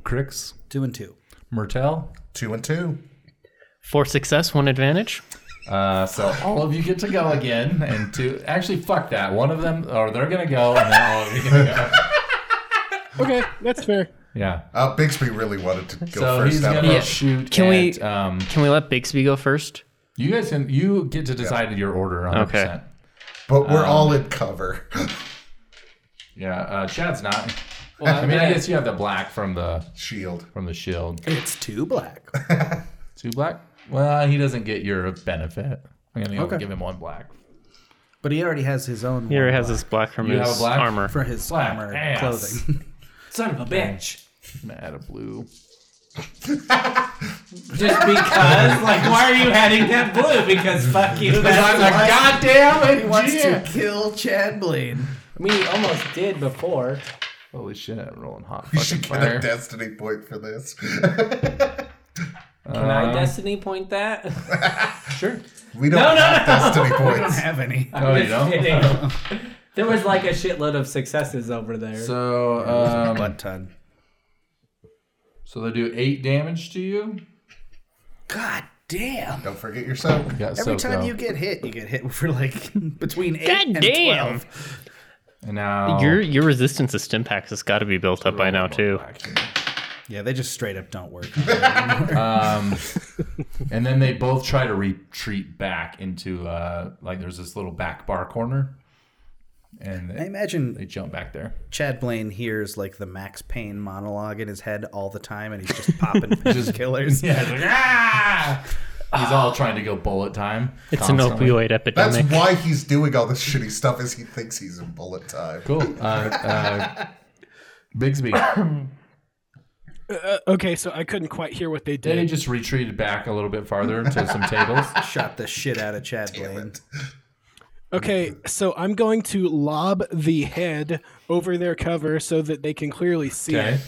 S5: Cricks.
S4: two and two.
S5: Mertel.
S3: Two and two.
S1: Four success, one advantage.
S5: Uh, so [LAUGHS] all of you get to go again, [LAUGHS] and two. Actually, fuck that. One of them, or they're gonna go, and then all of you gonna go.
S7: Okay, that's fair.
S5: [LAUGHS] Yeah.
S3: Uh, Bixby really wanted to go
S5: So
S3: first.
S5: he's
S3: out of
S5: gonna
S3: the-
S5: shoot.
S1: Can we-
S5: at, Um,
S1: Can we let Bixby go first?
S5: you guys can. You get to decide your order. 100%.
S1: Okay.
S3: But we're all in cover. [LAUGHS]
S5: Yeah, uh, Chad's [LAUGHS] not.
S6: Well,
S5: I mean, I guess you have the black from the
S3: Shield.
S5: from the shield.
S4: It's too black.
S5: Two black. Well, he doesn't get your benefit. I'm gonna
S4: Okay.
S5: give him one black.
S4: But he already has his own
S1: He
S4: one
S1: already has his black from
S5: You have
S1: his
S5: a black?
S1: armor.
S4: for his
S5: Black
S4: armor
S5: ass.
S4: clothing.
S6: Son of a bitch.
S5: I'm gonna add a blue.
S6: [LAUGHS] Just because, like, why are you adding that blue? Because fuck you. That's why.
S5: goddamn
S4: he wants to kill Chad Blaine.
S6: We almost did before.
S5: Holy shit! I'm rolling hot [LAUGHS]
S3: You
S5: fucking
S3: should get a
S5: fire.
S3: destiny point for this. [LAUGHS]
S6: Can
S7: Uh-huh.
S6: I destiny point that? [LAUGHS]
S5: Sure.
S3: We don't
S6: No, no,
S3: have destiny points.
S4: Have any?
S5: Oh, you [LAUGHS] don't.
S6: Kidding.
S7: [LAUGHS]
S6: there was like a shitload of successes over there.
S5: So, um,
S4: Butt ton.
S5: so they do eight damage to you.
S4: God damn.
S3: Don't forget yourself.
S5: Yeah,
S4: Every
S5: so
S4: time
S5: go.
S4: you get hit, you get hit [LAUGHS] for like between eight
S1: God
S4: and
S1: damn.
S4: twelve.
S5: And now
S1: Your your resistance to stim packs has got to be built up by now too.
S4: Yeah, they just straight up don't work.
S5: Um, and then they both try to retreat back into uh, like there's this little back bar corner, and
S4: I
S5: they,
S4: imagine
S5: they jump back there.
S4: Chad Blaine hears like the Max Payne monologue in his head all the time, and he's just popping just killers.
S5: Yeah, it's like, ah! He's all trying to go bullet time.
S1: It's an
S5: constantly.
S1: opioid
S3: That's
S1: epidemic.
S3: why he's doing all this shitty stuff, is he thinks he's in bullet time.
S5: Cool. Uh, uh, Bigsby, [COUGHS]
S7: Uh, okay, so I couldn't quite hear what they
S5: they
S7: did.
S5: just retreated back a little bit farther to some
S4: [LAUGHS]
S5: tables.
S4: Shot the shit out of Chad Blaine.
S7: Okay, so I'm going to lob the head over their cover so that they can clearly see
S5: Okay.
S7: it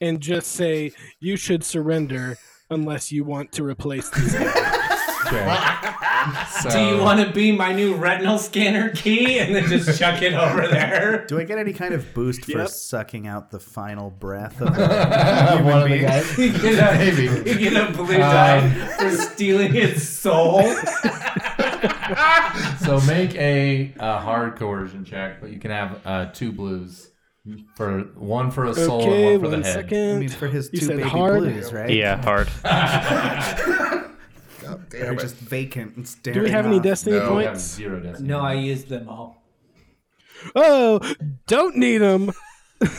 S7: and just say, you should surrender unless you want
S5: [LAUGHS]
S7: to replace these heads.
S5: Okay. So,
S6: Do you want to be my new retinal scanner key and then just chuck it over there? [LAUGHS]
S4: Do I get any kind of boost for sucking out the final breath of a
S5: one of the guys?
S6: You get a,
S5: Maybe. Uh,
S6: you get a blue die for stealing its soul.
S5: So make a, a hard coercion check, but you can have uh, two blues for one for a soul and
S7: Okay,
S5: one for
S7: one
S5: the head.
S4: I
S7: second.
S4: mean, for his
S7: You
S4: two
S7: said
S4: baby
S7: hard.
S4: blues, right?
S1: Yeah,
S5: [LAUGHS]
S1: hard.
S3: God
S4: They're
S3: damn it.
S4: just vacant and staring.
S7: Do we have any
S4: off.
S7: destiny
S3: No.
S5: You have
S7: points?
S5: zero destiny.
S6: No, I used them all.
S7: Oh, don't need them.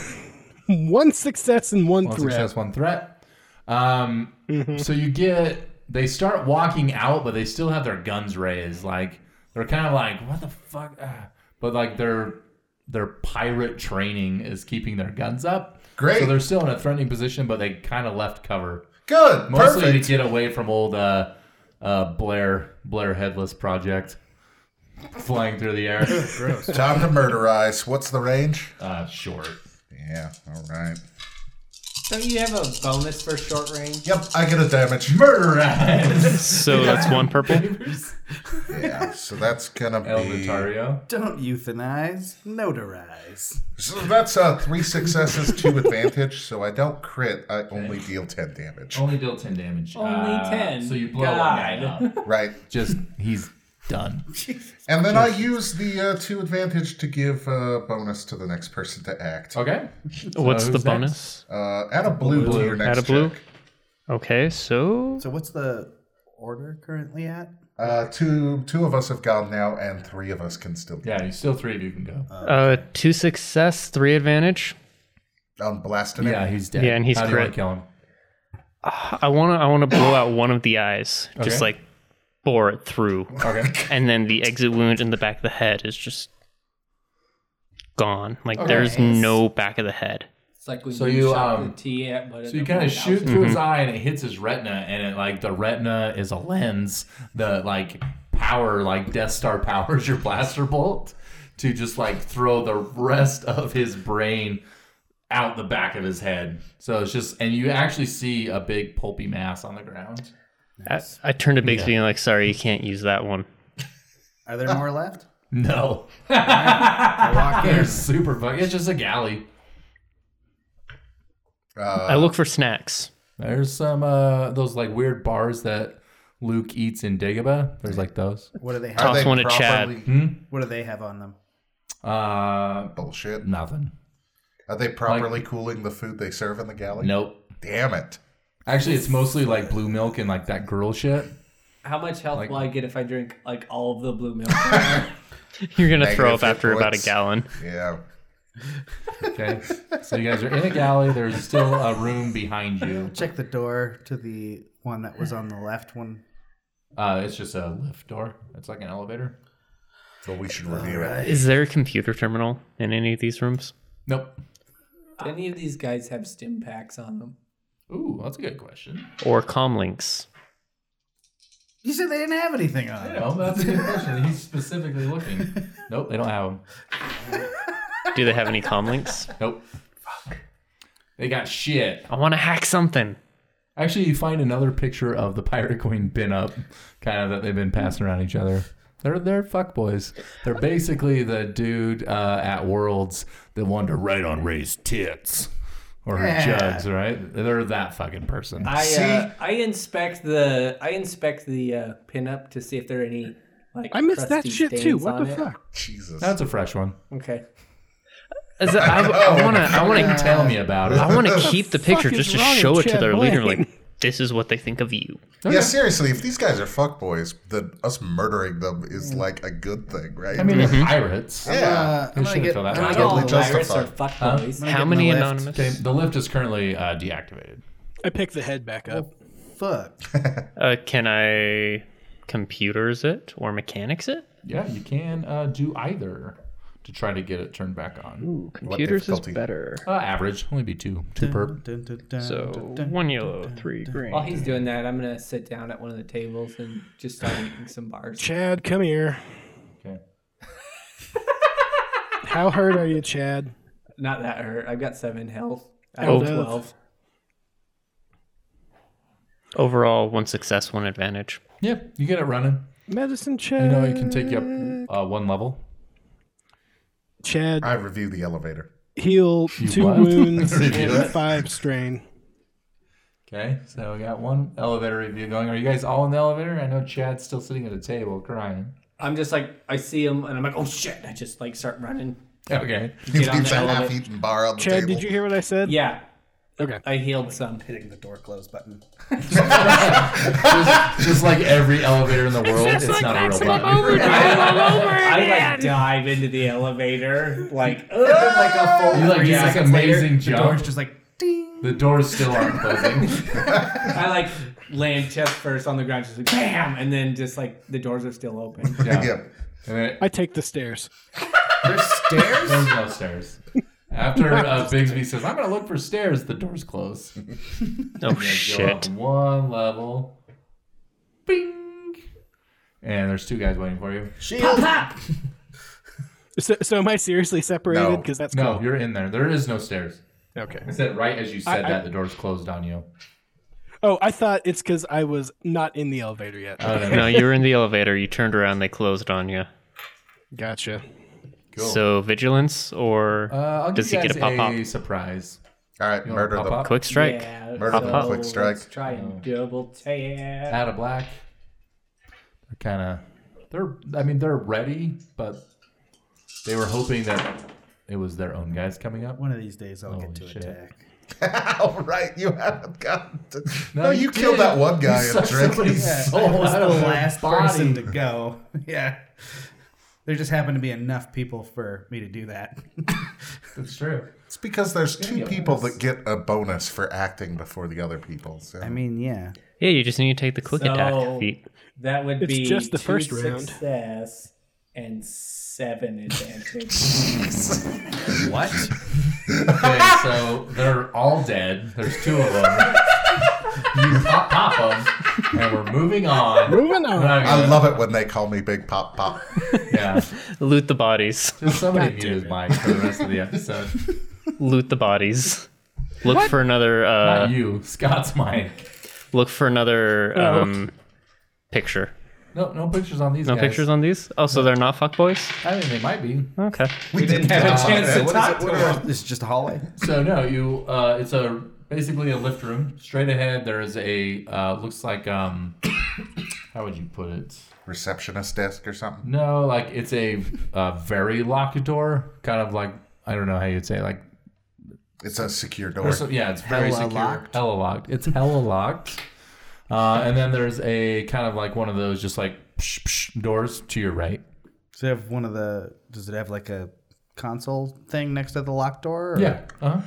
S7: [LAUGHS] one success and one,
S5: one
S7: threat.
S5: success, one threat. Um,
S7: Mm-hmm.
S5: So you get they start walking out, but they still have their guns raised. Like they're kind of like, what the fuck? Ah. But like their their pirate training is keeping their guns up.
S3: Great.
S5: So they're still in a threatening position, but they kind of left cover.
S3: Good.
S5: Mostly
S3: Perfect.
S5: to get away from old uh, uh, Blair Blair headless project flying through the [LAUGHS] air.
S3: Time to murderize. What's the range?
S5: uh, short.
S3: Yeah, all right.
S6: Don't you have a bonus for short range?
S3: Yep, I get a damage. Murder.
S1: So that's one
S5: [LAUGHS]
S1: purple.
S3: Yeah, so that's gonna
S5: El
S3: be.
S5: Notario.
S4: Don't euthanize, notarize.
S3: So that's uh, three successes, two advantage. So I don't crit. I only deal ten damage.
S5: Only deal ten damage.
S6: Only
S5: Uh,
S6: 10?
S5: So you blow one
S6: God.
S5: guy up.
S3: Right,
S5: Just he's done.
S3: and then I use the uh, two advantage to give uh, bonus to the next person to act.
S5: Okay.
S1: What's
S5: who's
S1: the
S5: next?
S1: bonus?
S3: Uh, add a blue, to your next
S1: Add a blue.
S3: check.
S1: Okay, so
S4: So what's the order currently at?
S3: Uh, two two of us have gone now, and three of us can still.
S5: Yeah, you still three of you can go.
S1: uh, two success, three advantage.
S3: I'm blasting it.
S5: yeah, he's dead.
S1: Yeah, and he's
S5: How do you
S1: crit.
S5: want to kill him?
S1: I wanna I wanna blow out one of the eyes, just
S5: Okay.
S1: like bore it through,
S5: [LAUGHS] Okay.
S1: and then the exit wound in the back of the head is just gone. Like there's no back of the head.
S6: It's like when
S5: So
S6: you,
S5: you,
S6: shot
S5: um,
S6: the tea at but
S5: So you kind of shoot through his eye and it hits his retina, and it like the retina is a lens. The like power, like Death Star [LAUGHS] powers your blaster bolt to just like throw the rest of his brain out the back of his head. So it's just, and you actually see a big pulpy mass on the ground.
S1: I, I turned to Bigsby and like, sorry, you can't use that one.
S4: Are there more [LAUGHS] left?
S5: No,
S4: I walk
S5: [LAUGHS]
S4: in.
S5: they're super fucking. It's just a galley.
S1: I look for snacks.
S5: There's some uh those like weird bars that Luke eats in Dagobah. There's like those.
S4: What do they have?
S3: Are they
S1: Toss one at Chad.
S3: properly-
S5: Hmm?
S4: What do they have on them?
S5: Uh,
S3: Bullshit.
S5: nothing.
S3: Are they properly cooling the food they serve in the galley?
S5: Nope.
S3: Damn it.
S5: Actually, it's mostly like blue milk and like that girl shit.
S6: How much health
S5: Like- [LAUGHS]
S6: will I get if I drink like all of the blue milk?
S1: [LAUGHS] You're gonna throw
S3: Negative
S1: up after about a
S3: points.
S1: gallon.
S3: Yeah.
S5: [LAUGHS] Okay. So you guys are in a galley. There's still a room behind you.
S4: Check the door to the one that was on the left one.
S5: Uh, it's just a lift door. It's like an elevator.
S3: So we should review it.
S1: Is there a computer terminal in any of these rooms?
S5: Nope.
S6: Do any of these guys have stim packs on them?
S5: Ooh, that's a good question.
S1: Or comlinks?
S4: You said they didn't have anything on.
S5: No, that's a good question. He's specifically looking. Nope, they don't have them.
S1: Do they have any comlinks?
S5: Nope. Fuck. They got shit.
S1: I want to hack something.
S5: Actually, you find another picture of the pirate queen bin up, kind of that they've been passing around each other. They're they're fuck boys. They're basically the dude uh, at Worlds that wanted to write on Ray's tits or her
S4: Yeah.
S5: jugs, right? They're that fucking person.
S6: I
S3: See?
S6: uh, I inspect the I inspect the uh, pinup to see if there are any like
S7: I missed that
S6: crusty
S7: shit too.
S6: stains
S7: What
S6: on
S7: the
S6: it.
S7: fuck?
S3: Jesus.
S5: That's a fresh one.
S6: Okay.
S1: Is it- I want to. I want to.
S5: Tell me about it.
S1: I want to keep the picture
S7: is
S1: just to
S7: wrong with
S1: show it to
S7: Chad
S1: their leader.
S7: Blaine?
S1: Like this is what they think of you.
S3: Yeah, seriously, if these guys are fuckboys, then us murdering them is like a good thing, right?
S5: I mean, they're pirates.
S3: yeah.
S4: Uh, I'm gonna
S5: shouldn't
S4: get.
S5: feel that
S4: I'm
S5: bad.
S4: gonna
S6: Not
S4: get
S6: all
S4: Lil-
S6: pirates are
S3: justified.
S6: fuckboys.
S4: I'm
S1: How
S4: gonna get
S1: many
S4: my left.
S1: anonymous?
S5: Okay, the lift is currently uh, deactivated.
S7: I picked the head back up.
S4: Fuck.
S1: Uh, can I computers it or mechanics it?
S5: Yeah, you can uh, do either to try to get it turned back on.
S1: Ooh, computers is
S3: difficulty?
S1: better.
S5: Uh, average, only be two, two per.
S4: Dun, dun, dun,
S1: So
S4: dun, dun.
S1: one yellow, three green.
S6: While he's doing that, I'm gonna sit down at one of the tables and just start eating some bars.
S7: Chad, come here.
S5: Okay.
S7: How hurt are you, Chad?
S6: Not that hurt. I've got seven health. I
S1: Oh.
S6: have twelve.
S1: Overall, one success, one advantage.
S5: Yeah, you get it running.
S7: Medicine, Chad.
S5: You know it can take you up uh, one level.
S7: Chad,
S3: I review the
S7: [LAUGHS]
S3: elevator.
S7: heal two
S5: what?
S7: wounds
S3: [LAUGHS]
S5: Review
S7: and
S5: it.
S7: five strain.
S5: Okay, so we got one elevator review going. Are you guys all in the elevator? I know Chad's still sitting at a table crying.
S6: I'm just like I see him and I'm like, oh shit! I just like start running.
S5: Okay.
S3: He
S6: Get on
S3: leaves
S6: the
S3: a
S6: elevator.
S3: half-eaten bar on the
S7: Chad,
S3: table.
S7: did you hear what I said?
S6: Yeah,
S7: Okay.
S6: I healed some.
S4: Hitting the door close button.
S5: [LAUGHS] just, just like every elevator in the world, it's, not a real button.
S6: I like dive into the elevator, like like a full.
S5: You like just like amazing
S4: The door's
S5: jump.
S4: just like ding.
S5: The doors still
S4: [LAUGHS]
S5: aren't closing.
S6: I like land chest first on the ground, just like bam, and then just like the doors are still open.
S5: Yeah.
S3: [LAUGHS] Yeah.
S5: And then it-
S7: I take the stairs.
S4: There's stairs.
S5: there's no stairs. After uh,
S4: [LAUGHS]
S5: Bigsby says, "I'm gonna look for stairs," the doors close.
S1: Oh
S5: Go up
S1: shit!
S5: one level. Bing. And there's two guys waiting for you.
S4: Shield.
S7: So, so am I seriously separated?
S3: No.
S7: Because that's
S5: No,
S7: cool.
S5: you're in there. There is no stairs.
S7: Okay.
S5: I said right as you said
S7: I- I-
S5: that, the doors closed on you.
S7: Oh, I thought it's because I was not in the elevator yet.
S5: I don't know.
S1: No, you were in the elevator. You turned around. They closed on you.
S7: Gotcha.
S5: Cool.
S1: So vigilance or
S5: uh, I'll
S1: does he
S5: give you
S1: get a
S5: guys
S1: pop-up?
S5: surprise.
S3: All right,
S5: You wanna
S3: murder them.
S5: pop-up?
S1: quick strike. Oh.
S6: Yeah,
S3: Murder
S1: them,
S3: quick strike.
S6: Let's try and double tap.
S5: Out of black. They're kind of. They're. I mean, they're ready, but they were hoping that it was their own guys coming up.
S4: One of these days I'll
S5: Holy
S4: get to
S5: shit.
S4: attack.
S3: [LAUGHS] All right, you haven't gotten. To... No,
S5: you
S3: you, killed
S5: did.
S3: that one guy
S5: You
S3: and
S5: sucked
S3: drank
S5: somebody's
S3: his-
S5: soul
S4: [LAUGHS] [LAUGHS] I was
S5: out
S4: the
S5: of their
S4: last
S5: body.
S4: person to go. [LAUGHS] yeah. There just happened to be enough people for me to do that.
S5: That's true.
S3: It's because there's two
S5: Yeah,
S3: people that get a bonus for acting before the other people. So.
S4: I mean, yeah.
S1: Yeah, you just need to take the quick
S6: So-
S1: attack feat.
S6: That would
S7: It's
S6: be
S7: just the
S6: two
S7: first round.
S6: success and seven advantage.
S4: What?
S5: Okay, [LAUGHS] so they're all dead. There's two of them. you pop, pop them, and we're moving on.
S7: Moving
S5: We're
S7: on.
S3: I
S5: not gonna-
S3: love it when they call me Big Pop Pop. [LAUGHS]
S5: [LAUGHS] Yeah.
S1: Loot the bodies. [LAUGHS]
S5: Just somebody mute his mic for the rest of the episode.
S1: Loot the bodies. Look for another. Uh,
S5: Not you, Scott's mic.
S1: look for another
S7: Oh.
S1: um, picture.
S5: No, no pictures on these.
S1: No
S5: guys.
S1: pictures on these. Oh, so they're not fuckboys.
S5: I mean, they might be.
S1: Okay.
S3: We, didn't
S6: have a chance to talk to
S4: This is just a hallway.
S5: So no, you. Uh, it's a basically a lift room. Straight ahead, there is a uh, looks like um, [COUGHS] how would you put it?
S3: Receptionist desk or something.
S5: No, like it's a uh, very locked door, kind of like I don't know how you'd say like
S3: It's a secure door.
S5: Or so- yeah, it's very
S4: Hella
S5: secure.
S4: locked?
S5: Hella locked. It's hella locked. Uh, and then there's a kind of like one of those just like psh, psh, doors to your right.
S4: Does it have one of the? Does it have like a console thing next to the lock door? or
S5: Yeah. Uh-huh.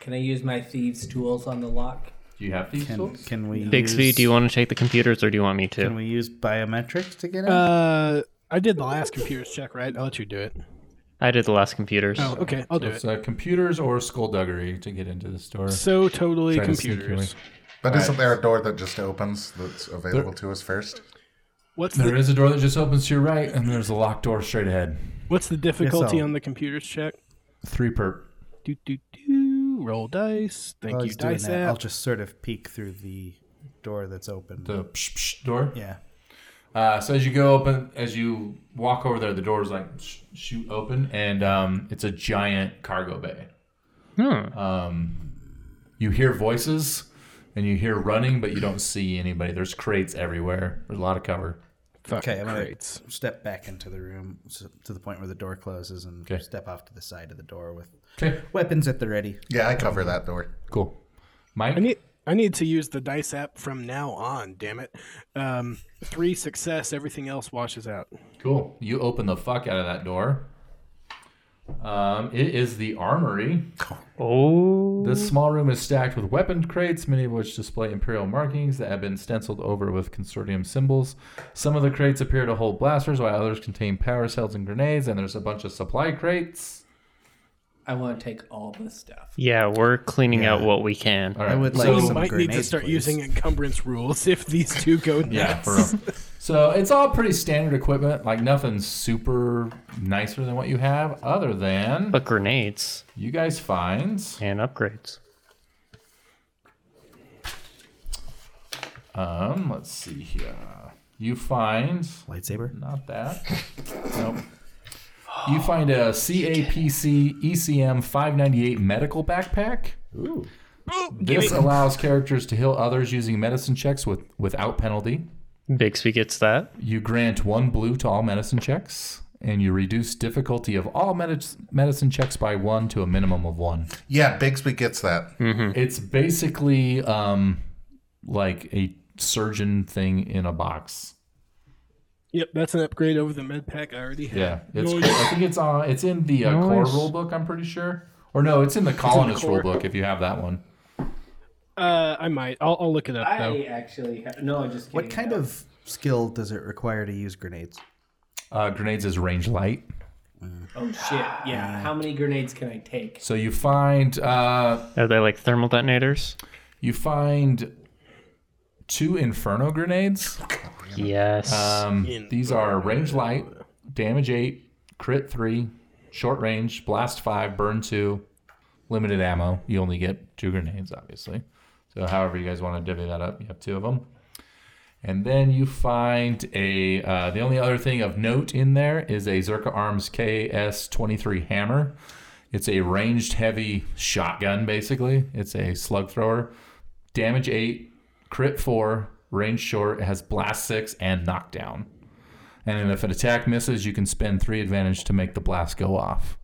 S6: Can I use my thieves' tools on the lock?
S5: Do you have these
S4: Can,
S5: tools?
S4: can we?
S1: Bixby,
S4: use,
S1: do you want to take the computers or do you want me to?
S4: Can we use biometrics to get in?
S7: Uh, I did the last computer's check, right? I'll let you do it.
S1: I did the last computers.
S7: Oh, okay, I'll do it.
S5: It's uh, computers or skullduggery to get into the store.
S7: So totally
S5: Try to sneak
S7: computers.
S5: your way.
S3: But isn't there a door that just opens that's available to us first?
S7: What's
S5: There
S7: the
S5: is a door that just opens to your right, and there's a locked door straight ahead.
S7: what's the difficulty
S4: I'll-
S7: on the computer's check?
S5: Three perp.
S7: Do do do. Roll dice. Thank
S4: While
S7: you,
S4: he's doing
S7: dice
S4: that, I'll
S7: app.
S4: just sort of peek through the door that's open.
S5: The psh, psh door.
S4: yeah.
S5: Uh, so as you go open, as you walk over there, the door's like sh- shoot open, and um, it's a giant cargo bay.
S1: Hmm.
S5: Um, you hear voices, and you hear running, but you don't see anybody. There's crates everywhere. There's a lot of cover.
S4: Okay, I'm gonna
S7: crates.
S4: step back into the room s- to the point where the door closes and
S5: Okay.
S4: step off to the side of the door with
S5: Okay,
S4: weapons at the ready.
S3: Yeah, I cover that door.
S5: cool. Mike,
S7: I need I need to use the dice app from now on. Damn it. Um, three success. Everything else washes out.
S5: cool. You open the fuck out of that door. Um, it is the armory.
S1: Oh.
S5: This small room is stacked with weapon crates, many of which display imperial markings that have been stenciled over with consortium symbols. Some of the crates appear to hold blasters, while others contain power cells and grenades, and there's a bunch of supply crates.
S6: I want to take all this stuff.
S1: Yeah, we're cleaning out what we can.
S5: All right,
S4: I would like
S5: so-
S4: some
S7: Might need to
S4: grenades,
S7: start
S4: please.
S7: using encumbrance rules [LAUGHS] if these two go nuts.
S5: Yeah, for
S4: [LAUGHS]
S5: real. So it's all pretty standard equipment, like nothing super nicer than what you have, other than
S1: But grenades
S5: you guys find
S1: and upgrades.
S5: um let's see here. You find
S4: lightsaber.
S5: Not that. nope. You find a E CAPC ECM 598 medical backpack. This allows characters to heal others using medicine checks with, without penalty.
S1: Bixby gets that.
S5: You grant one blue to all medicine checks, and you reduce difficulty of all medi- medicine checks by one to a minimum of one.
S3: Yeah, Bixby gets that.
S5: It's basically um, like a surgeon thing in a box.
S7: Yep, that's an upgrade over the med pack I already had.
S5: Yeah, it's
S7: Nice.
S5: cool. I think it's on. It's in the uh, core
S1: Nice.
S5: rule book. I'm pretty sure, or no, it's in the colonist rule
S7: core.
S5: book. If you have that one,
S7: Uh, I might. I'll, I'll look it up
S6: I
S7: though.
S6: actually ha- no. I'm just kidding.
S4: What kind of skill does it require to use grenades?
S5: uh, grenades is range light.
S6: Oh shit! Yeah. How many grenades can I take?
S5: So you find uh,
S1: Are they like thermal detonators?
S5: you find two inferno grenades.
S1: Yes.
S5: Um, these are range light, damage eight, crit three, short range, blast five, burn two, limited ammo. You only get two grenades, obviously. So however you guys want to divvy that up, you have two of them. And then you find a. Uh, the only other thing of note in there is a Zerka Arms KS23 hammer. It's a ranged heavy shotgun, basically. It's a slug thrower. Damage eight, crit four, range short, it has blast six and knockdown. And if an attack misses, you can spend three advantage to make the blast go off.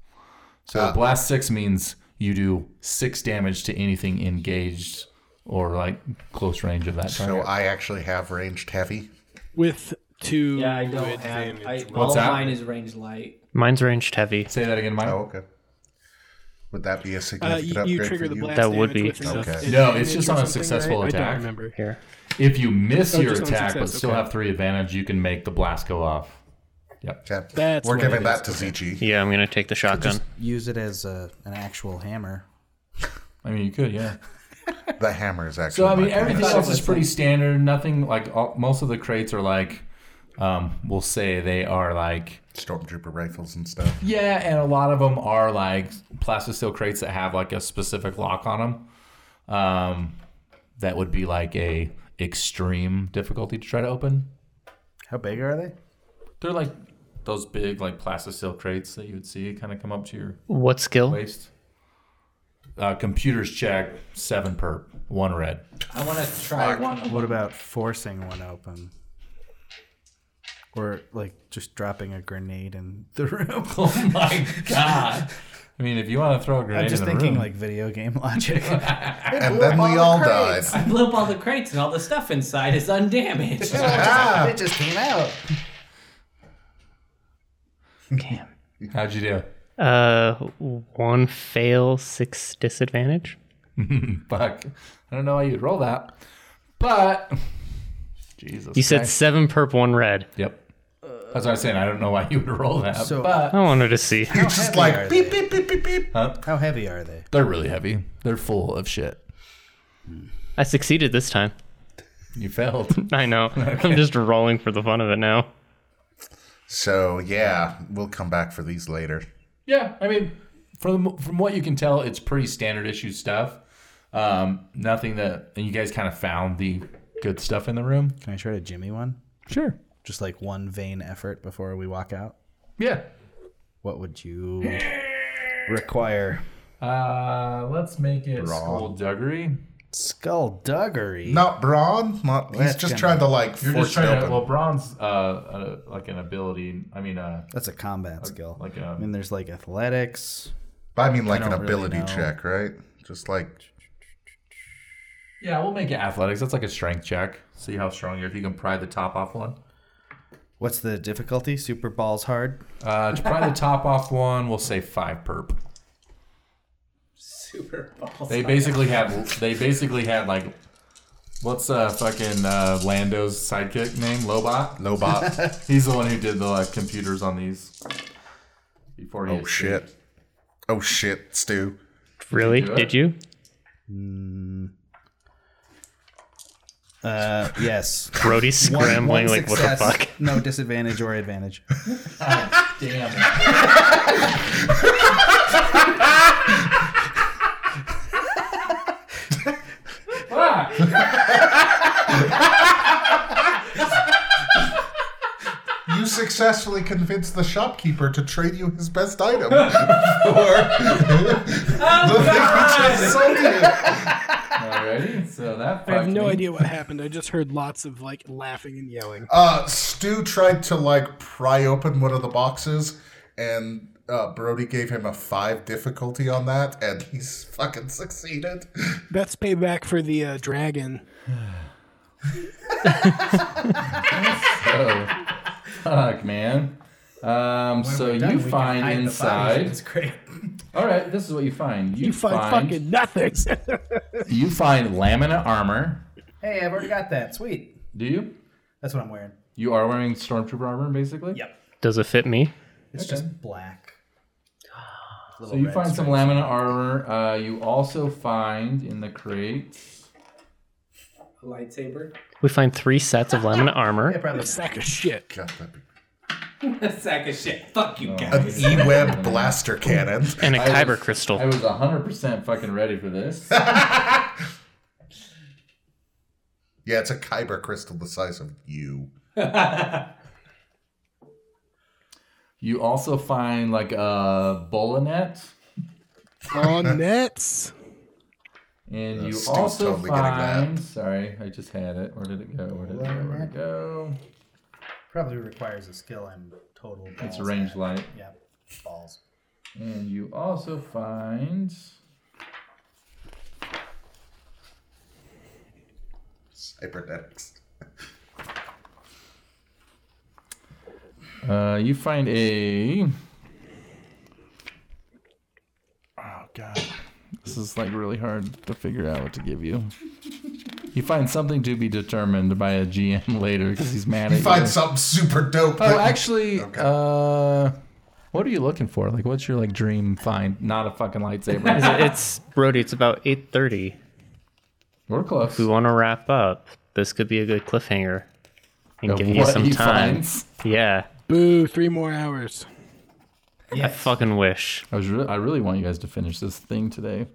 S5: So
S3: Ah.
S5: blast six means you do six damage to anything engaged or like close range of that
S3: So
S5: target.
S3: I actually have ranged heavy.
S7: With two.
S6: Yeah, I don't have.
S7: advantage.
S6: I, all
S5: What's
S6: of
S5: that?
S6: mine is range light. [LAUGHS]
S1: Mine's ranged heavy.
S5: Say that again, Mike.
S3: Oh, okay. Would that be a
S7: Uh,
S3: significant
S7: you,
S3: upgrade
S7: you trigger
S3: for
S7: the
S3: you?
S7: blast.
S1: That would
S7: damage
S1: be.
S7: with enough
S3: Okay.
S5: No,
S7: advantage
S5: it's just
S7: or
S5: on a
S7: something,
S5: successful
S7: right? I
S5: attack.
S7: don't remember.
S1: Here.
S5: If you miss
S7: Oh,
S5: your
S7: just on
S5: attack but
S7: success,
S5: still
S7: okay.
S5: have three advantage, you can make the blast go off.
S3: Okay.
S7: That's
S3: We're
S7: what it
S3: giving that to ZG.
S1: Yeah, I'm gonna take the shotgun.
S4: Just use it as a, an actual hammer.
S5: I mean, you could, yeah.
S3: The hammer is actually.
S5: So I mean,
S3: my bonus.
S5: everything else is pretty standard. Nothing like all, most of the crates are like, um, we'll say they are like
S3: Stormtrooper rifles and stuff.
S5: yeah, and a lot of them are like plastic steel crates that have like a specific lock on them. Um, that would be like a extreme difficulty to try to open.
S4: How big are they?
S5: They're like those big like plastic steel crates that you would see kind of come up to your
S1: What skill?
S5: waist. Uh, computers check seven perp, one red.
S6: I want to try one. of-
S4: What about forcing one open? Or like just dropping a grenade in the room?
S5: Oh my god! I mean, if you want to throw a grenade
S4: I'm just
S5: in the
S4: thinking
S5: room,
S4: like video game
S5: [LAUGHS]
S4: logic.
S3: And then we all died.
S6: I blew up all the crates, and all the stuff inside
S5: [LAUGHS]
S4: "Ah,
S5: Ah.
S6: is undamaged.
S4: it just came out.
S5: How'd you do?
S1: Uh, one fail, six disadvantage.
S5: Fuck. I don't know how you'd roll that. But Jesus.
S1: You said
S5: Christ.
S1: seven perp, one red.
S5: Yep. That's what I was saying. I don't know why you would roll that.
S4: So-
S5: but
S1: I wanted to see.
S3: You're just
S4: heavy
S3: like
S4: are
S3: beep,
S4: they?
S3: beep, beep, beep, beep.
S4: How heavy are they?
S5: they're really heavy. They're full of shit.
S1: I succeeded this time.
S5: You failed.
S1: I know. I'm just rolling for the fun of it now.
S3: So yeah, we'll come back for these later.
S5: [LAUGHS] Yeah, I mean, from from what you can tell, it's pretty standard issue stuff. Um, nothing that, and you guys kind of found the good stuff in the room.
S4: Can I try to Jimmy one?
S5: Sure.
S4: Just like one vain effort before we walk out.
S5: Yeah.
S4: What would
S5: [SIGHS]
S4: you require?
S5: Uh, let's make it skullduggery.
S4: Skullduggery.
S3: Not Braun. Not, he's
S4: That's
S3: just
S4: kinda-
S3: trying to like
S5: You're just
S3: force it
S5: trying to.
S3: open.
S5: Well, bronze, uh, uh, like an ability. I mean, uh,
S4: That's a combat skill.
S5: like um,
S4: I
S5: a
S4: mean, there's like athletics.
S3: But I mean, like an
S4: don't really
S3: ability
S4: know.
S3: check, right? Just like
S5: yeah. We'll make it athletics. That's like a strength check. See how strong you're. If you can pry the top off one.
S4: What's the difficulty? Super balls hard.
S5: Uh, to pry the top off one, we'll say five perp.
S6: [LAUGHS] Super balls.
S5: They basically had they basically had like what's uh fucking uh, Lando's sidekick name Lobot.
S3: Lobot.
S5: [LAUGHS] He's the one who did the like, computers on these. Before he
S3: oh
S5: had
S3: shit. Oh shit, Stu.
S1: Really?
S5: do it?
S1: Did you?
S4: Uh, yes.
S1: Brody's
S4: One-
S1: scrambling
S4: one
S1: like, what the
S4: success,
S1: fuck?
S4: No disadvantage or advantage.
S5: Damn. Fuck.
S3: You successfully convinced the shopkeeper to trade you his best item [LAUGHS] for the
S4: Oh,
S3: thing he just sold you.
S5: Alrighty, so that
S7: I have
S5: fucked
S7: no
S5: me.
S7: idea what happened. I just heard lots of like laughing and yelling.
S3: Uh, Stu tried to like pry open one of the boxes, and uh, Brody gave him a five difficulty on that, and he's fucking succeeded.
S7: That's payback for the uh, dragon.
S5: So, fuck, man. Um, [LAUGHS] so you find inside.
S6: It's great.
S5: All right, this is what you find. You,
S7: You find, fucking nothing. [LAUGHS]
S5: You find laminate armor.
S4: Hey, I've already got that. Sweet.
S5: Do you?
S4: That's what I'm wearing.
S5: You are wearing stormtrooper armor, basically.
S4: Yep.
S1: Does it fit me?
S4: It's just black.
S5: So you find some laminate armor. Uh, you also find in the crate.
S6: Lightsaber. [LAUGHS]
S1: We find three sets of laminate armor.
S4: Probably
S7: Sack of shit.
S3: God, that'd be-
S6: Sack of shit. Fuck you guys.
S3: An E-web blaster cannon.
S1: And a
S5: I
S1: kyber
S5: was-
S1: crystal.
S5: I was hundred percent fucking ready for
S3: [LAUGHS]
S5: this.
S3: Yeah, it's a kyber crystal the size of you.
S5: you also find like a bolonet,
S7: On nets.
S5: and
S3: Uh,
S5: you
S3: Stu's
S5: also
S3: totally getting that.
S5: find. Sorry, I just had it. Where did it go? Where did it go? Where did it go?
S4: probably requires a skill I'm total.
S5: It's
S4: balls
S5: a range
S4: at.
S5: light.
S4: Yep. Balls.
S5: And you also find.
S3: Cybernetics.
S5: Uh, you find a. Oh god, this is like really hard to figure out what to give you. You find something to be determined by a GM later because he's mad at
S3: Find
S5: you.
S3: something super dope.
S5: oh,
S3: that-
S5: actually,
S3: Okay.
S5: uh, what are you looking for? Like, what's your like dream find? Not a
S1: [LAUGHS]
S5: fucking lightsaber.
S1: It's Brody. It's about eight thirty.
S5: We're close.
S1: We want to wrap up. This could be a good cliffhanger and
S5: Of
S1: give you
S5: what
S1: some
S5: he
S1: time.
S5: finds.
S1: Yeah,
S7: Boo, three more hours.
S1: I fucking wish.
S5: I was re- I really want you guys to finish this thing today.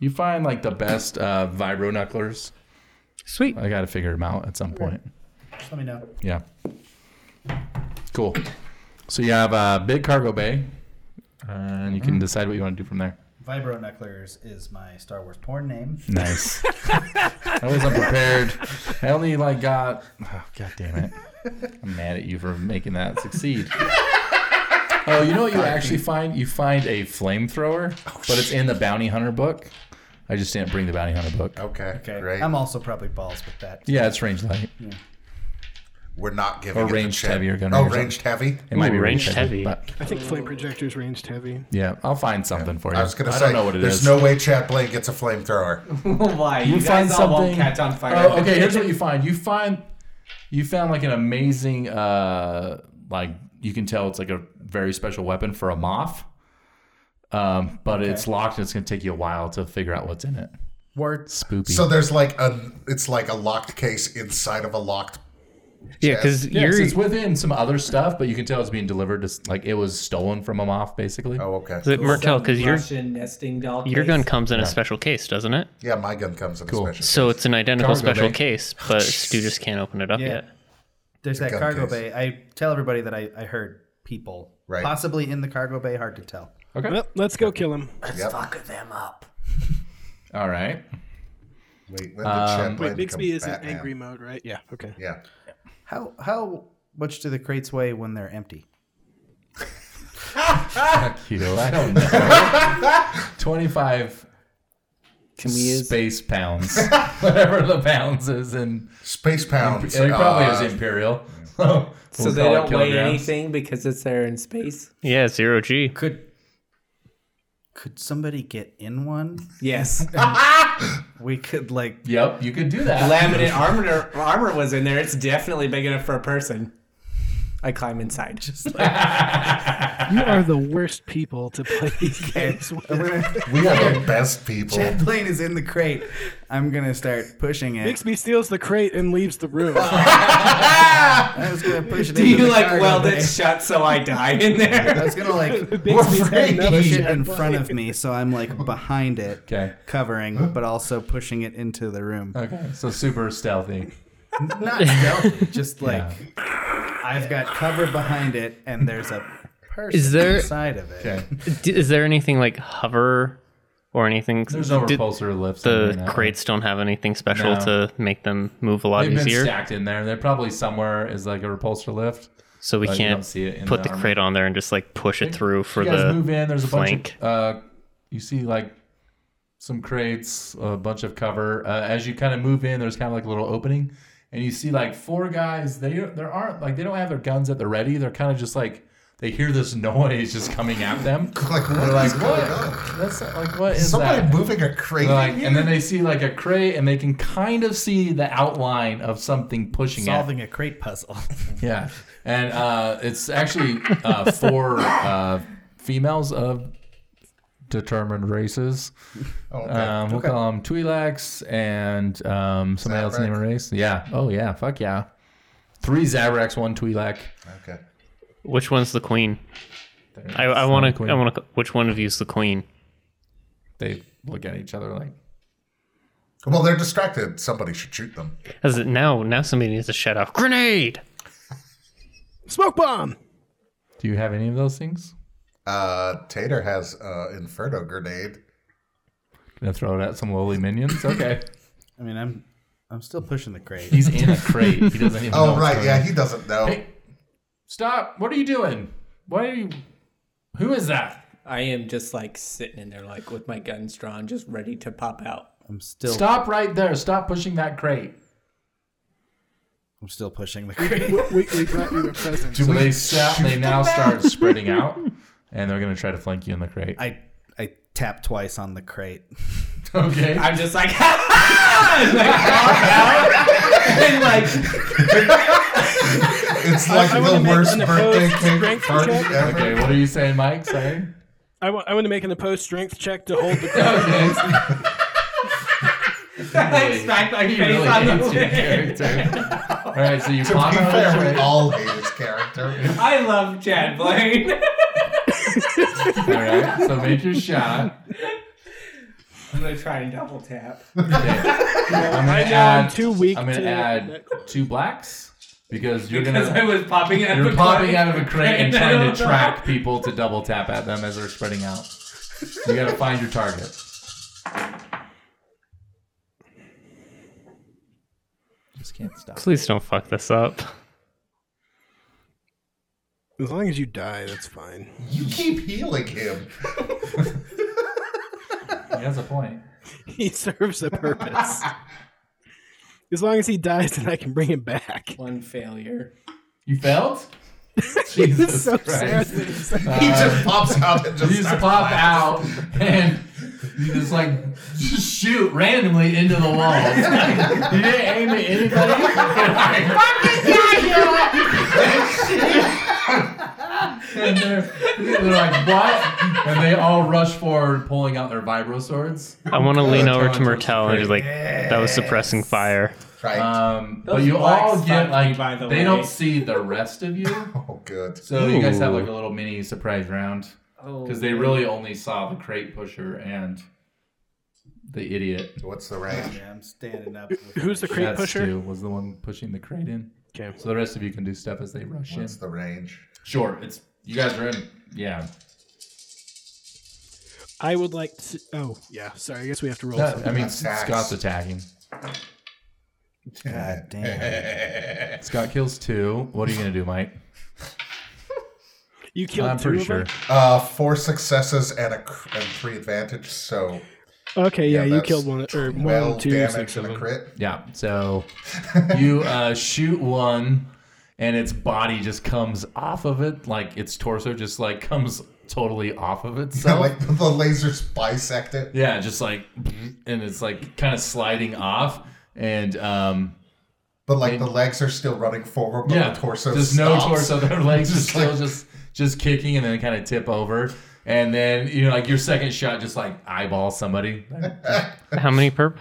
S5: You find like the best uh, vibro knucklers.
S1: Sweet.
S5: I got to figure them out at some point.
S4: Just let me know.
S5: Yeah. Cool. So you have a big cargo bay, uh, and you
S1: Mm-hmm.
S5: can decide what you want to do from there.
S4: Vibro Knucklers is my Star Wars porn name.
S5: [LAUGHS] Nice. I was unprepared. I only like got. Oh, God damn it! I'm mad at you for making that succeed. Oh, you know what you actually find? You find a flamethrower,
S3: Oh,
S5: but it's in the bounty hunter book. I just didn't bring the bounty hunter book.
S3: Okay,
S4: Okay.
S3: great.
S4: I'm also probably balls with that.
S5: Yeah, it's range light.
S3: we're not giving
S5: Or
S3: it the
S5: ranged
S3: chance.
S5: heavy or gunner
S3: Oh,
S5: or something.
S3: ranged heavy.
S5: It might
S1: Ooh,
S5: be
S1: ranged
S5: ranged
S1: heavy.
S5: heavy, but
S7: I think flame projectors ranged heavy.
S5: yeah, I'll find something for you.
S3: I was gonna
S5: I
S3: say,
S5: don't know what it is.
S3: there's no way Chad Blaine gets a flamethrower.
S6: Why? Oh You,
S5: You
S6: guys
S5: find
S6: all won't
S5: something-
S6: catch on fire.
S5: Oh, okay. Here's what you find. You find you found like an amazing uh like you can tell it's like a very special weapon for a moth. Um, but it's locked and it's gonna take you a while to figure out what's in it.
S4: Word.
S5: Spoopy.
S3: So there's like a, it's like a locked case inside of a locked.
S1: Yeah, because
S5: yes,
S1: Yuri,
S5: it's within some other stuff, but you can tell it's being delivered to s- like it was stolen from a moth, basically.
S3: Oh, okay.
S1: is it Mertel? Because your
S6: Russian nesting doll.
S1: your gun
S6: case.
S1: comes in a special case, doesn't it?
S3: Yeah, my gun comes in a special.
S1: So it's an identical
S5: Cargo
S1: special
S5: bay.
S1: case, but Stu just can't open it up
S4: Yeah.
S1: yet.
S4: There's that
S3: gun
S4: cargo
S3: case.
S4: bay. I tell everybody that I, I heard people.
S3: Right.
S4: Possibly in the cargo bay, hard to tell.
S7: Well, let's go kill him.
S3: Yep.
S6: Fuck them up.
S5: All right.
S3: Wait, when did
S5: Um,
S3: Chad Blaine
S7: Wait, Bixby
S3: become
S7: is in
S3: Batman?
S7: angry mode, right? Yeah. Okay.
S3: Yeah.
S4: How how much do the crates weigh when they're empty?
S5: Cute. I [LAUGHS] don't know. Twenty five
S6: Can we use?
S3: [LAUGHS]
S5: space pounds. Whatever the pounds is in
S3: Space pounds.
S5: It probably
S3: uh,
S5: is imperial.
S6: [LAUGHS] so they don't weigh anything because it's there in space.
S1: Yeah, zero G.
S4: Could could somebody get in one?
S6: [LAUGHS] Yes,
S4: We could like [LAUGHS]
S5: Yep, you could do that.
S6: laminate armor armor was in there. It's definitely big enough for a person. I climb inside. [LAUGHS]
S7: You are the worst people to play these games with.
S3: We are
S5: [LAUGHS]
S3: the best people.
S4: Chad Blaine is in the crate. I'm gonna start pushing it.
S7: [LAUGHS] Bixby steals the crate and leaves the room.
S4: I was gonna push it.
S6: Do
S4: into
S6: you
S4: the
S6: like
S4: cargo
S6: weld
S4: bay.
S6: it shut so I die in there?
S4: I was gonna like
S7: Bixby's got another
S4: push it
S7: Chad
S4: in front of me, so I'm like behind it,
S5: Okay. Uh,
S4: covering, but also pushing it into the room.
S5: Okay, so super stealthy.
S4: Not stealth, just like I've got cover behind it, and there's a person
S1: Is there-
S4: inside of it.
S5: Okay.
S1: D- is there anything like hover or anything?
S5: There's no
S1: Did-
S5: repulsor lifts. in
S1: the
S5: there, no.
S1: crates don't have anything special
S5: No.
S1: to make them move a lot
S5: They've been
S1: easier,
S5: stacked in there. They're probably somewhere is like a repulsor lift.
S1: so we
S5: but you don't
S1: can't
S5: see it in
S1: put
S5: the
S1: the
S5: armor.
S1: crate on there and just like push it through for
S5: you guys
S1: the
S5: move in. There's a
S1: flank.
S5: bunch of. Uh, you see like some crates, a bunch of cover. Uh, as you kind of move in, there's kind of like a little opening, and you see like four guys. They there aren't like they don't have their guns at the ready. They're kind of just like they hear this [LAUGHS] noise just coming at them.
S3: [LAUGHS] Like,
S5: They're
S3: what
S5: like,
S3: is going on?
S5: what? That's like what is
S3: Somebody
S5: that?
S3: moving a crate.
S5: They're like, and then they see like a crate, and they can kind of see the outline of something pushing it.
S4: Solving a crate puzzle. [LAUGHS]
S5: Yeah, and uh, it's actually uh, four uh, females of determined races.
S3: Oh, okay.
S5: Um, we'll call them Twi'leks and um, somebody else name a race. Yeah. Oh yeah. Fuck yeah. Three Zabraks, one Twi'lek.
S3: okay.
S1: Which one's the queen? I, I
S5: the
S1: want
S5: queen.
S1: to. I want to. Which one of you's the queen?
S5: They look at each other like,
S3: Well, they're distracted. Somebody should shoot them.
S1: As it now, now somebody needs to shout out grenade.
S7: [LAUGHS] Smoke bomb.
S5: "Do you have any of those things?"
S3: Uh, Tater has uh, Inferno grenade.
S5: Gonna throw it at some lowly
S3: [LAUGHS]
S5: minions. Okay.
S4: I mean, I'm I'm still pushing the crate.
S5: He's in a crate. He doesn't even. know
S3: Oh,
S5: what's
S3: right.
S5: going
S3: Yeah,
S5: on.
S3: he doesn't know.
S5: Hey, stop! What are you doing? Why are you? Who is that?
S6: [LAUGHS] I am just like sitting in there, like with my guns drawn, just ready to pop out.
S4: I'm still
S5: Stop right there! Stop pushing that crate.
S4: I'm still pushing the crate.
S7: We, we- we brought you a present.
S5: So they stop, they now start spreading out, and they're gonna try to flank you in the crate.
S4: I I tap twice on the crate.
S5: Okay.
S6: I'm just like, [LAUGHS] ha ha! And, like, walk out. and like,
S3: It's like
S7: I wanna
S3: the
S7: make
S3: worst
S7: an
S3: birthday
S7: opposed
S3: cake
S7: strength
S3: party
S7: check.
S3: ever.
S5: okay. What are you saying, Mike? Sorry.
S7: I want, I want to make an opposed strength check to hold the crate.
S6: I smack my face on the lid.
S5: All right. So you
S3: To
S5: pop
S3: be
S5: out of the
S3: fair, we
S5: crate.
S3: all hate his character.
S6: [LAUGHS] I love [LAUGHS] Chad Blaine.
S5: All right. So make your shot.
S6: I'm gonna try and double [LAUGHS] tap.
S5: I'm gonna
S7: I know I'm
S5: add
S7: too weak
S5: I'm gonna
S7: to-
S5: add two blacks because you're
S6: Because I
S5: gonna.
S6: was popping out of
S5: You're
S6: a
S5: popping
S6: crate.
S5: out of a crate and trying [LAUGHS]
S6: don't
S5: to track people to double tap at them as they're spreading out. You gotta find your target. Just can't stop.
S1: Please don't fuck this up.
S7: [LAUGHS] As long as you die, that's fine.
S3: You keep healing him.
S5: He has a point.
S7: [LAUGHS]
S5: [LAUGHS]
S7: He serves a purpose. as long as he dies, then I can bring him back.
S6: One failure.
S5: You failed? [LAUGHS] Jesus
S7: [LAUGHS] so
S5: Christ.
S3: he just pops out and just,
S5: You just
S3: starts
S5: [LAUGHS] pop
S3: laughing.
S5: out and you just like just shoot randomly into the wall. [LAUGHS] you didn't aim [LAUGHS] at anybody. and they're, they're like, what? And they all rush forward, pulling out their vibro swords.
S1: I want to lean over to
S5: Toronto's
S1: Mertel and
S5: pretty.
S1: be like, that was suppressing fire.
S3: Right.
S5: Um, but
S6: Those
S5: you
S6: blacks
S5: all get
S6: fucked
S5: like
S6: me, by the
S5: they
S6: way.
S5: don't see the rest of you,
S3: oh, good.
S5: so you guys have like a little mini surprise round
S6: Oh,
S5: because they really only saw the crate pusher and the idiot.
S3: What's the range?
S4: Yeah, I'm standing up. With
S7: Who's the crate
S5: That's
S7: pusher?
S5: Stu was the one pushing the crate in.
S7: Okay.
S5: So the rest of you can do stuff as they rush in.
S3: What's the range?
S5: Sure, it's you guys are in. Yeah,
S7: I would like to. Oh, yeah. Sorry. I guess we have to roll.
S5: That-
S7: something.
S5: I mean
S3: Attacks.
S5: Scott's attacking.
S4: God damn.
S5: Scott kills two. What are you gonna do, Mike?
S7: You killed
S5: I'm
S7: two
S5: pretty
S7: of
S5: sure.
S7: them?
S3: Uh, four successes and a cr- and three advantage. So
S7: Okay, yeah, you
S3: that's
S7: killed one or one,
S3: twelve
S7: two,
S3: damage
S7: six
S3: and
S7: of
S3: a
S7: them.
S3: crit. [LAUGHS]
S5: Yeah. So you uh, shoot one, and its body just comes off of it, like its torso just like comes totally
S3: [LAUGHS]
S5: off of itself.
S3: like the lasers bisect it.
S5: yeah, just like, and it's like kind of sliding off, and um,
S3: But like the legs are still running forward, but
S5: yeah,
S3: the torso
S5: There's
S3: stops.
S5: no
S3: [LAUGHS]
S5: torso. Their legs are
S3: Just
S5: still
S3: like-
S5: just just kicking, and then kind of tip over. And then you know, like your second shot, just like
S3: [LAUGHS]
S5: eyeball somebody,
S1: How many perp?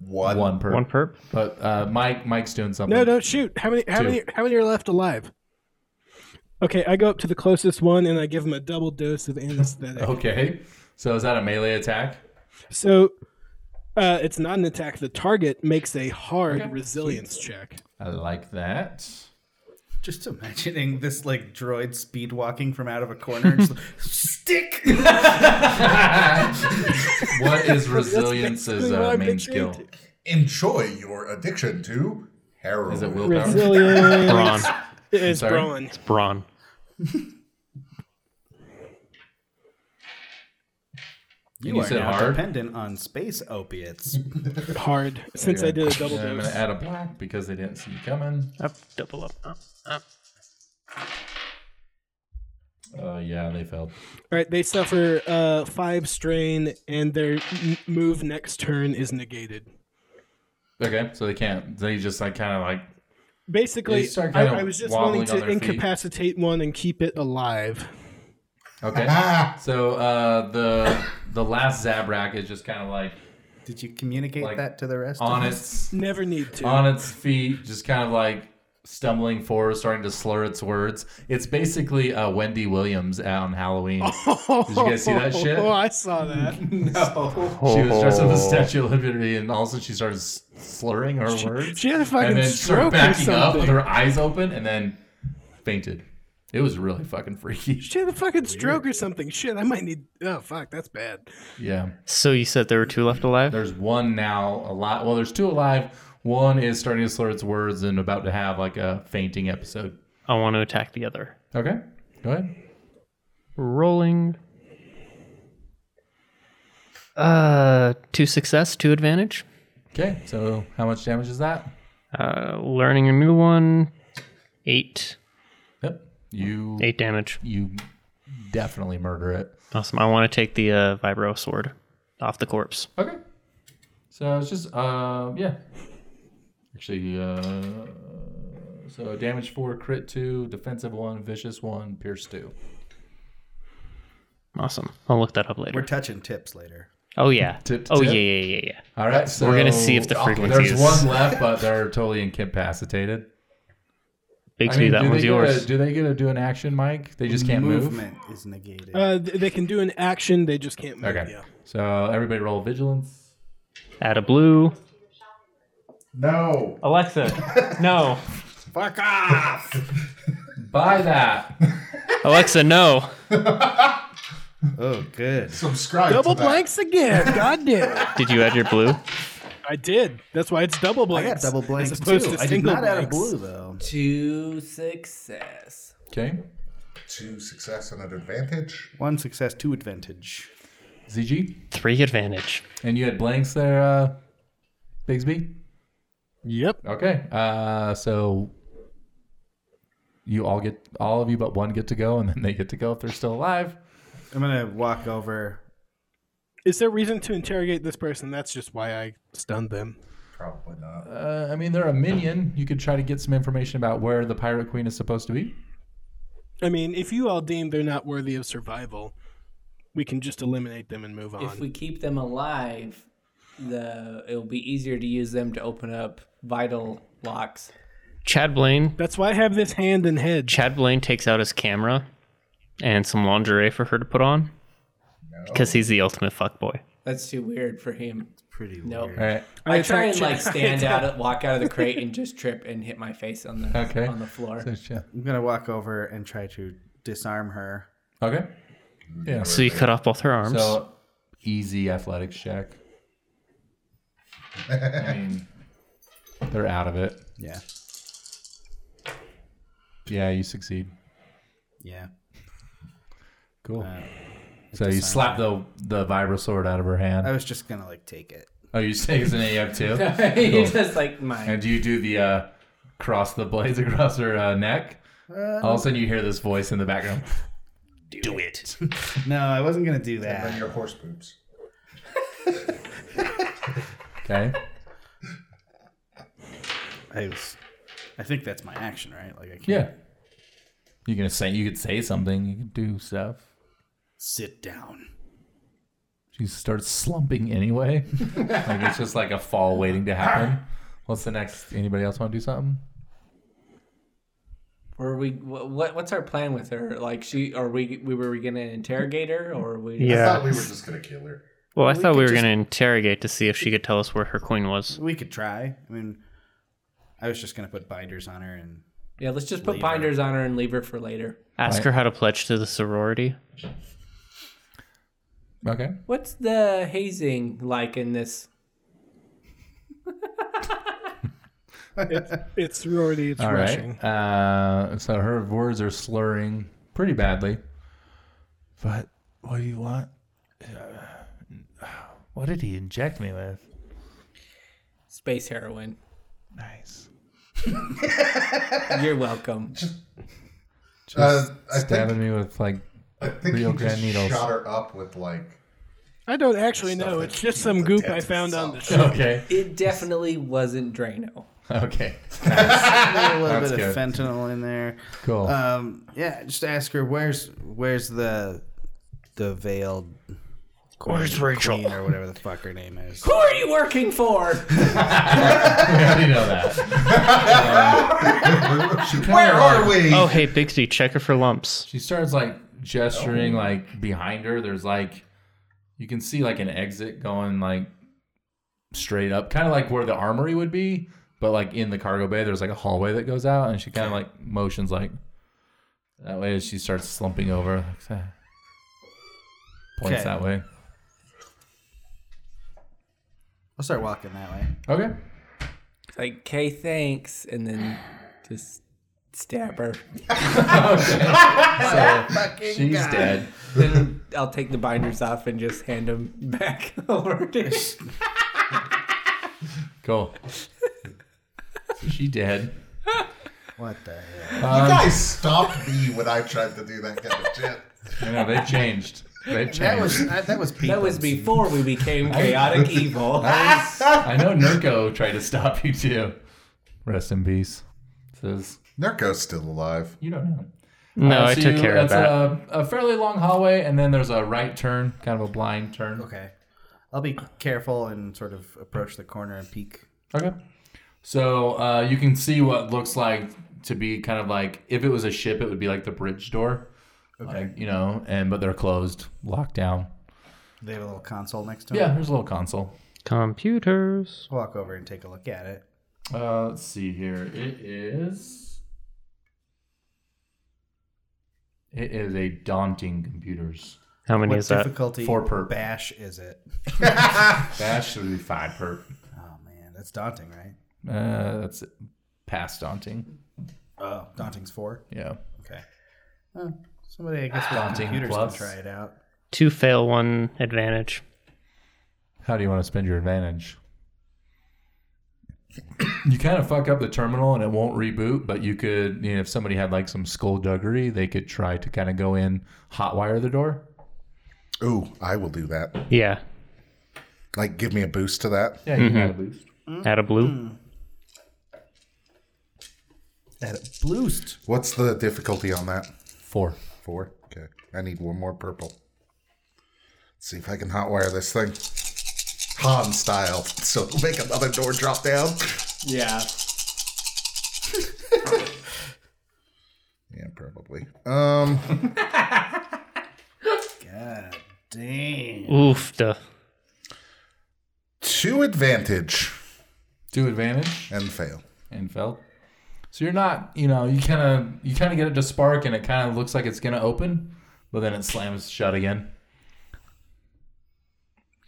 S3: One.
S5: one per.
S1: One perp?
S5: But uh, Mike, Mike's doing something.
S7: No, don't shoot. How many? How
S5: Two.
S7: many? How many are left alive? Okay, I go up to the closest one and I give him a double dose of anesthetic.
S5: [LAUGHS] Okay, so is that a melee attack?
S7: So, uh, it's not an attack. The target makes a hard resilience check.
S5: I like that.
S4: Just imagining this like droid speed walking from out of a corner. And just like, Stick.
S5: What is resilience as
S7: what
S5: a
S7: I'm
S5: main
S7: picturing.
S5: skill?
S3: Enjoy your addiction to heroin.
S5: Is it willpower?
S7: Resilience
S1: Brawn.
S7: is
S5: sorry?
S7: brawn.
S1: Brawn.
S4: You,
S5: You
S4: are
S5: said
S4: now
S5: hard?
S4: dependent on space opiates.
S7: Hard. Since I did a double
S5: I'm gonna
S7: dose,
S5: add a black because they didn't see you coming.
S1: Up, double up, up, up.
S5: Uh, yeah, they failed.
S7: all right, they suffer uh, five strain and their n- move next turn is negated.
S5: Okay, so they can't. They just like kind of like
S7: Basically,
S5: They start
S7: I,
S5: kinda
S7: I was just
S5: wobbling
S7: wanting
S5: on
S7: to
S5: their feet.
S7: incapacitate one and keep it alive.
S5: okay.
S3: Ah,
S5: so uh, the the last Zabrak is just kind of like
S4: Did you communicate
S5: Like,
S4: that to the rest?
S5: on
S4: of us?
S5: its
S7: Never need to.
S5: on its feet, just kind of like stumbling forward, starting to slur its words. It's basically uh, Wendy Williams on Halloween. Did you guys see that shit?
S7: [LAUGHS] Oh, I saw that.
S5: [LAUGHS] She was dressed up as Statue of Liberty, and all of a sudden she started s- slurring her words.
S7: Oh. She had a
S5: and
S7: fucking
S5: then started
S7: stroke or
S5: backing up with
S7: something.
S5: her eyes open, and then fainted. It was really fucking freaky.
S7: She had a fucking stroke or something. Shit, I might need. Oh fuck, that's bad.
S5: Yeah,
S1: So you said there were two left alive?
S5: there's one now alive. Well, there's two alive. One is starting to slur its words and about to have like a fainting episode.
S1: I want to attack the other.
S5: Okay, go ahead.
S1: Rolling. Uh, two success, two advantage.
S5: Okay, so how much damage is that?
S1: Uh, learning a new one. Eight.
S5: Yep, you
S1: Eight damage.
S5: you definitely murder it.
S1: Awesome. I want to take the uh, vibro sword off the corpse.
S5: Okay. So it's just uh yeah. Actually, uh so damage four, crit two, defensive one, vicious one, pierce two.
S1: Awesome. I'll look that up
S4: We're
S1: later.
S4: touching tips later.
S1: Oh yeah.
S5: Tip,
S1: oh
S5: tip.
S1: yeah, yeah, yeah, yeah.
S5: All right, so
S1: We're gonna see if the frequency
S5: oh, There's
S1: is-
S5: one left, but they're
S1: [LAUGHS]
S5: totally incapacitated.
S1: Bigsby, that
S5: do
S1: one's
S5: they get a-
S1: yours.
S5: do they get to do an action, Mike? They just can't move.
S4: Movement is negated.
S7: Uh, th- they can do an action. They just can't move.
S5: Okay.
S7: Yeah.
S5: So everybody roll vigilance.
S1: Add a blue.
S3: no.
S1: Alexa, no.
S3: Fuck off.
S5: Buy that. [LAUGHS]
S1: Alexa, no.
S4: oh, good.
S3: Subscribe.
S7: Double
S3: to that.
S7: blanks again. God damn.
S5: [LAUGHS]
S7: it.
S1: Did you add your blue?
S7: I did. That's why it's double
S4: I
S7: blanks.
S4: got double blanks
S7: As opposed
S4: too.
S7: to
S4: I did
S7: single
S4: not add a
S7: blanks.
S4: blue though.
S6: two success.
S5: Okay.
S3: Two success and an advantage.
S4: One success, two advantage.
S5: ZG.
S1: Three advantage.
S5: And you had blanks there, uh Bigsby?
S7: Yep.
S5: Okay. Uh, so you all get all of you but one get to go, and then they get to go if they're still alive.
S4: I'm gonna walk over.
S7: Is there reason to interrogate this person? That's just why I stunned them.
S3: Probably not.
S5: Uh, I mean, they're a minion. You could try to get some information about where the pirate queen is supposed to be.
S7: I mean, if you all deem they're not worthy of survival, we can just eliminate them and move on.
S6: If we keep them alive, the it'll be easier to use them to open up vital locks.
S1: Chad Blaine.
S7: That's why I have this hand in head.
S1: Chad Blaine takes out his camera and some lingerie for her to put on because he's the ultimate fuckboy.
S6: That's too weird for him.
S4: Pretty
S6: Nope.
S5: All right.
S6: I
S7: it's
S6: try
S7: not
S6: and like
S7: Chad.
S6: stand out, walk out of the crate, and just trip and hit my face on the
S5: Okay.
S6: on the floor. [LAUGHS]
S5: So, yeah.
S4: I'm gonna walk over and try to disarm her.
S5: Okay. Yeah.
S1: So you cut off both her arms.
S5: So easy athletics check. I mean, they're out of it.
S4: Yeah.
S5: Yeah, you succeed.
S4: Yeah.
S5: Cool.
S4: Uh,
S5: so you slap the the vibra sword out of her hand.
S4: I was just gonna like take it.
S5: oh, you say it's an AF too.
S6: You're
S5: Cool.
S6: just like mine.
S5: And do you do the uh, cross the blades [LAUGHS] across her uh, neck? All of a sudden, you hear this voice in the background. Do it.
S4: [LAUGHS] No, I wasn't gonna do
S3: And
S4: that.
S3: your horse poops.
S5: Okay.
S4: I was. I think that's my action, right? Like I can't
S5: Yeah. You can say you could say something. You can do stuff.
S4: sit down.
S5: She starts slumping anyway. like it's just like a fall waiting to happen. What's the next? Anybody else want to do something?
S6: Were we? wh- What? What's our plan with her? Like she? Are we? We were we gonna interrogate her, or are we?
S3: I
S1: Yeah.
S3: thought we were just gonna kill her.
S1: well, I
S4: we
S1: thought
S4: could
S1: we were
S4: just-
S1: going to interrogate to see if she could tell us where her coin was.
S4: We could try. I mean, I was just gonna put binders on her and
S6: Yeah. Let's just put binders on her and leave her for later.
S1: Ask her how to pledge to the sorority.
S5: Okay.
S6: What's the hazing like in this?
S7: It's sorority. It's
S5: All right.
S7: rushing.
S5: Uh, so her words are slurring pretty badly. But what do you want? What did he inject me with?
S6: Space heroin.
S5: Nice.
S6: You're welcome.
S3: Uh, I
S5: Stabbing
S3: think,
S5: me with like
S3: I think
S5: Rio
S3: you just
S5: Grande needles.
S3: shot her up with like.
S7: I don't actually know.
S3: that
S7: It's just
S3: keeps
S7: some
S3: the
S7: goop I
S3: dentist
S7: found on
S3: out. [LAUGHS]
S7: the shelf.
S5: okay.
S6: [LAUGHS] It definitely wasn't Drano.
S5: [LAUGHS] Okay.
S4: a little
S5: That's
S4: bit of
S5: good.
S4: fentanyl in there.
S5: Cool. [LAUGHS]
S4: Um, yeah, just ask her where's where's the the veiled queen,
S1: Where's Rachel?
S4: queen or whatever the fuck her name is.
S6: Who are you working for?
S5: we already know that. Um, she kinda
S3: Where
S5: like-
S3: are we?
S1: Oh, hey, Bixby, check her for lumps.
S5: She starts like gesturing like behind her. There's like you can see like an exit going like straight up, kind of like where the armory would be, but like in the cargo bay. There's like a hallway that goes out, and she kind of like motions like that way. As she starts slumping over, like so. points
S4: Okay.
S5: that way.
S4: I'll start walking that way.
S5: Okay. [LAUGHS]
S6: like, okay, thanks, and then just stab her.
S5: She's dead.
S6: then [LAUGHS] I'll take the binders off and just hand them back [LAUGHS] over to
S5: [LAUGHS] Cool. so she dead.
S4: What the hell?
S3: you guys stopped me when I tried to do that kind of shit.
S5: You know they've changed. They've changed.
S4: That was I, that was
S6: That was before we [LAUGHS] became chaotic [LAUGHS] evil.
S5: I know Nurko tried to stop you too. Rest in peace. Says
S3: Nurko's still alive.
S5: you don't know.
S1: No,
S5: Uh,
S1: I
S5: so
S1: took
S5: you-
S1: care of
S5: it's
S1: that.
S5: A, a fairly long hallway, and then there's a right turn, kind of a blind turn.
S4: Okay, I'll be careful and sort of approach the corner and peek.
S5: Okay. So uh, you can see what looks like to be kind of like if it was a ship, it would be like the bridge door. Like, you know, and but they're closed, locked down.
S4: They have a little console next to it.
S5: Yeah, there's a little console.
S1: Computers.
S4: Walk over and take a look at it.
S5: Uh, let's see here. It is. It is a daunting computers.
S1: How many
S4: What
S1: is that?
S4: difficulty
S5: Four per.
S4: bash is it?
S5: That should be five per.
S4: Oh man, that's daunting, right?
S5: Uh, that's past daunting.
S4: Oh, daunting's four.
S5: Yeah.
S4: Okay. Oh, somebody, I guess, with
S5: Daunting
S4: computers
S5: plus.
S4: can try it out.
S1: Two fail, one advantage.
S5: How do you want to spend your advantage? you kind of fuck up the terminal and it won't reboot, but you could, you know, if somebody had like some skullduggery, they could try to kind of go in, hotwire the door.
S3: Ooh, I will do that.
S1: Yeah.
S3: Like, give me a boost to that.
S5: Yeah, you got a boost.
S4: Hmm?
S1: Out of blue.
S4: At a boost.
S3: What's the difficulty on that?
S5: Four.
S3: Four. Okay. I need one more purple. Let's see if I can hotwire this thing. Han style. [LAUGHS] So it'll make another door drop down.
S6: Yeah.
S3: Yeah, probably. Um,
S4: God damn.
S1: Oof. Duh.
S3: two advantage
S5: Two advantage
S3: and fail.
S5: and felt. So you're not, you know, you kind of you kind of get it to spark and it kind of looks like it's gonna open, but then it slams shut again.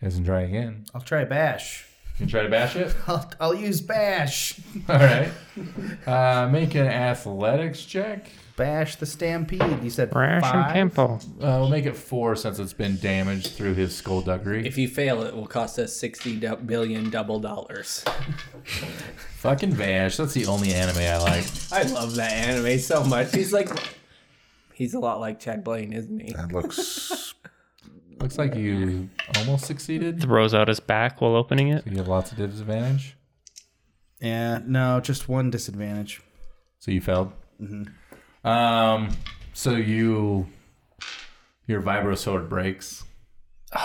S5: Doesn't try again.
S4: I'll try bash. [LAUGHS]
S5: You try to bash [LAUGHS] it.
S4: I'll, I'll use bash.
S5: All right. Uh, make an athletics check.
S4: Bash the stampede. You said
S1: Crash and
S4: five.
S1: tempo.
S5: Uh, we'll make it four since it's been damaged through his skullduggery.
S6: If you fail, it will cost us sixty du- billion double dollars.
S5: Fucking bash. That's the only anime I like.
S6: I love that anime so much. He's like, he's a lot like Chad Blaine, isn't he?
S3: That
S5: [LAUGHS]
S3: looks.
S5: Looks like you almost succeeded.
S1: Throws out his back while opening it.
S5: You have lots of disadvantage.
S4: Yeah, no, just one disadvantage.
S5: So you failed. Um, so you, your vibro sword breaks.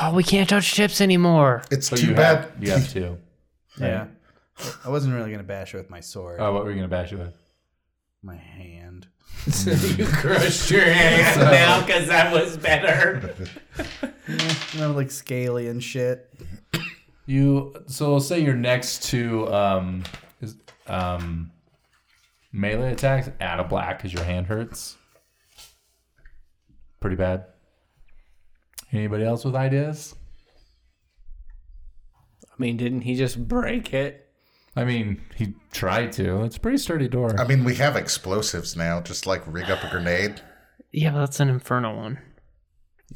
S1: Oh, we can't touch chips anymore.
S3: It's
S5: So
S3: too
S5: you
S3: bad.
S5: Have, you have two.
S4: Yeah. I wasn't really gonna bash it with my sword.
S5: Oh, what were you gonna bash it with?
S4: My hand.
S6: you crushed your hand now because that was better.
S4: You know, like scaly and shit.
S5: You. So say you're next to um, is, um, melee attacks. Add a black because your hand hurts. Pretty bad. Anybody else with ideas?
S6: I mean, didn't he just break it?
S5: I mean, he tried to. It's a pretty sturdy door.
S3: I mean, we have explosives now. Just like rig up a grenade.
S1: Yeah, but that's an inferno one.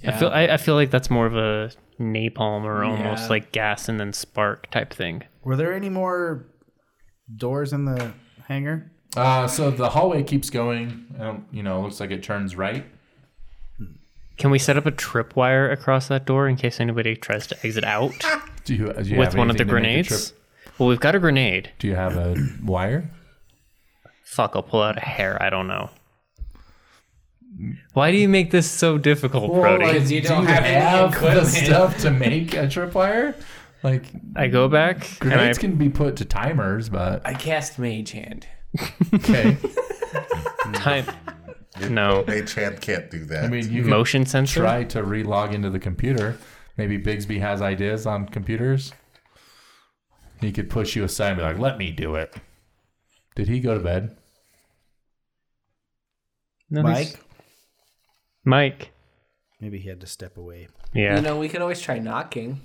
S1: I feel. I, I feel like that's more of a napalm or almost
S6: Yeah.
S1: like gas and then spark type thing.
S4: Were there any more doors in the hangar?
S5: Uh, so the hallway keeps going. Um, you know, looks like it turns right.
S1: Can we set up a tripwire across that door in case anybody tries to exit out
S5: [LAUGHS] Do you, do you
S1: with
S5: have
S1: one of the
S5: anything to make the
S1: grenades?
S5: trip-
S1: well, we've got a grenade.
S5: Do you have a wire?
S1: Fuck, I'll pull out a hair. I don't know. Why do you make this so difficult, Brody?
S6: like- you don't have any
S5: the
S6: equipment.
S5: stuff to make a tripwire? Like
S1: I go back and I,
S5: grenades can be put to timers, but
S6: I cast Mage Hand.
S5: okay.
S1: time.
S5: [LAUGHS]
S1: No
S3: Mage hand can't do that.
S5: I mean, you can
S1: motion sensor.
S5: try to re-log into the computer. Maybe Bigsby has ideas on computers. He could push you aside and be like, "Let me do it." Did he go to bed?
S1: No, he's-
S4: Mike?
S1: Mike.
S4: Maybe he had to step away.
S1: Yeah.
S6: You know, we could always try knocking.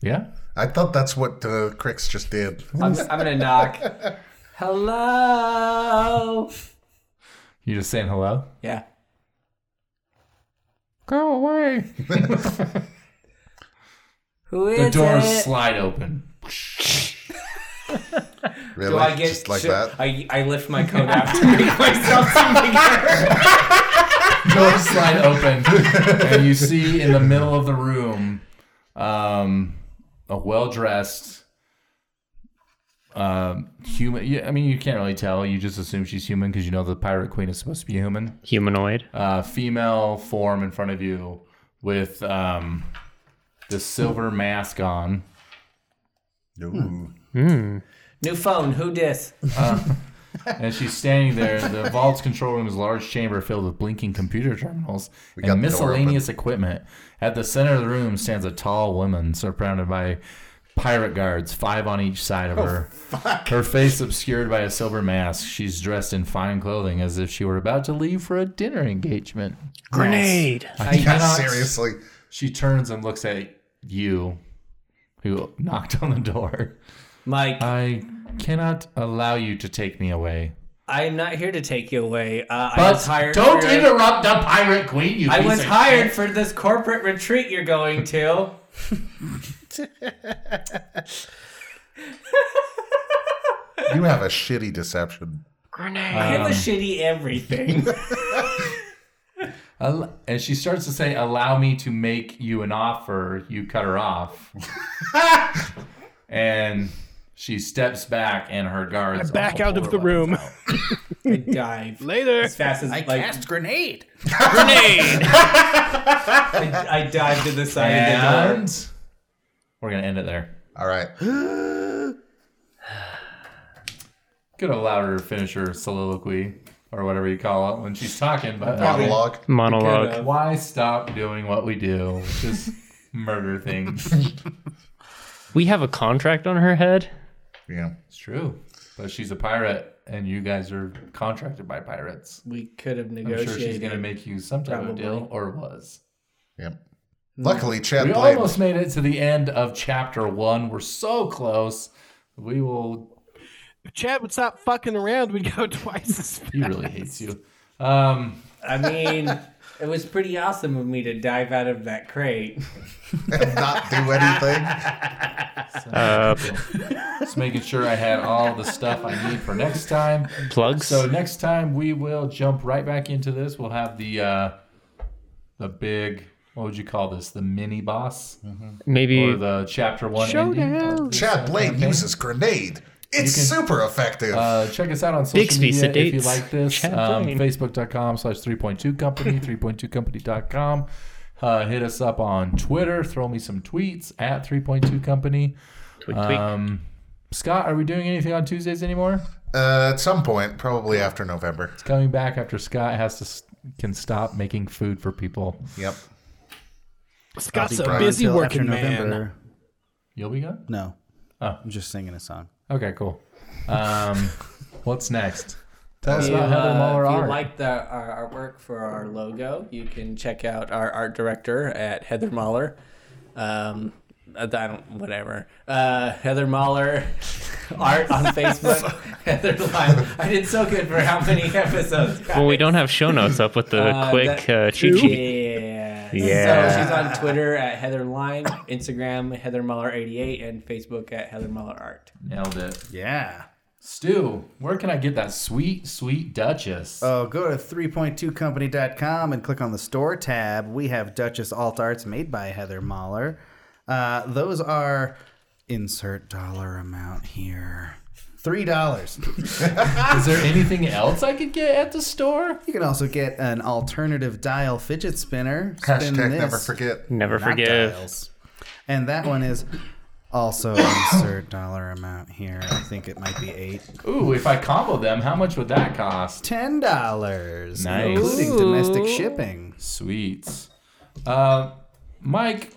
S5: Yeah.
S3: I thought that's what uh, Crix just did.
S6: I'm, I'm gonna knock. Hello.
S5: You just saying hello?
S6: Yeah.
S5: Go away.
S6: Who is
S5: The doors
S6: it?
S5: slide open.
S3: Really?
S6: Do I get
S3: just like
S6: should-
S3: that?
S6: I, I lift my coat out to make [LAUGHS] myself some bigger.
S5: Doors slide open, and you see in the middle of the room um, a well-dressed um, human. Yeah, I mean, you can't really tell. You just assume she's human because you know the pirate queen is supposed to be human.
S1: Humanoid.
S5: Uh, female form in front of you with um, the silver mask on.
S3: Ooh.
S6: New phone. Who dis?
S5: And she's standing there.
S3: [LAUGHS]
S5: The vault's control room is a large chamber filled with blinking computer terminals
S3: got
S5: and
S3: the door
S5: miscellaneous equipment. At the center of the room stands a tall woman surrounded by pirate guards, five on each side
S3: Oh,
S5: of her. Her face obscured by a silver mask. She's dressed in fine clothing as if she were about to leave for a dinner engagement.
S1: Grenade.
S5: I
S3: Yeah,
S5: cannot-
S3: seriously.
S5: She turns and looks at you, who knocked on the door.
S6: Mike,
S5: I cannot allow you to take me away.
S6: I'm not here to take you away. Uh, I
S5: But
S6: was hired.
S5: don't
S6: for-
S5: interrupt the pirate queen. You
S6: I
S5: piece
S6: was
S5: of
S6: hired
S5: shit.
S6: for this corporate retreat you're going to.
S3: You have a shitty deception.
S6: I have a shitty everything.
S5: Al- and she starts to say, "Allow me to make you an offer." You cut her [LAUGHS] off, and she steps back, and her guards
S7: I back
S5: all
S7: out
S5: pull
S7: of
S5: their
S7: the
S5: weapons
S7: room.
S5: out.
S6: I dive
S7: Later.
S6: as fast as like
S4: grenade.
S1: Grenade!
S6: I, I dive to the side of the
S5: [LAUGHS]
S6: door.
S5: And we're gonna end it there.
S3: All right.
S5: Could have allowed her to finish her soliloquy or whatever you call it when she's talking, but
S3: Monologue.
S1: Monologue.
S6: Could've.
S5: why stop doing what we do, which is murder [LAUGHS] things?
S1: We have a contract on her head.
S3: Yeah.
S5: It's true, but she's a pirate, and you guys are contracted by pirates.
S6: We could have
S5: I'm
S6: negotiated.
S5: sure she's gonna make you some type of
S6: Probably.
S5: deal, or was.
S3: Yep. Luckily, Chad
S5: We
S3: Blade.
S5: almost made it to the end of chapter one. We're so close. We will.
S7: If Chad would stop fucking around, we'd go [LAUGHS] twice as fast.
S5: He really hates you. Um,
S6: I mean, it was pretty awesome of me to dive out of that crate.
S3: not do anything.
S5: just making sure I had all the stuff I need for next time.
S1: Plugs.
S5: So next time we will jump right back into this. We'll have the uh, the big. What would you call this? The mini boss
S1: Maybe
S5: or the chapter one ending?
S3: Chad Blade uses grenade. It's super effective.
S5: Uh, check us out on social
S1: Bixby
S5: media if you
S1: sedates.
S5: like this.
S1: Chad
S5: Um,
S1: Blaine.
S5: Facebook.com slash
S1: [LAUGHS]
S5: 3.2 company, 3.2company.com. Uh, hit us up on Twitter. Throw me some tweets at 3.2 company.
S1: tweak, tweak.
S5: Um, Scott, are we doing anything on Tuesdays anymore?
S3: Uh, at some point, probably after November.
S5: It's coming back after Scott has to s- can stop making food for people.
S3: Yep.
S7: Scott's a
S3: gone
S7: busy
S4: Until
S7: working
S4: after
S7: man.
S4: November.
S5: You'll be gone.
S4: No.
S5: Oh.
S4: I'm just singing a song.
S5: Okay, cool.
S1: [LAUGHS]
S5: Um, what's next? Tell us
S6: If you,
S5: about Heather
S6: uh,
S5: Muller
S6: if you
S5: art.
S6: like the, our artwork for our logo, you can check out our art director at Heather Mahler. Um, I don't, whatever. Uh, Heather Mahler art
S5: [LAUGHS]
S6: on Facebook. Heather Live. I did so good for how many episodes?
S1: well, we don't have show notes up with the
S6: Uh,
S1: quick
S6: that-
S1: uh, cheat sheet.
S6: Yeah.
S1: Yeah.
S6: So she's on Twitter at Heather Line, Instagram Heather Muller 88, and Facebook at Heather Muller Art.
S5: Nailed it.
S4: Yeah.
S5: Stu, where can I get that sweet, sweet Duchess?
S4: Oh, go to 3.2company.com and click on the store tab. We have Duchess Alt Arts made by Heather Mahler. Uh, those are insert dollar amount here. Three dollars.
S5: Is there anything else I could get at the store?
S4: You can also get an alternative dial fidget spinner. Spin
S3: Hashtag
S4: this.
S3: never forget.
S1: Never
S4: Not
S1: forgive.
S4: dials. And that one is also insert dollar amount here. I think it might be eight.
S5: Ooh, if I combo them, how much would that cost?
S4: Ten dollars.
S5: Nice.
S4: Including domestic shipping.
S5: Sweets. Uh, Mike,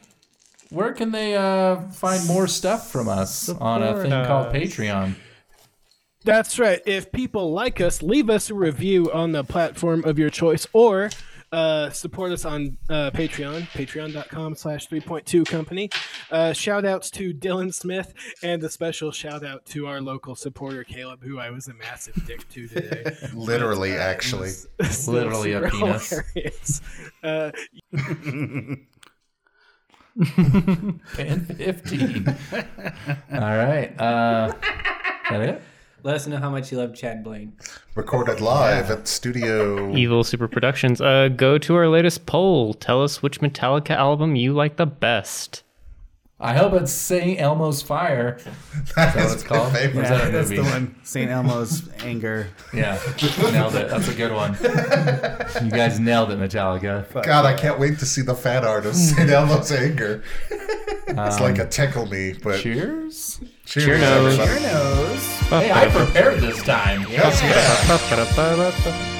S5: where can they uh, find more stuff from us on a thing called Patreon?
S7: That's right. If people like us, leave us a review on the platform of your choice or uh, support us on uh, Patreon, patreon.com slash 3.2 company. Uh, shout outs to Dylan Smith and a special shout out to our local supporter, Caleb, who I was a massive dick to today.
S3: Literally, actually.
S7: Still
S5: Literally a
S7: super
S5: penis.
S7: hilarious. Uh,
S5: Fan 15. All right. Uh, that it?
S6: Let us know how much you love Chad Blaine.
S3: Recorded live at
S5: [LAUGHS]
S3: Studio.
S1: Evil Super Productions. Uh, go to our latest poll. Tell us which Metallica album you like the best.
S5: I hope it's St. Elmo's Fire.
S3: That
S5: what
S3: is
S5: it's
S3: my
S5: called?
S3: favorite.
S5: Is that a
S4: that's
S5: movie?
S4: the one. St. Elmo's anger.
S5: Yeah, nailed it. That's a good one. You guys nailed it, Metallica.
S3: God, I can't wait to see the fan art of [LAUGHS] St. Elmo's
S5: [LAUGHS]
S3: anger. it's
S5: Um,
S3: like a tickle me, but cheers,
S5: Cheers.
S3: everybody.
S4: Who knows?
S5: Hey, I prepared this time.
S3: Yes, yeah.
S1: Ba-ba-ba-ba-ba.